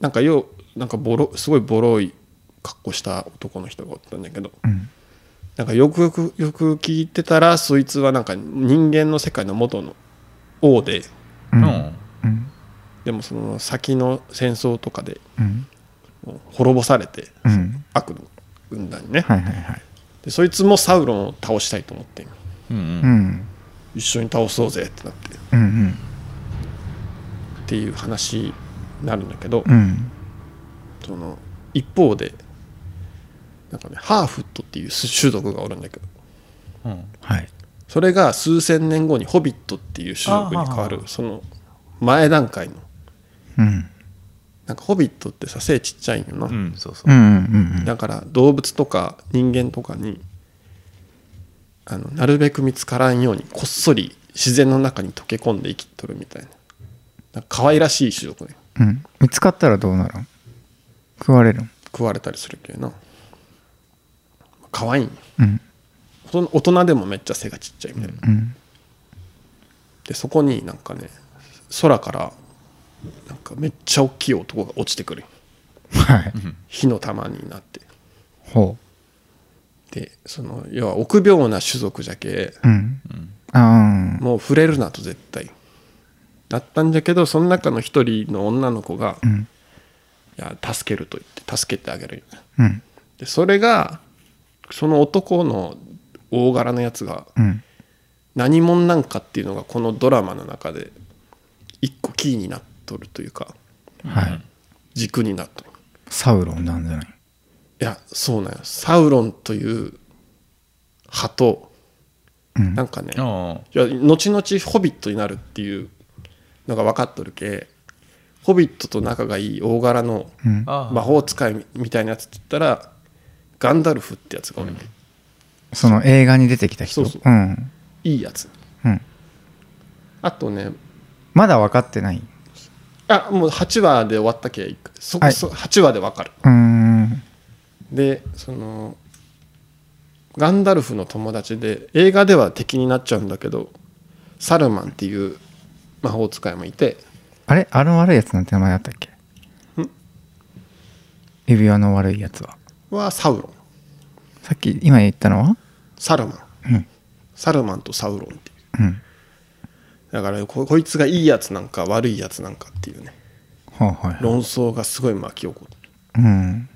[SPEAKER 3] なんかようなんかボロすごいボロい格好した男の人がおったんだけど
[SPEAKER 2] うん
[SPEAKER 3] なんかよくよくよく聞いてたらそいつはなんか人間の世界の元の王で
[SPEAKER 1] う
[SPEAKER 2] う
[SPEAKER 1] んん
[SPEAKER 2] うん
[SPEAKER 3] でもその先の戦争とかで
[SPEAKER 2] うん
[SPEAKER 3] もう滅ぼされて、
[SPEAKER 2] うん
[SPEAKER 3] 悪の軍団にね、
[SPEAKER 2] はいはいはい
[SPEAKER 3] でそいつもサウロンを倒したいと思って
[SPEAKER 1] うんう
[SPEAKER 2] うんん
[SPEAKER 3] 一緒に倒そうぜってなって
[SPEAKER 2] うんうん
[SPEAKER 3] っていう話になるんだけど、
[SPEAKER 2] うん
[SPEAKER 3] その一方でなんかねハーフットっていう種族がおるんだけど
[SPEAKER 1] うん
[SPEAKER 2] はい
[SPEAKER 3] それが数千年後にホビットっていう種族に変わるその前段階の
[SPEAKER 2] うん
[SPEAKER 3] なんかホビットってさ背ちっちゃいんよな、
[SPEAKER 1] うんそうそううん
[SPEAKER 2] うん
[SPEAKER 3] だから動物とか人間とかにあのなるべく見つからんようにこっそり自然の中に溶け込んで生きとるみたいななんか可愛らしい種族ね
[SPEAKER 2] うんうん見つかったらどうなるん食われるん
[SPEAKER 3] 食われたりするけどな可愛いんよ
[SPEAKER 2] うん
[SPEAKER 3] 大人大人でもめっちゃ背がちっちゃいみたいな、
[SPEAKER 2] うん
[SPEAKER 3] でそこになんかね空からなんかめっちゃ大きい男が落ちてくる
[SPEAKER 2] はい。
[SPEAKER 3] 火の玉になって
[SPEAKER 2] ほ
[SPEAKER 3] でその要は臆病な種族じゃけ
[SPEAKER 2] う。うん。あ
[SPEAKER 3] もう触れるなと絶対だったんじゃけどその中の一人の女の子が、
[SPEAKER 2] ん
[SPEAKER 3] いや助けると言って助けてあげる
[SPEAKER 2] あ。うん。
[SPEAKER 3] でそれがその男の大柄のやつが
[SPEAKER 2] うん。
[SPEAKER 3] 何者なんかっていうのがこのドラマの中で一個キーになっとるというか
[SPEAKER 2] はい。
[SPEAKER 3] 軸になっとる
[SPEAKER 2] サウロンなんじゃない
[SPEAKER 3] いやそうなんよサウロンという派と、
[SPEAKER 2] うん
[SPEAKER 3] なんかね
[SPEAKER 1] あ
[SPEAKER 3] いや後々ホビットになるっていうのが分かっとるけホビットと仲がいい大柄の
[SPEAKER 2] うん。
[SPEAKER 1] あ
[SPEAKER 3] 魔法使いみたいなやつって言ったらガンダルフってやつがおるけ
[SPEAKER 2] その映画に出てきた人。。
[SPEAKER 3] そうそうんいいやつ
[SPEAKER 2] うん。
[SPEAKER 3] あとね
[SPEAKER 2] まだ分かってない。
[SPEAKER 3] あもう8話で終わったけいくそこ、
[SPEAKER 2] はい
[SPEAKER 3] そ8話で分かる
[SPEAKER 2] うーん。
[SPEAKER 3] でそのガンダルフの友達で映画では敵になっちゃうんだけどサルマンっていう魔法使いもいて
[SPEAKER 2] あれあの悪いやつなんて名前あったっけ指輪の悪いやつは。
[SPEAKER 3] はサウロン
[SPEAKER 2] さっき、今言ったのは
[SPEAKER 3] サルマン、
[SPEAKER 2] うん
[SPEAKER 3] サルマンとサウロンってい
[SPEAKER 2] う
[SPEAKER 3] う
[SPEAKER 2] ん。
[SPEAKER 3] だからここいつがいいやつなんか悪いやつなんかっていうね
[SPEAKER 2] はいはいはい。
[SPEAKER 3] 論争がすごい巻き起こ
[SPEAKER 2] うん。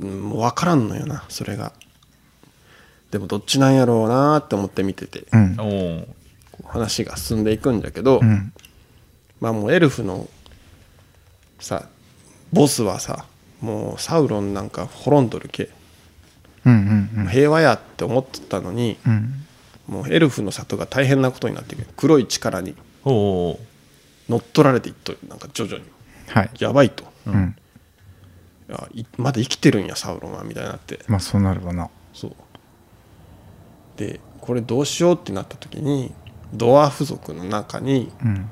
[SPEAKER 3] る、うん、もう分からんのよなそれがでもどっちなんやろうなーって思って見てて、
[SPEAKER 2] うん
[SPEAKER 1] お。お
[SPEAKER 3] こう話が進んでいくんだけど、
[SPEAKER 2] うん。
[SPEAKER 3] まあもうエルフのさボスはさもうサウロンなんか滅んどるけ
[SPEAKER 2] うんうん
[SPEAKER 3] 平和やって思ってたのに、
[SPEAKER 2] うん。うん。
[SPEAKER 3] もうエルフの里が大変なことになってくる黒い力に
[SPEAKER 1] おう
[SPEAKER 3] 乗っ取られていっとるなんか徐々に
[SPEAKER 2] はい。
[SPEAKER 3] やばいと
[SPEAKER 2] うん。
[SPEAKER 3] あいまだ生きてるんやサウロンはみたいになって
[SPEAKER 2] まあそうなるわな。
[SPEAKER 3] そうでこれどうしようってなった時にドワーフ族の中に
[SPEAKER 2] うん。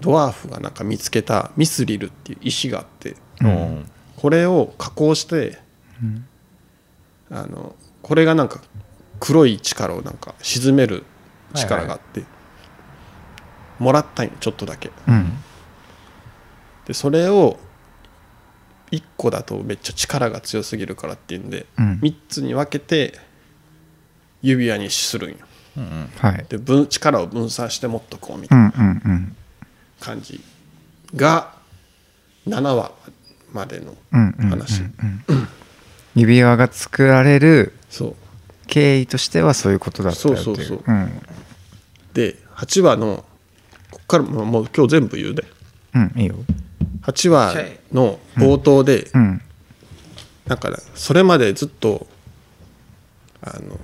[SPEAKER 3] ドワーフがなんか見つけたミスリルっていう石があって
[SPEAKER 1] おう
[SPEAKER 3] これを加工して、
[SPEAKER 2] ん
[SPEAKER 3] あのこれがなんか黒い力をなんか沈める力があって、もらったんよちょっとだけ
[SPEAKER 2] うん。
[SPEAKER 3] でそれを1個だとめっちゃ力が強すぎるからっていうんで、
[SPEAKER 2] うん
[SPEAKER 3] 3つに分けて指輪にするんよ
[SPEAKER 1] うんうん
[SPEAKER 2] はい。
[SPEAKER 3] で分力を分散して持っとこうみ
[SPEAKER 2] う
[SPEAKER 3] たいなん
[SPEAKER 2] うんうん。
[SPEAKER 3] 感じが7話までの
[SPEAKER 2] うんうんうん、
[SPEAKER 3] 話、
[SPEAKER 2] 指輪が作られる
[SPEAKER 3] そう
[SPEAKER 2] 経緯としてはそういうことだったよっていう
[SPEAKER 3] そうそうそう
[SPEAKER 2] うん、
[SPEAKER 3] で8話のこっからもうもう今日全部言うで
[SPEAKER 2] うん、いいよ
[SPEAKER 3] 8話の冒頭で、
[SPEAKER 2] うん
[SPEAKER 3] なんかねそれまでずっとあの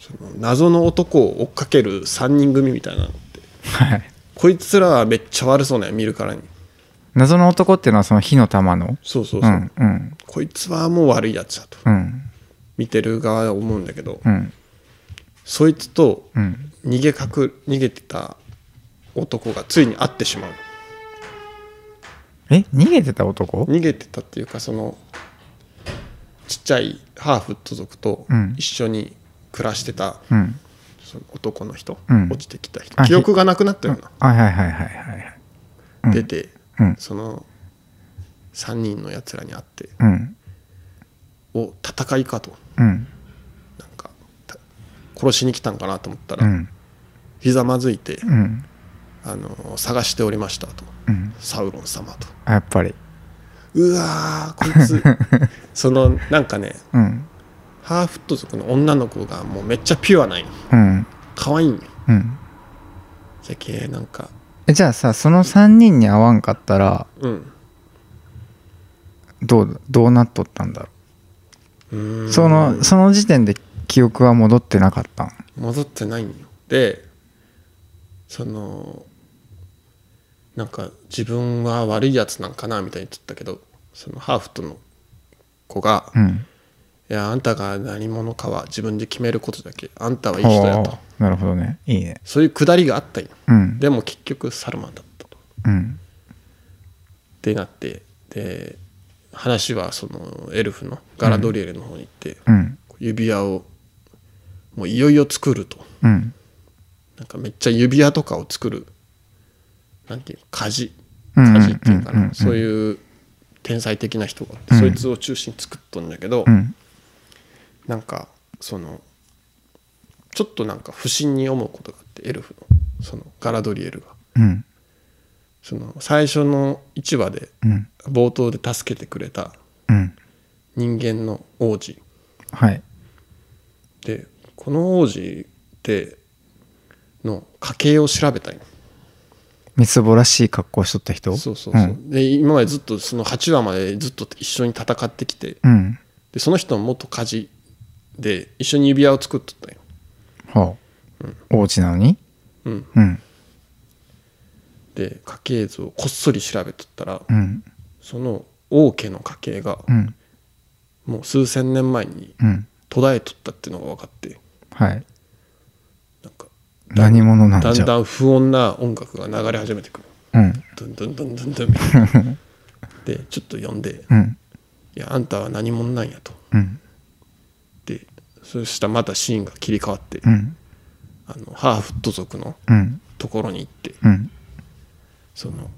[SPEAKER 3] その謎の男を追っかける3人組みたいなのって
[SPEAKER 2] はい
[SPEAKER 3] こいつらはめっちゃ悪そうなんや見るからに
[SPEAKER 2] 謎の男っていうのはその火の玉の
[SPEAKER 3] そうそうそう、
[SPEAKER 2] んうん
[SPEAKER 3] こいつはもう悪いやつだと
[SPEAKER 2] うん
[SPEAKER 3] 見てる側は思うんだけど、
[SPEAKER 2] うん
[SPEAKER 3] そいつと
[SPEAKER 2] うん
[SPEAKER 3] 逃げかく逃げてた男がついに会ってしまう
[SPEAKER 2] え逃げてた男
[SPEAKER 3] 逃げてたっていうかそのちっちゃいハーフット族と
[SPEAKER 2] うん
[SPEAKER 3] 一緒に暮らしてた
[SPEAKER 2] うん
[SPEAKER 3] その男の人、
[SPEAKER 2] うん
[SPEAKER 3] 落ちてきた人
[SPEAKER 2] あ
[SPEAKER 3] 記憶がなくなったような、
[SPEAKER 2] はいはいはいはいはいうん
[SPEAKER 3] 出て、
[SPEAKER 2] うん
[SPEAKER 3] その3人のやつらに会って
[SPEAKER 2] うん
[SPEAKER 3] お戦いかと
[SPEAKER 2] うん
[SPEAKER 3] なんかた殺しに来たんかなと思った
[SPEAKER 2] う
[SPEAKER 3] ら、
[SPEAKER 2] ん
[SPEAKER 3] ひざまずいて、
[SPEAKER 2] うん
[SPEAKER 3] あの探しておりましたと
[SPEAKER 2] うん
[SPEAKER 3] サウロン様と
[SPEAKER 2] あやっぱり
[SPEAKER 3] うわ ーこいつそのなんかね
[SPEAKER 2] うん
[SPEAKER 3] ハーフット族の女の子がもうめっちゃピュアない
[SPEAKER 2] うん
[SPEAKER 3] 可愛いんよ
[SPEAKER 2] うん
[SPEAKER 3] じゃけなんか
[SPEAKER 2] えじゃあさその3人に会わんかったら
[SPEAKER 3] うん
[SPEAKER 2] どうどうなっとったんだろ
[SPEAKER 3] うー
[SPEAKER 2] うんそのその時点で記憶は戻ってなかったん
[SPEAKER 3] 戻ってないんよでそのなんか自分は悪いやつなんかなみたいに言っとったけどそのハーフとの子が「
[SPEAKER 2] うん
[SPEAKER 3] いやあんたが何者かは自分で決めることだけあんたはいい人や」
[SPEAKER 2] ほ
[SPEAKER 3] と
[SPEAKER 2] うなるほどねいいね
[SPEAKER 3] そういうくだりがあったんよ
[SPEAKER 2] うん
[SPEAKER 3] でも結局サルマンだったとっ
[SPEAKER 2] うん
[SPEAKER 3] てなってで話はそのエルフのガラドリエルの方に行って、
[SPEAKER 2] うん
[SPEAKER 3] 指輪をもういよいよ作ると
[SPEAKER 2] うん
[SPEAKER 3] なんかめっちゃ指輪とかを作るなんていうの鍛冶
[SPEAKER 2] うんうんうんうん
[SPEAKER 3] 鍛冶っていうかなそういう天才的な人があって、そいつを中心に作っとんだけど、
[SPEAKER 2] うん
[SPEAKER 3] なんかそのちょっとなんか不審に思うことがあってエルフのそのガラドリエルが
[SPEAKER 2] うん
[SPEAKER 3] その最初の1話で
[SPEAKER 2] うん
[SPEAKER 3] 冒頭で助けてくれた
[SPEAKER 2] うん
[SPEAKER 3] 人間の王子
[SPEAKER 2] はい
[SPEAKER 3] でこの王子での家系を調べたいの
[SPEAKER 2] みつぼらしい格好しとった人
[SPEAKER 3] そうそうそう、
[SPEAKER 2] ん
[SPEAKER 3] で今までずっとその8話までずっと一緒に戦ってきて
[SPEAKER 2] うん
[SPEAKER 3] でその人の元家事で一緒に指輪を作っとったんよ、
[SPEAKER 2] はあ王子なのに
[SPEAKER 3] うん、
[SPEAKER 2] うん
[SPEAKER 3] で家系図をこっそり調べとったら、
[SPEAKER 2] うん
[SPEAKER 3] その王家の家系が
[SPEAKER 2] うん
[SPEAKER 3] もう数千年前に
[SPEAKER 2] うん
[SPEAKER 3] 途絶えとったっていうのが分かって
[SPEAKER 2] はい
[SPEAKER 3] なんか
[SPEAKER 2] 何者なんじ
[SPEAKER 3] だ
[SPEAKER 2] ゃ
[SPEAKER 3] んだん不穏な音楽が流れ始めてくる
[SPEAKER 2] うん
[SPEAKER 3] ドンドンドンドンドンみたいな でちょっと呼んで
[SPEAKER 2] うん
[SPEAKER 3] 「いやあんたは何者なんや」と。
[SPEAKER 2] うん
[SPEAKER 3] でそしたらまたシーンが切り替わって、
[SPEAKER 2] うん
[SPEAKER 3] あのハーフット族の
[SPEAKER 2] うん
[SPEAKER 3] ところに行って
[SPEAKER 2] うん
[SPEAKER 3] その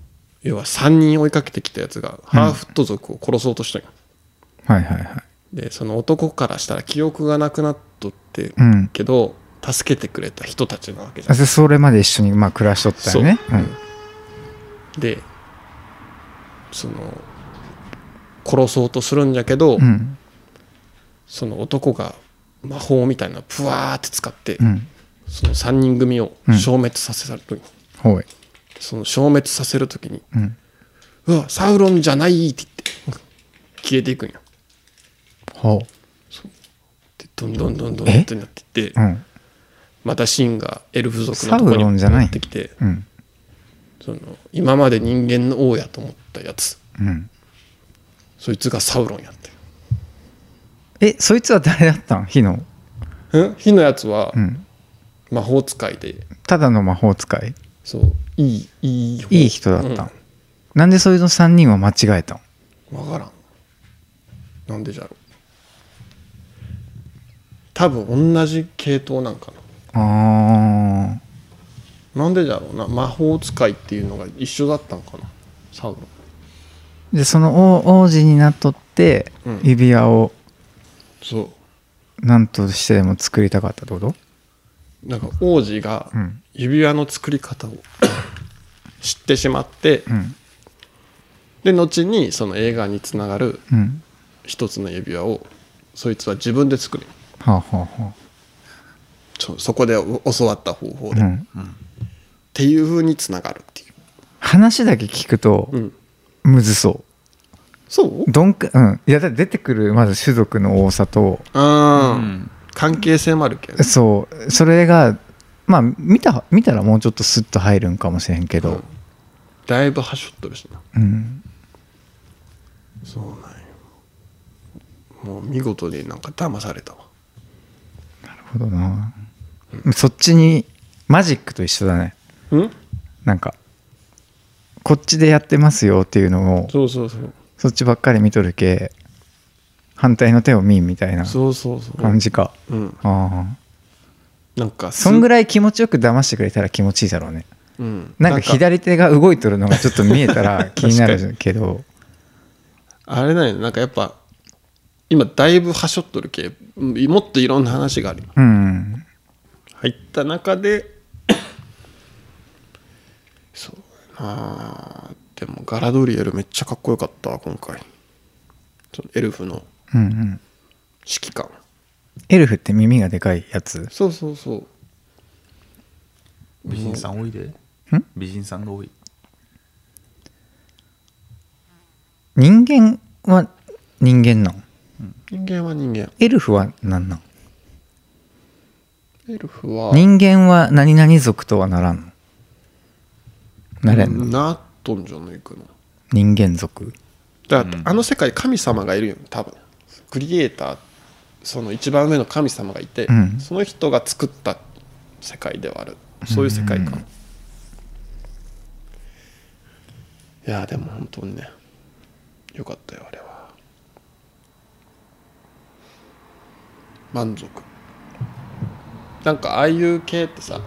[SPEAKER 3] 要は3人追いかけてきたやつがハーフット族を殺そうとしたんよ
[SPEAKER 2] はいはいはい
[SPEAKER 3] でその男からしたら記憶がなくなっとって、
[SPEAKER 2] うん
[SPEAKER 3] けど助けてくれた人たちなわけじゃ
[SPEAKER 2] あ
[SPEAKER 3] ん
[SPEAKER 2] でそれまで一緒にまあ暮らしとったよね
[SPEAKER 3] そうでその殺そうとするんじゃけど、
[SPEAKER 2] うんうん
[SPEAKER 3] その男が魔法みたいなのをプワーって使って、
[SPEAKER 2] うん
[SPEAKER 3] その3人組を消滅させたとき、
[SPEAKER 2] ほい
[SPEAKER 3] その消滅させるときに
[SPEAKER 2] うん
[SPEAKER 3] 「うわサウロンじゃない!」って言って消えていくんよ
[SPEAKER 2] ほ
[SPEAKER 3] でどんどんどんどんってなっていって
[SPEAKER 2] ううん
[SPEAKER 3] またシンがエルフ族のと
[SPEAKER 2] サ
[SPEAKER 3] こ
[SPEAKER 2] ウ
[SPEAKER 3] に
[SPEAKER 2] ロンじゃない
[SPEAKER 3] 戻ってきて
[SPEAKER 2] うん
[SPEAKER 3] その今まで人間の王やと思ったやつ
[SPEAKER 2] うん
[SPEAKER 3] そいつがサウロンやって
[SPEAKER 2] えそいつは誰だったん火の
[SPEAKER 3] うん火のやつは
[SPEAKER 2] うん
[SPEAKER 3] 魔法使いで、
[SPEAKER 2] ただの魔法使い
[SPEAKER 3] そういいいい方
[SPEAKER 2] いい人だったん、なんでそれの3人は間違えたん
[SPEAKER 3] うん、分からんなんでじゃろう多分同じ系統なんか
[SPEAKER 2] あ
[SPEAKER 3] ななんでじゃろうな魔法使いっていうのが一緒だったんかなサウロン
[SPEAKER 2] ーでその王王子になっとって
[SPEAKER 3] うん
[SPEAKER 2] 指輪を
[SPEAKER 3] そ
[SPEAKER 2] 何としてでも作りたかったってこと
[SPEAKER 3] うなんか王子が
[SPEAKER 2] うん
[SPEAKER 3] 指輪の作り方を知ってしまって、
[SPEAKER 2] うん
[SPEAKER 3] で後にその映画につながる
[SPEAKER 2] うん
[SPEAKER 3] 一つの指輪をそいつは自分で作る
[SPEAKER 2] はあはあは
[SPEAKER 3] そそこで教わった方法
[SPEAKER 2] あ、
[SPEAKER 3] で、
[SPEAKER 2] う
[SPEAKER 3] っ
[SPEAKER 2] ん、
[SPEAKER 3] ていうふうにつながるっていう、
[SPEAKER 2] 話だけ聞くと
[SPEAKER 3] うん、
[SPEAKER 2] むずそ
[SPEAKER 3] そう
[SPEAKER 2] うどんくうんいやだって出てくるまず種族の多さと
[SPEAKER 3] あ
[SPEAKER 1] う
[SPEAKER 3] ー
[SPEAKER 1] ん
[SPEAKER 3] 関係性もあるけど、
[SPEAKER 2] そうそれがまあ見た見たらもうちょっとスッと入るんかもしれんけ
[SPEAKER 3] う
[SPEAKER 2] ど
[SPEAKER 3] ん、だいぶはしょっとるしな
[SPEAKER 2] うん、
[SPEAKER 3] そうなんよもう見事になんか騙されたわ
[SPEAKER 2] なるほどなそっちにマジックと一緒だね
[SPEAKER 3] うん
[SPEAKER 2] なんかこっちでやってますよっていうのを
[SPEAKER 3] そうそうそう
[SPEAKER 2] そっちばっかり見とるけ反対の手を見んみたいな
[SPEAKER 3] そうそうそう
[SPEAKER 2] 感じか、
[SPEAKER 3] うん
[SPEAKER 2] ああ
[SPEAKER 3] なんか
[SPEAKER 2] そんぐ
[SPEAKER 3] らい、
[SPEAKER 2] らい気持ちよく騙してくれたら気持ちいいだろうね
[SPEAKER 3] うん、
[SPEAKER 2] なんか左手が動いとるのがちょっと見えたら気になるけど
[SPEAKER 3] あれなんよなんかやっぱ今だいぶはしょっとるけうんもっといろんな話がある
[SPEAKER 2] うん
[SPEAKER 3] 入った中で そうあーでもガラドリエルめっちゃかっこよかったわ今回そのエルフの
[SPEAKER 2] うんうん
[SPEAKER 3] 指揮官
[SPEAKER 2] エルフって耳がでかいやつ
[SPEAKER 3] そうそうそう
[SPEAKER 1] 美人さん多いで美人さんが多い
[SPEAKER 2] 人間は人間なん
[SPEAKER 3] 人間は人間
[SPEAKER 2] エルフは何なん
[SPEAKER 3] エルフは
[SPEAKER 2] 人間は何々族とはならんのなれんの
[SPEAKER 3] なっとんじゃないかな
[SPEAKER 2] 人間族
[SPEAKER 3] だから、
[SPEAKER 1] うん
[SPEAKER 3] あの世界神様がいるよ多分クリエイターその一番上の神様がいて、
[SPEAKER 2] うん
[SPEAKER 3] その人が作った世界ではあるそういう世界観、いやでも本当にねよかったよあれは満足なんかああいう系ってさ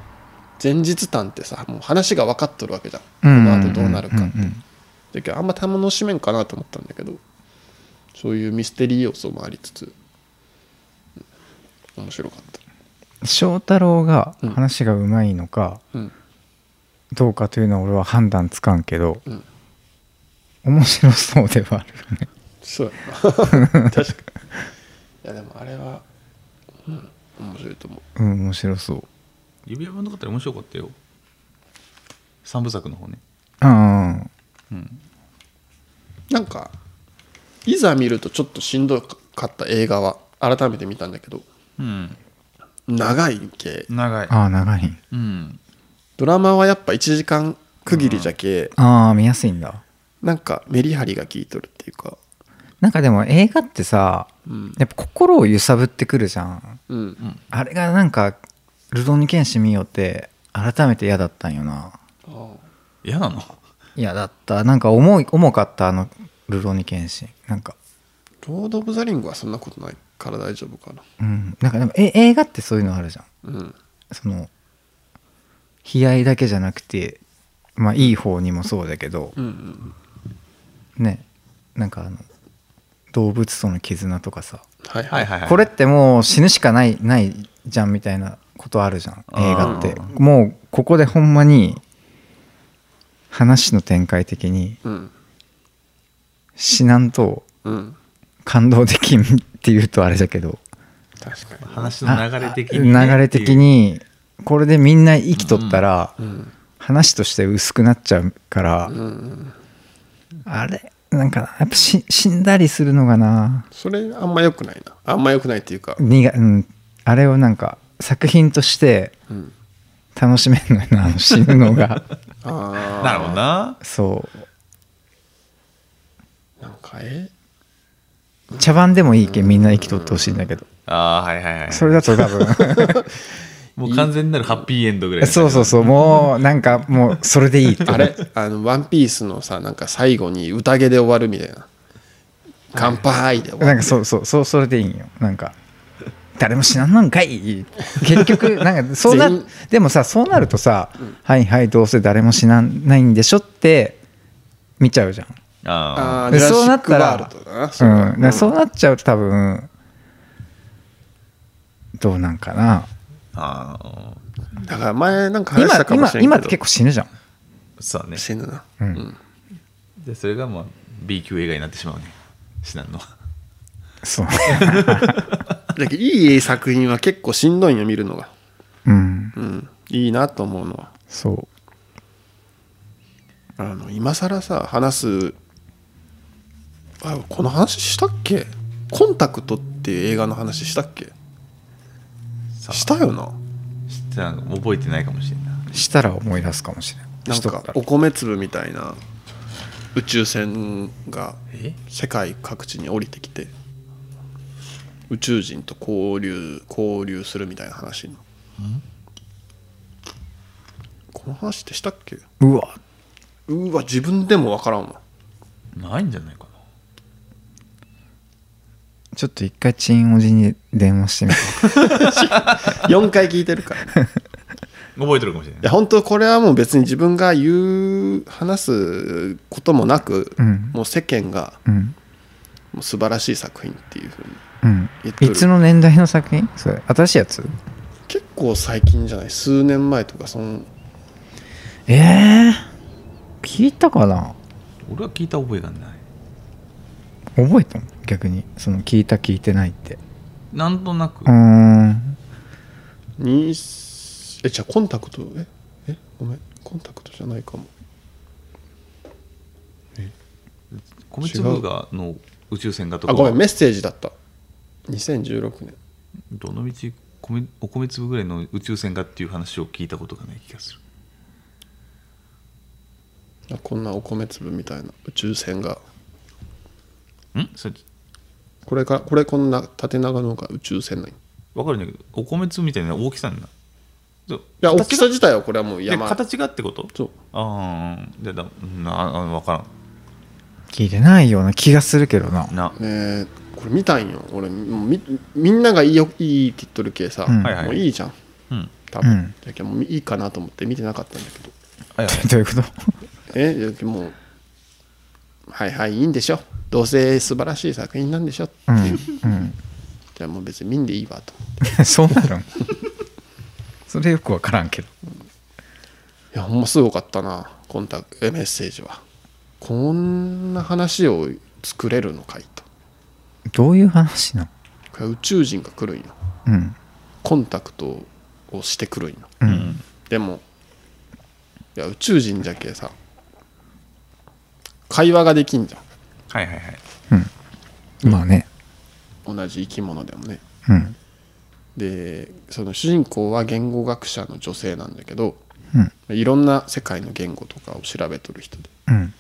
[SPEAKER 3] 前日譚ってさもう話が分かっとるわけじゃんこの後どうなるかって
[SPEAKER 2] うんうんうん
[SPEAKER 3] だけどあんま楽しめんかなと思ったんだけどそういうミステリー要素もありつつ、うん面白かった
[SPEAKER 2] 翔太郎が話がうまいのか
[SPEAKER 3] うん
[SPEAKER 2] どうかというのは俺は判断つかんけど、
[SPEAKER 3] うん
[SPEAKER 2] 面白そうではあるよね
[SPEAKER 3] そうやな確かにいやでもあれは、うん、面白いと思う
[SPEAKER 2] うん面白そう
[SPEAKER 1] 指輪物語面白かったよ三部作の方ね
[SPEAKER 2] うん
[SPEAKER 1] うん
[SPEAKER 3] なんかいざ見るとちょっとしんどかった映画は改めて見たんだけど
[SPEAKER 1] うん
[SPEAKER 3] 長い系
[SPEAKER 1] 長い
[SPEAKER 2] ああ長い
[SPEAKER 1] うん
[SPEAKER 3] ドラマはやっぱ1時間区切りじゃけ、
[SPEAKER 2] ああ見やすいんだ
[SPEAKER 3] なんかメリハリが効いとるっていうか
[SPEAKER 2] なんかでも映画ってさ
[SPEAKER 3] うん
[SPEAKER 2] やっぱ心を揺さぶってくるじゃん
[SPEAKER 3] うん
[SPEAKER 1] うん
[SPEAKER 2] あれがなんか「ルドンに剣士見よ」って改めて嫌だったんよな
[SPEAKER 3] あ
[SPEAKER 1] 嫌なの
[SPEAKER 2] 嫌だったなんか重い重かったあの「ルドンに剣士」なんか
[SPEAKER 3] ロード・オブ・ザ・リングはそんなことないから大丈夫かな
[SPEAKER 2] うんなんかでもえ映画ってそういうのあるじゃん
[SPEAKER 3] うん
[SPEAKER 2] その悲哀だけじゃなくてまあいい方にもそうだけど
[SPEAKER 3] うんうん
[SPEAKER 2] ねなんかあの動物との絆とかさ
[SPEAKER 3] はい
[SPEAKER 1] はいはいはい
[SPEAKER 2] これってもう死ぬしかないないじゃんみたいなことあるじゃん
[SPEAKER 1] あー
[SPEAKER 2] 映画ってもうここでほんまに話の展開的に
[SPEAKER 3] うん
[SPEAKER 2] 死なんと
[SPEAKER 3] うん
[SPEAKER 2] 感動できんっていうとあれだけど
[SPEAKER 3] 確かに
[SPEAKER 1] 話の流れ的に、
[SPEAKER 2] あ流れ的にこれでみんな生きとったら
[SPEAKER 3] うん
[SPEAKER 2] 話として薄くなっちゃうから、
[SPEAKER 3] うんうん
[SPEAKER 2] あれなんかやっぱし死んだりするのがな
[SPEAKER 3] それあんま良くないなあんま良くないっていうか
[SPEAKER 2] 苦うん、あれをなんか作品として
[SPEAKER 3] うん
[SPEAKER 2] 楽しめんのよなあの死ぬ のが
[SPEAKER 3] ああ
[SPEAKER 1] なるほどな
[SPEAKER 2] そう
[SPEAKER 3] なんかえ
[SPEAKER 2] 茶番でもいいけんみんな生きとってほしいんだけど
[SPEAKER 1] ああはいはいはい
[SPEAKER 2] それだと多分
[SPEAKER 1] もう完全なるハッピーエンドぐらい
[SPEAKER 2] そうそうそうもうなんかもうそれでいいって
[SPEAKER 3] あれあの「ワンピースのさなんか最後に宴で終わるみたいな「乾杯」で終
[SPEAKER 2] な
[SPEAKER 3] わ
[SPEAKER 2] ん
[SPEAKER 3] る
[SPEAKER 2] かそうそうそうそれでいいんよなんか誰も死なんのんかい結局なんかそうな
[SPEAKER 3] 全員
[SPEAKER 2] でもさそうなるとさ、はいはいどうせ誰も死なんないんでしょって見ちゃうじゃん
[SPEAKER 1] うああ
[SPEAKER 3] ー
[SPEAKER 2] で
[SPEAKER 3] ジュラシック
[SPEAKER 2] そうなったら
[SPEAKER 3] ワールドだな
[SPEAKER 2] う
[SPEAKER 3] それ
[SPEAKER 2] ん
[SPEAKER 3] は、
[SPEAKER 2] だからそうなっちゃうと多分どうなんかな
[SPEAKER 1] ああ
[SPEAKER 3] だから前なんか話した
[SPEAKER 2] 今
[SPEAKER 3] かもし
[SPEAKER 2] 今
[SPEAKER 3] れん
[SPEAKER 2] 今って
[SPEAKER 3] けど
[SPEAKER 2] 結構死ぬじゃん
[SPEAKER 1] そうだね
[SPEAKER 3] 死ぬな
[SPEAKER 2] うん
[SPEAKER 1] でそれがまあ B 級映画になってしまうね死なんのは
[SPEAKER 2] そう
[SPEAKER 3] だけどいい作品は結構しんどいんよ見るのが
[SPEAKER 2] うん
[SPEAKER 3] うんいいなと思うのは
[SPEAKER 2] そう
[SPEAKER 3] あの今更さ話すあこの話したっけコンタクトっていう映画の話したっけ
[SPEAKER 1] さあ
[SPEAKER 3] したよな
[SPEAKER 1] してたの覚えてないかもしれんない
[SPEAKER 2] したら思い出すかもしれない
[SPEAKER 3] なん
[SPEAKER 2] しとっ
[SPEAKER 3] か
[SPEAKER 2] たら
[SPEAKER 3] お米粒みたいな宇宙船が
[SPEAKER 1] え
[SPEAKER 3] 世界各地に降りてきて宇宙人と交流交流するみたいな話のこの話ってしたっけ
[SPEAKER 2] うわ
[SPEAKER 3] うわ自分でもわからんわ
[SPEAKER 1] ないんじゃないかな
[SPEAKER 2] ちょっと一回チンおじに電話してみて
[SPEAKER 3] 4回聞いてるからい
[SPEAKER 1] 覚えてるかもしれない
[SPEAKER 3] や本当これはもう別に自分が言う話すこともなく、
[SPEAKER 2] うん
[SPEAKER 3] もう世間が
[SPEAKER 2] うん
[SPEAKER 3] もう素晴らしい作品っていうふうに
[SPEAKER 2] うん
[SPEAKER 3] 言っと
[SPEAKER 2] い
[SPEAKER 3] る
[SPEAKER 2] つの年代の作品それ新しいやつ
[SPEAKER 3] 結構最近じゃない数年前とかその
[SPEAKER 2] ええ聞いたかな
[SPEAKER 1] 俺は聞いた覚えがない
[SPEAKER 2] 覚えたの逆にその聞いた聞いてないって
[SPEAKER 1] なんとなく
[SPEAKER 2] うーん
[SPEAKER 3] にえじゃあコンタクトええごめんコンタクトじゃないかも
[SPEAKER 1] 米粒がの宇宙船がとか
[SPEAKER 3] あごめんメッセージだった2016年
[SPEAKER 1] どのみち米お米粒ぐらいの宇宙船がっていう話を聞いたことがない気がする
[SPEAKER 3] あこんなお米粒みたいな宇宙船が
[SPEAKER 1] んそれ
[SPEAKER 3] これかこれこんな縦長の方が宇宙船ないい
[SPEAKER 1] わかるんだけどお米粒みたいな大きさになそう
[SPEAKER 3] や大
[SPEAKER 1] 形
[SPEAKER 3] き
[SPEAKER 1] が
[SPEAKER 3] さ自体はこれはもう
[SPEAKER 1] で
[SPEAKER 3] 山
[SPEAKER 1] 形がってこと
[SPEAKER 3] そう
[SPEAKER 1] ああじゃあだうんああ分か
[SPEAKER 2] 聞いてないような気がするけどな
[SPEAKER 1] らんな
[SPEAKER 3] ねえこれ見たんよ俺もうみみんながいいよいいって言っとるけさ、
[SPEAKER 2] うん
[SPEAKER 1] はいはい
[SPEAKER 3] もういいじゃん
[SPEAKER 1] うん
[SPEAKER 3] 多分、
[SPEAKER 2] うん
[SPEAKER 3] だけどもういいかなと思って見てなかったんだけど
[SPEAKER 1] はいはい
[SPEAKER 2] どういうこと
[SPEAKER 3] えだけどもうはいはいいいんでしょどうせ素晴らしい作品なんでしょっていう、じゃあもう別に見んでいいわと思っ て
[SPEAKER 2] そうなの それよくわからんけど
[SPEAKER 3] いやほんますごかったなコンタクトメッセージはこんな話を作れるのかいと
[SPEAKER 2] どういう話なの
[SPEAKER 3] これ宇宙人が来るんよ
[SPEAKER 2] うん
[SPEAKER 3] コンタクトをしてくるんよ
[SPEAKER 2] うん
[SPEAKER 3] でもいや宇宙人じゃけさ会話ができんじゃ
[SPEAKER 1] はいはいはい
[SPEAKER 2] まあね
[SPEAKER 3] ん同じ生き物でもね
[SPEAKER 2] うん
[SPEAKER 3] でその主人公は言語学者の女性なんだけど
[SPEAKER 2] うん
[SPEAKER 3] いろんな世界の言語とかを調べとる人で
[SPEAKER 2] うん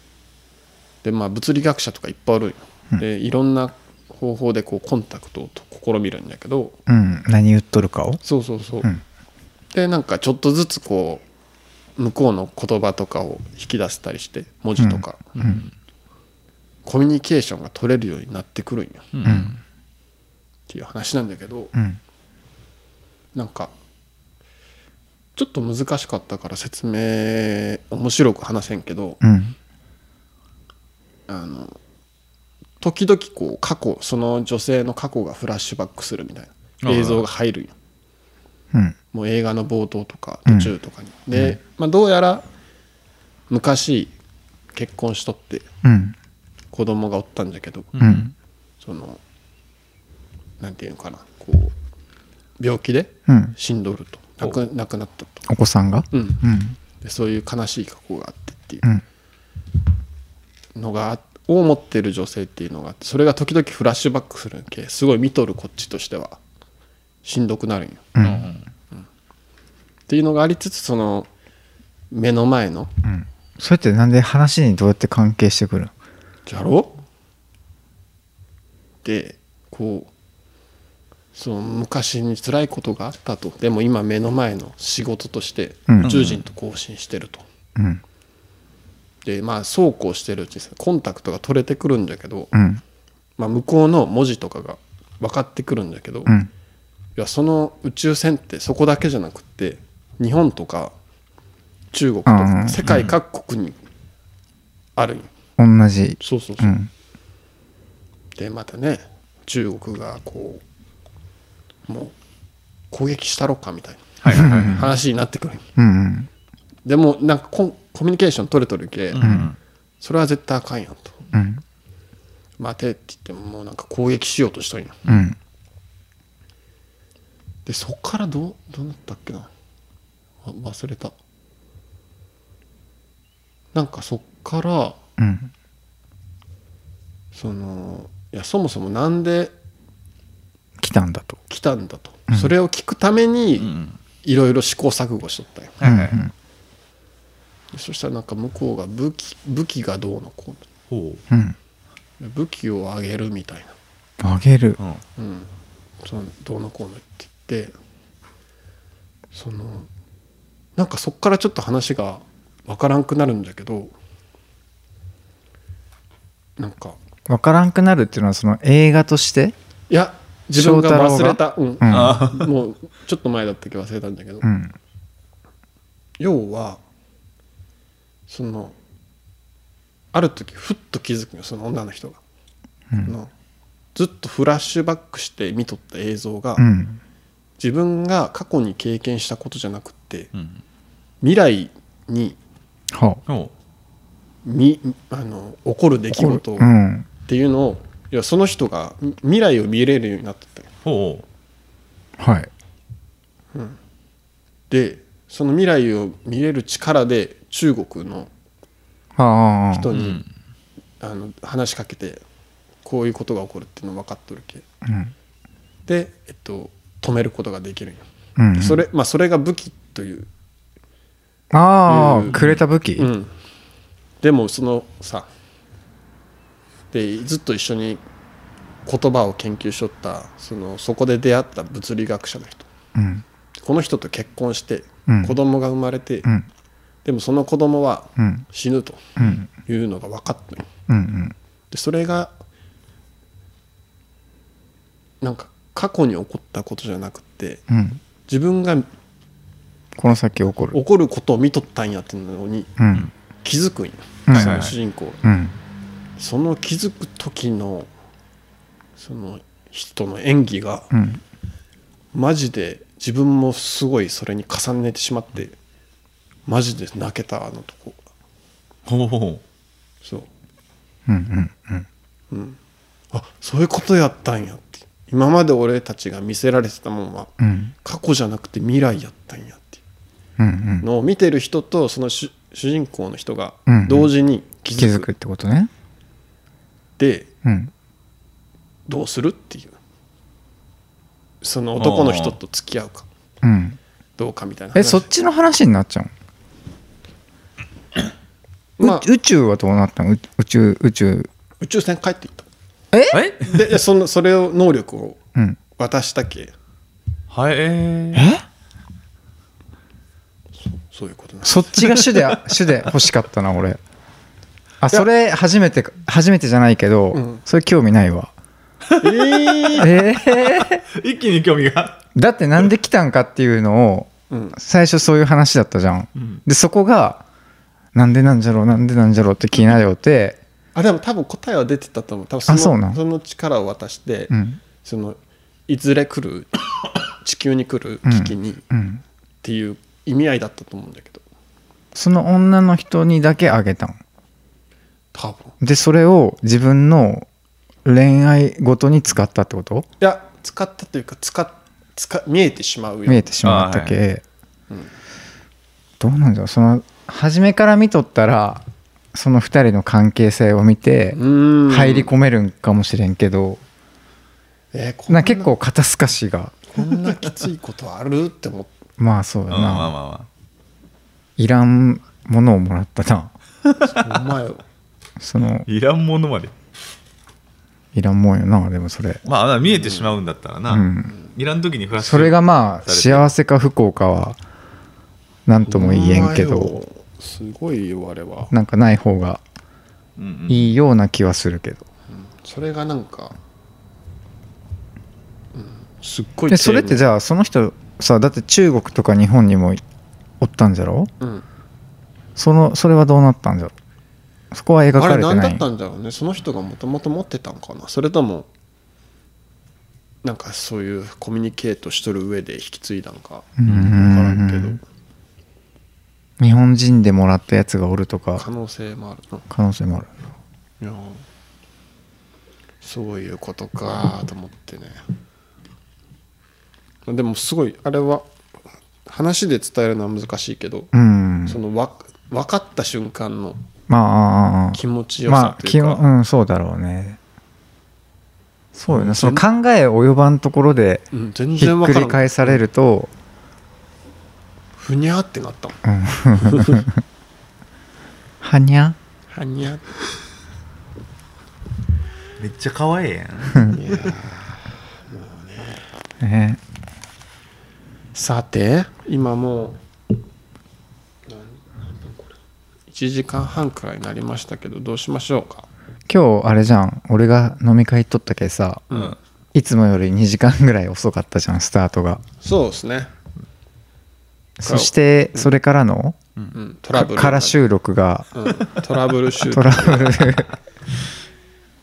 [SPEAKER 3] でまあ物理学者とかいっぱいおるんよ、でいろんな方法でこうコンタクトをと試みるんだけど
[SPEAKER 2] うん何言っとるかを
[SPEAKER 3] そうそうそう、
[SPEAKER 2] うん
[SPEAKER 3] でなんかちょっとずつこう向こうの言葉とかを引き出せたりして文字とか、コミュニケーションが取れるようになってくるんよ、っ
[SPEAKER 2] うん
[SPEAKER 3] ていう話なんだけど、
[SPEAKER 2] うん
[SPEAKER 3] なんかちょっと難しかったから説明面白く話せんけど、
[SPEAKER 2] うん
[SPEAKER 3] あの時々こう過去その女性の過去がフラッシュバックするみたいな
[SPEAKER 1] ああ
[SPEAKER 3] 映像が入るんよ
[SPEAKER 2] うん
[SPEAKER 3] もう映画の冒頭とか途中とかに、で、まあ、どうやら昔結婚しとって
[SPEAKER 2] うん
[SPEAKER 3] 子供がおったんだけど、
[SPEAKER 2] うん
[SPEAKER 3] そのなんていうのかなこう病気で
[SPEAKER 2] うん
[SPEAKER 3] 死んどると亡く亡くなったと、
[SPEAKER 2] お子さんが
[SPEAKER 3] うん、
[SPEAKER 2] うん
[SPEAKER 3] でそういう悲しい過去があってっていううんのがあを持ってる女性っていうのがあってそれが時々フラッシュバックするんけすごい見とるこっちとしてはしんどくなるんよ
[SPEAKER 2] う
[SPEAKER 1] うんん
[SPEAKER 3] っていうのがありつつその目の前の
[SPEAKER 2] うんそれってなんで話にどうやって関係してくるの
[SPEAKER 3] じゃろでこうその昔に辛いことがあったとでも今目の前の仕事として
[SPEAKER 2] うん
[SPEAKER 3] 宇宙人と交信してると、
[SPEAKER 2] うん
[SPEAKER 3] でまあそうこうしてるうちにコンタクトが取れてくるんだけど、
[SPEAKER 2] うん
[SPEAKER 3] まあ、向こうの文字とかが分かってくるんだけど、
[SPEAKER 2] う
[SPEAKER 3] い
[SPEAKER 2] ん
[SPEAKER 3] やその宇宙船ってそこだけじゃなくって日本とか中国と
[SPEAKER 2] うんう
[SPEAKER 3] か
[SPEAKER 2] ん
[SPEAKER 3] 世界各国にあるんよ、
[SPEAKER 2] 同じ
[SPEAKER 3] そうそうそうう、
[SPEAKER 2] ん
[SPEAKER 3] でまたね中国がこうもう攻撃したろかみたい
[SPEAKER 1] はいはいはい
[SPEAKER 3] な話になってくるんよ、
[SPEAKER 2] うんうん
[SPEAKER 3] でもなんかコンコミュニケーション取れとるけ、
[SPEAKER 1] うん
[SPEAKER 3] それは絶対あかんやんと
[SPEAKER 2] うん
[SPEAKER 3] 待てって言ってももうなんか攻撃しようとしとるんよ
[SPEAKER 2] うん
[SPEAKER 3] でそっからどうどうなったっけなあ忘れたなんかそっから
[SPEAKER 2] うん
[SPEAKER 3] そのいやそもそもなんで
[SPEAKER 2] 来たんだと
[SPEAKER 3] 来たんだと、それを聞くため
[SPEAKER 1] う
[SPEAKER 3] に
[SPEAKER 1] ん
[SPEAKER 3] いろいろ試行錯誤しとったんよ、
[SPEAKER 1] はいはい
[SPEAKER 2] うん
[SPEAKER 3] でそしたらなんか向こうが武器武器がどうのこう
[SPEAKER 1] ほう
[SPEAKER 2] うん
[SPEAKER 3] の武器をあげるみたいな
[SPEAKER 2] あげる
[SPEAKER 1] うん
[SPEAKER 3] うんそのどうのこうのって言ってそのなんかそっからちょっと話が分からんくなるんだけどなんか
[SPEAKER 2] わからんくなるっていうのはその映画として
[SPEAKER 3] いや自分が
[SPEAKER 2] 翔
[SPEAKER 3] 忘
[SPEAKER 2] 太郎
[SPEAKER 3] れ
[SPEAKER 2] が
[SPEAKER 3] た、うん
[SPEAKER 2] うん
[SPEAKER 1] あ
[SPEAKER 3] もうちょっと前だったっけ忘れたんだけど、
[SPEAKER 2] うん
[SPEAKER 3] 要はそのある時ふっと気づくのその女の人が、そのずっとフラッシュバックして見とった映像が、
[SPEAKER 2] うん
[SPEAKER 3] 自分が過去に経験したことじゃなくって
[SPEAKER 1] うん
[SPEAKER 3] 未来に
[SPEAKER 2] は
[SPEAKER 1] ほ
[SPEAKER 3] みあの起こる出来事
[SPEAKER 2] う
[SPEAKER 3] っ
[SPEAKER 2] ん
[SPEAKER 3] ていうのを、いやその人がみ未来を見れるようになってたよ
[SPEAKER 1] うほ
[SPEAKER 2] はい
[SPEAKER 3] でその未来を見れる力で中国の
[SPEAKER 2] ああ
[SPEAKER 3] 人
[SPEAKER 1] うう
[SPEAKER 3] に、
[SPEAKER 1] ん
[SPEAKER 3] あの話しかけてこういうことが起こるっていうの分かっとるけ
[SPEAKER 2] うん
[SPEAKER 3] で、えっと、止めることができるんよ、
[SPEAKER 2] うん
[SPEAKER 3] それまあそれが武器という、
[SPEAKER 2] あ
[SPEAKER 3] うん
[SPEAKER 2] あくれた武器
[SPEAKER 3] うんでもそのさでずっと一緒に言葉を研究しとったそのそこで出会った物理学者の人
[SPEAKER 2] うん
[SPEAKER 3] この人と結婚して
[SPEAKER 2] うん
[SPEAKER 3] 子供が生まれて、
[SPEAKER 2] うん
[SPEAKER 3] でもその子供は
[SPEAKER 2] うん
[SPEAKER 3] 死ぬと
[SPEAKER 2] うん
[SPEAKER 3] いうのが分かってる
[SPEAKER 2] うんうん
[SPEAKER 3] でそれがなんか過去に起こったことじゃなくて
[SPEAKER 2] うん
[SPEAKER 3] 自分が
[SPEAKER 2] この先起こる
[SPEAKER 3] 起こることを見とったんやっていうのに
[SPEAKER 2] うん
[SPEAKER 3] 気づくんよ、
[SPEAKER 2] はいはい
[SPEAKER 3] その主人公が
[SPEAKER 2] うん
[SPEAKER 3] その気づく時のその人の演技が
[SPEAKER 2] うん
[SPEAKER 3] マジで自分もすごいそれに重ねてしまってマジで泣けたあのとこ
[SPEAKER 1] ほうほ
[SPEAKER 3] そう
[SPEAKER 2] うんうんうん
[SPEAKER 3] あそういうことやったんやって今まで俺たちが見せられてたもんは
[SPEAKER 2] うん
[SPEAKER 3] 過去じゃなくて未来やったんやって
[SPEAKER 2] うんう
[SPEAKER 3] いうんのを見てる人とその主主人公の人が
[SPEAKER 2] うん
[SPEAKER 3] 同時に気
[SPEAKER 2] 気づ
[SPEAKER 3] づ
[SPEAKER 2] く
[SPEAKER 3] く
[SPEAKER 2] っ、てことね
[SPEAKER 3] で
[SPEAKER 2] うん
[SPEAKER 3] どうするっていうその男の人と付き合うか
[SPEAKER 2] うん
[SPEAKER 3] どうかみたいな話
[SPEAKER 2] えそっちの話になっちゃうの、
[SPEAKER 3] まあ
[SPEAKER 2] う宇宙はどうなったのう宇宙宇宙
[SPEAKER 3] 宇宙船帰っていった
[SPEAKER 1] うえ
[SPEAKER 3] ででそのそれを能力を
[SPEAKER 2] うん
[SPEAKER 3] 渡したけ
[SPEAKER 1] はいえー、
[SPEAKER 2] え
[SPEAKER 3] そういうことなんです
[SPEAKER 2] そっちが主で主で欲しかったな俺あそれ初めてか初めてじゃないけど、
[SPEAKER 3] ん
[SPEAKER 2] それ興味ないわ
[SPEAKER 3] ええ
[SPEAKER 2] えー
[SPEAKER 1] 一気に興味が
[SPEAKER 2] だってなんで来たんかっていうのを
[SPEAKER 3] うん
[SPEAKER 2] 最初そういう話だったじゃん、
[SPEAKER 1] ん
[SPEAKER 2] でそこがなんでなんじゃろうなんでなんじゃろうって気になるよって
[SPEAKER 3] あでも多分答えは出てたと思う多分そ
[SPEAKER 2] あそうな
[SPEAKER 3] の
[SPEAKER 2] ん
[SPEAKER 3] その力を渡して、
[SPEAKER 2] うん
[SPEAKER 3] そのいずれ来る地球に来る危機にっ
[SPEAKER 2] うん
[SPEAKER 3] ていう意味合いだったと思うんだけど
[SPEAKER 2] その女の人にだけあげたん
[SPEAKER 3] 多分
[SPEAKER 2] でそれを自分の恋愛ごとに使ったってこと
[SPEAKER 3] いや使ったというか使っ使見えてしまうよ
[SPEAKER 2] 見えてしまったけ、
[SPEAKER 1] あ
[SPEAKER 3] うん
[SPEAKER 2] どうなんだろうその初めから見とったらその二人の関係性を見て
[SPEAKER 3] うーん
[SPEAKER 2] 入り込めるんかもしれんけど、
[SPEAKER 3] えーこん
[SPEAKER 2] な
[SPEAKER 3] なん
[SPEAKER 2] か結構肩透かしが
[SPEAKER 3] こんなきついことあるって思って
[SPEAKER 2] まあそう
[SPEAKER 1] うん
[SPEAKER 2] だ
[SPEAKER 1] ま
[SPEAKER 2] な、
[SPEAKER 1] あまあま
[SPEAKER 2] いらんものをもらったな
[SPEAKER 3] お前を
[SPEAKER 2] その
[SPEAKER 1] あいらんものまで
[SPEAKER 2] いらんもんよなでもそれ
[SPEAKER 1] まあ見えてしまうんだったらな、
[SPEAKER 2] うん
[SPEAKER 1] いらん時にフラッシュ
[SPEAKER 2] それがまあ幸せか不幸かは何とも言えんけ
[SPEAKER 3] お
[SPEAKER 2] ど
[SPEAKER 3] 前をすごいよあれは
[SPEAKER 2] なんかない方が
[SPEAKER 1] うんうん
[SPEAKER 2] いいような気はするけど
[SPEAKER 3] それがなんか、うん、すっごい
[SPEAKER 2] でそれってじ
[SPEAKER 3] ゃ
[SPEAKER 2] ゃあその人さだって中国とか日本にもおったんじゃろ
[SPEAKER 3] うん、
[SPEAKER 2] そのそれはどうなったんじゃろそこは描
[SPEAKER 3] あ
[SPEAKER 2] か
[SPEAKER 3] れ
[SPEAKER 2] れて
[SPEAKER 3] 何
[SPEAKER 2] な
[SPEAKER 3] だ
[SPEAKER 2] い
[SPEAKER 3] ったんだろうねその人がもともと持ってたんかなそれともなんかそういうコミュニケートしとる上で引き継いだんか
[SPEAKER 2] うんうんうん
[SPEAKER 3] 分からんけど
[SPEAKER 2] 日本人でもらったやつがおるとか
[SPEAKER 3] 可能性もあるな
[SPEAKER 2] 可能性もある
[SPEAKER 3] いやーそういうことかーと思ってねでもすごいあれは話で伝えるのは難しいけど、
[SPEAKER 2] うん
[SPEAKER 3] そのわ分かった瞬間の
[SPEAKER 2] まあああああ
[SPEAKER 3] 気持ちよさ
[SPEAKER 2] まあ
[SPEAKER 3] ってい
[SPEAKER 2] 気
[SPEAKER 3] うか、
[SPEAKER 2] をうんそうだろうねそうよ
[SPEAKER 3] う
[SPEAKER 2] ね
[SPEAKER 3] ん
[SPEAKER 2] その考え及ばんところで
[SPEAKER 3] うん、全
[SPEAKER 2] ひっ
[SPEAKER 3] 然
[SPEAKER 2] く
[SPEAKER 3] 分
[SPEAKER 2] り
[SPEAKER 3] からん
[SPEAKER 2] 返されると
[SPEAKER 3] ふにゃーってなったもん
[SPEAKER 2] はにゃ
[SPEAKER 3] はにゃーって
[SPEAKER 1] めっちゃ可愛いやん
[SPEAKER 2] ね
[SPEAKER 3] さて今もう何何分これ1時間半くらいになりましたけどどうしましょうか
[SPEAKER 2] 今日あれじゃん俺が飲み会行っとったけさ
[SPEAKER 1] うん
[SPEAKER 2] いつもより2時間ぐらい遅かったじゃんスタートが
[SPEAKER 3] そうですね、
[SPEAKER 2] そしてそれからの
[SPEAKER 3] うん、トラ
[SPEAKER 2] か
[SPEAKER 3] ブル
[SPEAKER 2] から収録が
[SPEAKER 3] うん、トラブルシュ
[SPEAKER 2] ト
[SPEAKER 3] ート
[SPEAKER 2] ラブ ル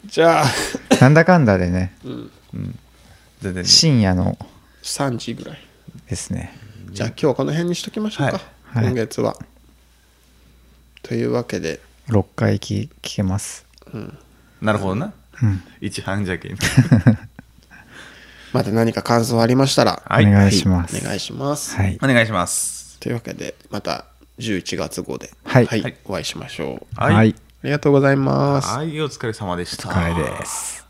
[SPEAKER 3] じゃあ
[SPEAKER 2] なんだかんだでね
[SPEAKER 1] 全然
[SPEAKER 2] 深夜の
[SPEAKER 3] 3時ぐらい
[SPEAKER 2] ですね
[SPEAKER 3] じゃあ今日はこの辺にしときましょうか、
[SPEAKER 2] はいはい
[SPEAKER 3] 今月はというわけで
[SPEAKER 2] 6回聞聞けます
[SPEAKER 1] なるほどな、
[SPEAKER 2] うん
[SPEAKER 1] 一半じゃけん
[SPEAKER 3] また何か感想ありましたら
[SPEAKER 1] はい
[SPEAKER 2] お願いします
[SPEAKER 3] お願いします、
[SPEAKER 2] はい
[SPEAKER 1] お願いします
[SPEAKER 3] というわけでまた11月号で、
[SPEAKER 2] はい
[SPEAKER 1] はい
[SPEAKER 3] お会いしましょうあ
[SPEAKER 1] はい
[SPEAKER 2] はい
[SPEAKER 3] りがとうございます
[SPEAKER 1] はいお疲れ様でした
[SPEAKER 2] お疲れです